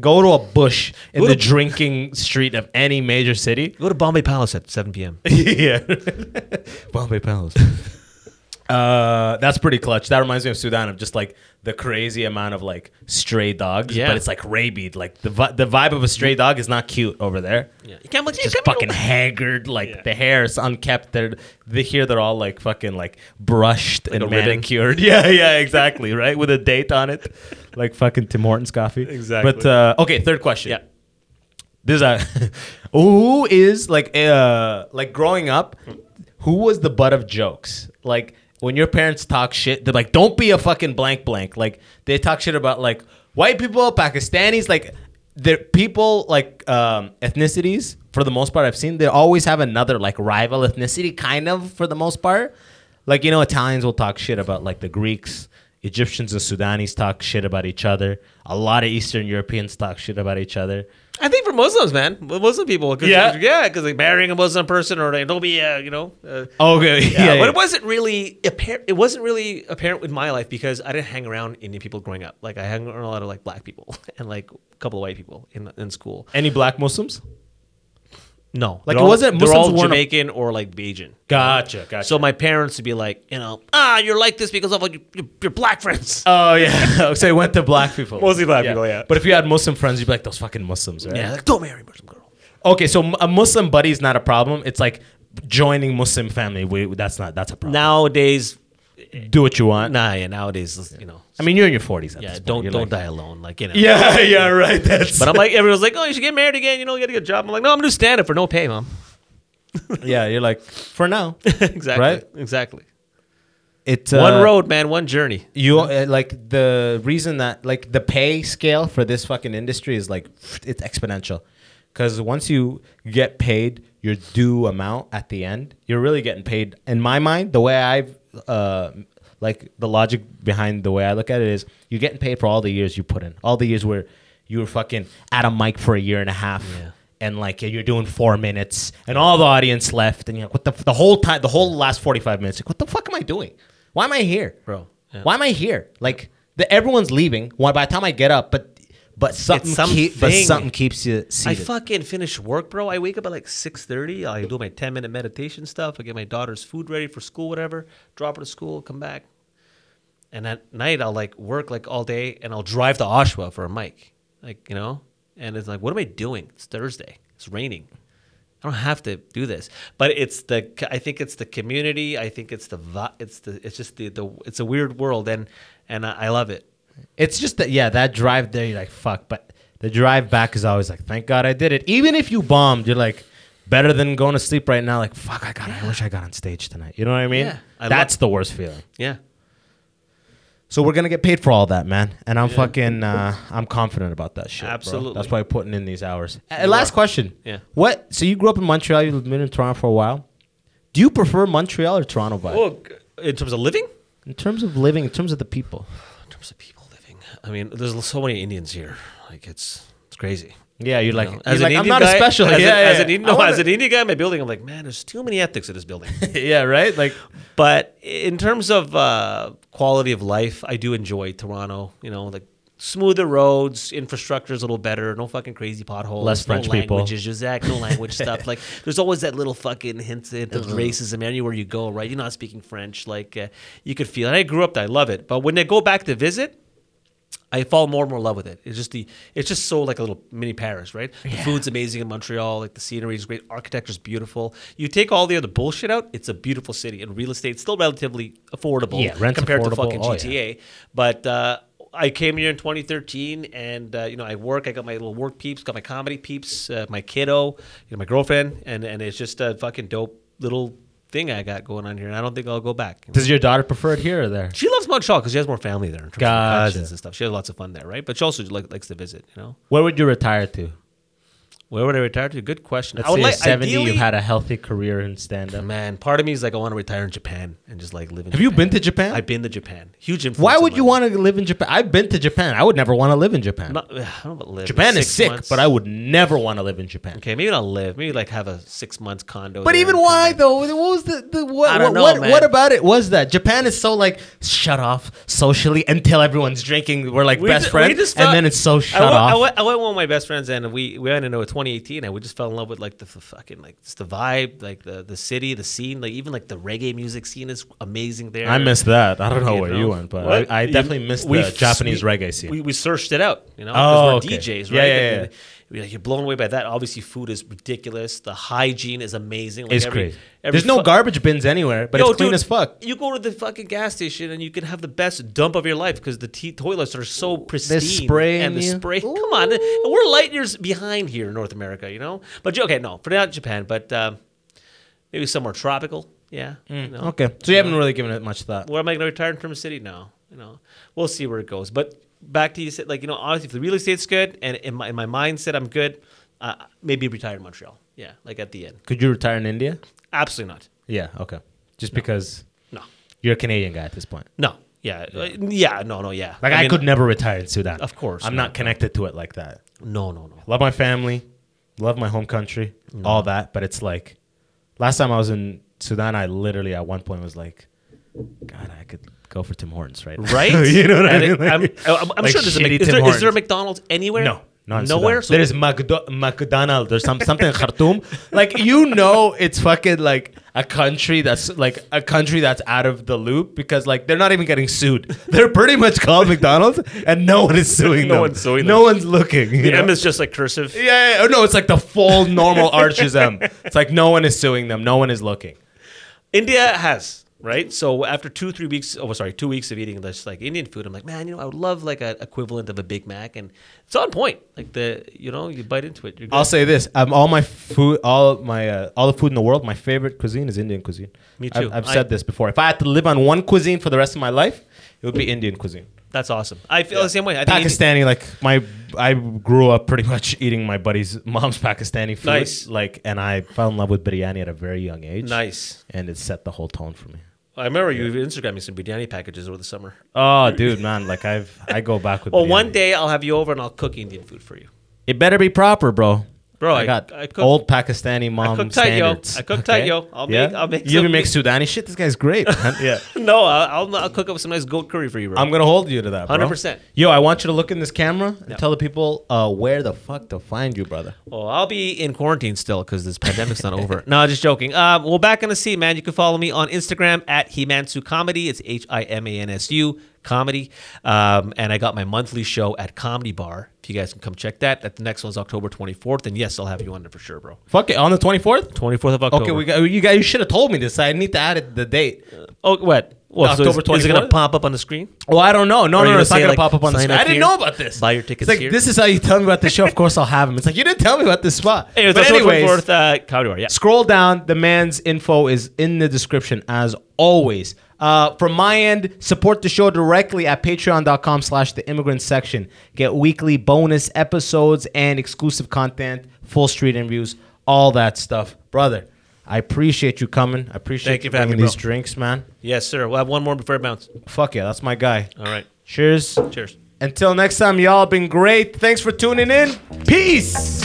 Speaker 3: Go to a bush in
Speaker 4: Go
Speaker 3: the
Speaker 4: to-
Speaker 3: drinking street of any major city.
Speaker 4: Go to Bombay Palace at 7 p.m.
Speaker 3: yeah, Bombay Palace. Uh, that's pretty clutch. That reminds me of Sudan of just like the crazy amount of like stray dogs,
Speaker 4: Yeah.
Speaker 3: but it's like rabid. Like the vi- the vibe of a stray dog is not cute over there.
Speaker 4: Yeah. You can't believe-
Speaker 3: Just
Speaker 4: can't believe-
Speaker 3: fucking haggard. Like the hair is unkept. They're they here. They're all like fucking like brushed
Speaker 4: a
Speaker 3: and
Speaker 4: ribbon.
Speaker 3: manicured. Yeah, yeah, exactly. right with a date on it, like fucking Tim Hortons coffee.
Speaker 4: Exactly.
Speaker 3: But uh, okay, third question.
Speaker 4: Yeah.
Speaker 3: This is a who is like uh like growing up, who was the butt of jokes? Like when your parents talk shit, they're like, "Don't be a fucking blank blank." Like they talk shit about like white people, Pakistanis, like they're people like um, ethnicities for the most part. I've seen they always have another like rival ethnicity, kind of for the most part. Like you know, Italians will talk shit about like the Greeks. Egyptians and Sudanese talk shit about each other. A lot of Eastern Europeans talk shit about each other.
Speaker 4: I think for Muslims, man, Mu- Muslim people, cause,
Speaker 3: Yeah.
Speaker 4: yeah, because like marrying a Muslim person or like, don't be, uh, you know, uh,
Speaker 3: Oh, Okay, yeah,
Speaker 4: yeah,
Speaker 3: yeah.
Speaker 4: But it wasn't really apparent. It wasn't really apparent with my life because I didn't hang around Indian people growing up. Like I hung around a lot of like black people and like a couple of white people in in school.
Speaker 3: Any black Muslims?
Speaker 4: No,
Speaker 3: Like,
Speaker 4: they're
Speaker 3: it wasn't-
Speaker 4: They're
Speaker 3: Muslims
Speaker 4: all
Speaker 3: weren't a-
Speaker 4: Jamaican or like Bajan.
Speaker 3: Gotcha, gotcha.
Speaker 4: So my parents would be like, you know, ah, you're like this because of like your- your, your black friends.
Speaker 3: oh yeah, so it went to black people.
Speaker 4: Mostly black people, yeah.
Speaker 3: But if you had Muslim friends, you'd be like those fucking Muslims, right?
Speaker 4: yeah, like don't marry a Muslim girl.
Speaker 3: Okay, so m- a Muslim buddy is not a problem. It's like joining Muslim family. We, that's not that's a problem.
Speaker 4: Nowadays,
Speaker 3: do what you want.
Speaker 4: nah, yeah, nowadays, you know,
Speaker 3: I mean, you're in your forties.
Speaker 4: yeah, don't don't die alone, like you know.
Speaker 3: Yeah, yeah, right. That's
Speaker 4: But I'm like, everyone's like, oh, you should get married again. You know, you got to get a job. I'm like, no, I'm gonna do stand up for no pay, mom.
Speaker 3: yeah, you're like for now.
Speaker 4: exactly.
Speaker 3: Right?
Speaker 4: Exactly.
Speaker 3: It's
Speaker 4: one
Speaker 3: uh,
Speaker 4: road, man. One journey.
Speaker 3: You uh, like the reason that like the pay scale for this fucking industry is like it's exponential, because once you get paid your due amount at the end, you're really getting paid. In my mind, the way I've uh, like the logic behind the way I look at it is you're getting paid for all the years you put in, all the years where you were fucking at a mic for a year and a half.
Speaker 4: Yeah.
Speaker 3: And like you're doing four minutes, and all the audience left, and you're like, "What the?" F-? The whole time, the whole last forty-five minutes, like, "What the fuck am I doing? Why am I here,
Speaker 4: Bro, yeah.
Speaker 3: Why why am I here? Like, The, everyone's leaving. Well, by the time I get up, but but something, keep, but
Speaker 4: something.
Speaker 3: something keeps you
Speaker 4: I
Speaker 3: seated.
Speaker 4: fucking finish work, bro. I wake up at like six thirty. I do my ten minute meditation stuff. I get my daughter's food ready for school, whatever. Drop her to school, come back, and at night I'll like work like all day, and I'll drive to Oshawa for a mic, like you know. And it's like, what am I doing? It's Thursday. It's raining. I don't have to do this, but it's the. I think it's the community. I think it's the. vi- It's the. It's just the. the it's a weird world, and and I, I love it.
Speaker 3: It's just that yeah, that drive there, you're like fuck, but the drive back is always like, thank God I did it. Even if you bombed, you're like better than going to sleep right now. Like fuck, I got, I wish I got on stage tonight. You know what I mean?
Speaker 4: Yeah. I
Speaker 3: That's
Speaker 4: love-
Speaker 3: the worst feeling.
Speaker 4: Yeah.
Speaker 3: So we're gonna get paid for all that, man. And I'm fucking, uh, I'm confident about that shit. bro.
Speaker 4: Absolutely.
Speaker 3: That's why I'm putting in these hours. Uh,
Speaker 4: You
Speaker 3: last
Speaker 4: are.
Speaker 3: question.
Speaker 4: Yeah.
Speaker 3: What? So you grew up in Montreal. You've been in Toronto for a while. Do you prefer Montreal or Toronto vibe?
Speaker 4: Well, g- in terms of living.
Speaker 3: In terms of living, in terms of the people.
Speaker 4: in terms of people living. I mean, there's so many Indians here. Like it's it's crazy.
Speaker 3: Yeah, you're like,
Speaker 4: You know,
Speaker 3: you're like, I'm not
Speaker 4: guy,
Speaker 3: a special.
Speaker 4: As,
Speaker 3: yeah,
Speaker 4: an,
Speaker 3: yeah,
Speaker 4: as
Speaker 3: yeah.
Speaker 4: an Indian,
Speaker 3: I
Speaker 4: no,
Speaker 3: wanna-
Speaker 4: as an Indian guy in my building, I'm like, man, there's too many ethics in this building.
Speaker 3: yeah, right. Like,
Speaker 4: but in terms of uh, quality of life, I do enjoy Toronto. You know, like smoother roads, infrastructure is a little better, no fucking crazy potholes,
Speaker 3: Less French
Speaker 4: no
Speaker 3: people.
Speaker 4: languages, exact, no language stuff. Like, there's always that little fucking hint, hint
Speaker 3: Uh-huh.
Speaker 4: of racism anywhere you go, right? You're not speaking French, like uh, you could feel. it. I grew up, there, I love it, but when they go back to visit. I fall more and more in love with it. It's just the, it's just so like a little mini Paris, right? The food's amazing in Montreal. Like the scenery is great, architecture's beautiful. You take all the other bullshit out, it's a beautiful city, and real estate's still relatively affordable
Speaker 3: Yeah, rent's
Speaker 4: compared
Speaker 3: affordable.
Speaker 4: to fucking
Speaker 3: Oh, yeah.
Speaker 4: GTA. But uh, I came here in 2013, and uh, you know I work. I got my little work peeps, got my comedy peeps, uh, my kiddo, you know, my girlfriend, and and it's just a fucking dope little thing I got going on here. And I don't think I'll go back.
Speaker 3: does your daughter prefer it here or there?
Speaker 4: She loves Montreal because she has more family there, in terms
Speaker 3: Gotcha.
Speaker 4: of cousins and stuff. She has lots of fun there, right? But she also like, likes to visit. You know,
Speaker 3: Where would you retire to?
Speaker 4: where would I retire to? Good question.
Speaker 3: Let's
Speaker 4: I would
Speaker 3: say
Speaker 4: like
Speaker 3: you're 70,
Speaker 4: ideally-
Speaker 3: you've had a healthy career in stand up.
Speaker 4: man. Part of me is like I want to retire in Japan and just like live in.
Speaker 3: Have you been to Japan?
Speaker 4: I've been to Japan. Huge influence.
Speaker 3: Why
Speaker 4: on
Speaker 3: would
Speaker 4: my
Speaker 3: you
Speaker 4: life.
Speaker 3: want to live in Japan? I've been to Japan. I would never want to live in Japan.
Speaker 4: Not, I don't know about live.
Speaker 3: Japan is
Speaker 4: six
Speaker 3: sick,
Speaker 4: months.
Speaker 3: but I would never want to live in Japan.
Speaker 4: Okay, maybe not live. Maybe like have a six month condo.
Speaker 3: But
Speaker 4: there
Speaker 3: even
Speaker 4: and come
Speaker 3: why
Speaker 4: back.
Speaker 3: though? What was the, the what,
Speaker 4: I
Speaker 3: what,
Speaker 4: don't know,
Speaker 3: what,
Speaker 4: man.
Speaker 3: what about it was that Japan is so like shut off socially until everyone's drinking. We're like
Speaker 4: We
Speaker 3: best
Speaker 4: ju- we
Speaker 3: friends,
Speaker 4: just
Speaker 3: and
Speaker 4: felt-
Speaker 3: then it's so shut
Speaker 4: I went,
Speaker 3: off.
Speaker 4: I went, I went with one of my best friends, and we we went into a 2018, and we just fell in love with like the f- fucking like just the vibe, like the the city, the scene, like even like the reggae music scene is amazing there.
Speaker 3: I missed that. I don't know
Speaker 4: You
Speaker 3: where
Speaker 4: know?
Speaker 3: you went, but
Speaker 4: What?
Speaker 3: I, I
Speaker 4: You-
Speaker 3: definitely missed
Speaker 4: we
Speaker 3: the
Speaker 4: f-
Speaker 3: Japanese
Speaker 4: we-
Speaker 3: reggae scene.
Speaker 4: We, we searched it out, you know,
Speaker 3: Oh,
Speaker 4: because
Speaker 3: okay.
Speaker 4: we're DJs,
Speaker 3: Yeah,
Speaker 4: right?
Speaker 3: yeah, yeah.
Speaker 4: And we- we- You're blown away by that. Obviously, food is ridiculous. The hygiene is amazing. Like
Speaker 3: it's
Speaker 4: every-
Speaker 3: crazy.
Speaker 4: every
Speaker 3: There's no
Speaker 4: fu-
Speaker 3: garbage bins anywhere, but
Speaker 4: Yo,
Speaker 3: it's clean
Speaker 4: dude,
Speaker 3: as fuck.
Speaker 4: You go to the fucking gas station and you can have the best dump of your life because the te- toilets are so pristine.
Speaker 3: spraying
Speaker 4: and the
Speaker 3: you.
Speaker 4: spray. Come on, and we're light years behind here in North America, you know. But okay, no, for not Japan, but um maybe somewhere tropical. Yeah. you know.
Speaker 3: Okay, so you haven't really given it much thought.
Speaker 4: Where am I going to retire in terms of city? No, you know, we'll see where it goes. But back to you said, like you know, honestly, if the real estate's good and in my, in my mindset, I'm good. Uh, maybe retire in Montreal. Yeah, like at the end.
Speaker 3: Could you retire in India?
Speaker 4: Absolutely not.
Speaker 3: Yeah. Okay. Just because
Speaker 4: No,
Speaker 3: you're a Canadian guy at this point.
Speaker 4: no. Yeah, uh, yeah, no, no, yeah.
Speaker 3: Like I,
Speaker 4: mean,
Speaker 3: could never retire in Sudan.
Speaker 4: Of course
Speaker 3: I'm
Speaker 4: not,
Speaker 3: not connected to it like that.
Speaker 4: No, no, no.
Speaker 3: love my family, love my home country, all that. But it's like, last time I was in Sudan, I literally at one point was like, God, I could go for Tim Hortons, right? now."
Speaker 4: Right?
Speaker 3: you know what I
Speaker 4: And
Speaker 3: mean?
Speaker 4: it- I'm,
Speaker 3: Like-
Speaker 4: I'm, I'm
Speaker 3: like
Speaker 4: sure there's a,
Speaker 3: shitty
Speaker 4: Mc- is,
Speaker 3: Tim
Speaker 4: there, is there a
Speaker 3: Hortons.
Speaker 4: McDonald's anywhere?
Speaker 3: No, not in
Speaker 4: nowhere.
Speaker 3: Sudan. there is Magdo- McDonald's. There's some something in Khartoum. Like you know, it's fucking like a country that's like a country that's out of the loop because like they're not even getting sued. They're pretty much called McDonald's, and no one is suing
Speaker 4: No
Speaker 3: them.
Speaker 4: one's suing
Speaker 3: No
Speaker 4: them.
Speaker 3: one's looking. you
Speaker 4: the
Speaker 3: know?
Speaker 4: M is just like cursive.
Speaker 3: Yeah, yeah, yeah. no, it's like the full normal arches M. It's like no one is suing them, no one is looking.
Speaker 4: India has right. So after two, three weeks, oh sorry, two weeks of eating this like Indian food, I'm like, man, you know, I would love like an equivalent of a Big Mac, and it's on point. Like the, you know, you bite into it, you're good.
Speaker 3: I'll say this: um, all my food, all my uh, all the food in the world, my favorite cuisine is Indian cuisine.
Speaker 4: Me
Speaker 3: I've-
Speaker 4: too.
Speaker 3: I've,
Speaker 4: I-
Speaker 3: said this before. If I had to live on one cuisine for the rest of my life, it would be Indian cuisine.
Speaker 4: That's awesome. I feel the same way. I think Indi-
Speaker 3: Pakistani, like my, I grew up pretty much eating my buddy's mom's Pakistani food.
Speaker 4: Nice.
Speaker 3: Like, and I fell in love with biryani at a very young age.
Speaker 4: Nice.
Speaker 3: And it set the whole tone for me.
Speaker 4: I remember you Instagramming some biryani packages over the summer.
Speaker 3: Oh, dude, man, like I've I go back with.
Speaker 4: Well, one
Speaker 3: biryani.
Speaker 4: day I'll have you over and I'll cook Indian food for you.
Speaker 3: It better be proper, bro.
Speaker 4: Bro,
Speaker 3: I,
Speaker 4: I-
Speaker 3: got
Speaker 4: I cook-
Speaker 3: old Pakistani mom
Speaker 4: cook tight, yo.
Speaker 3: standards.
Speaker 4: I cook tight, yo. I'll
Speaker 3: yeah?
Speaker 4: make- I'll make
Speaker 3: You even
Speaker 4: some-
Speaker 3: make Sudani shit. This guy's great. man. yeah.
Speaker 4: no, I'll, I'll, I'll cook up some nice goat curry for you, bro.
Speaker 3: I'm gonna hold you to that, bro.
Speaker 4: 100%.
Speaker 3: Yo, I want you to look in this camera and tell the people uh, where the fuck to find you, brother.
Speaker 4: Oh, I'll be in quarantine still because this pandemic's not over. No, just joking. Um, well, back in the sea, man. You can follow me on Instagram at Himansu Comedy. It's H I M A N S U Comedy. Um, and I got my monthly show at Comedy Bar. If you guys can come check that. That the next one's October 24th. And yes, I'll have you on there for sure, bro.
Speaker 3: Fuck it. On the 24th.
Speaker 4: 24th of October.
Speaker 3: Okay, we got you. Got, you should have told me this. I need to add it, the date.
Speaker 4: Oh, what? What, so is-
Speaker 3: October
Speaker 4: Is it gonna
Speaker 3: 24th?
Speaker 4: pop up on the screen?
Speaker 3: Well, Oh, I don't know. No, no,
Speaker 4: Or you
Speaker 3: no.
Speaker 4: would
Speaker 3: It's not
Speaker 4: say,
Speaker 3: gonna
Speaker 4: like,
Speaker 3: pop up on the
Speaker 4: sign
Speaker 3: screen.
Speaker 4: up
Speaker 3: I didn't
Speaker 4: here,
Speaker 3: know about this.
Speaker 4: buy your
Speaker 3: It's
Speaker 4: tickets
Speaker 3: like,
Speaker 4: here.
Speaker 3: This is how you tell me about the show. Of course, I'll have him. It's like you didn't tell me about this spot.
Speaker 4: Hey, it's
Speaker 3: but
Speaker 4: October
Speaker 3: anyways,
Speaker 4: 24th, uh, Comedy Bar. Yeah.
Speaker 3: scroll down. The man's info is in the description as always. Uh, from my end, support the show directly at patreon.com slash the immigrant section. Get weekly bonus episodes and exclusive content, full street interviews, all that stuff. Brother, I appreciate you coming. I appreciate
Speaker 4: Thank you for
Speaker 3: bringing
Speaker 4: having me,
Speaker 3: these
Speaker 4: bro.
Speaker 3: drinks, man.
Speaker 4: Yes, sir. We'll have one more before it bounce.
Speaker 3: Fuck yeah, that's my guy.
Speaker 4: All right.
Speaker 3: Cheers.
Speaker 4: Cheers.
Speaker 3: Until next time, y'all been great. Thanks for tuning in. Peace.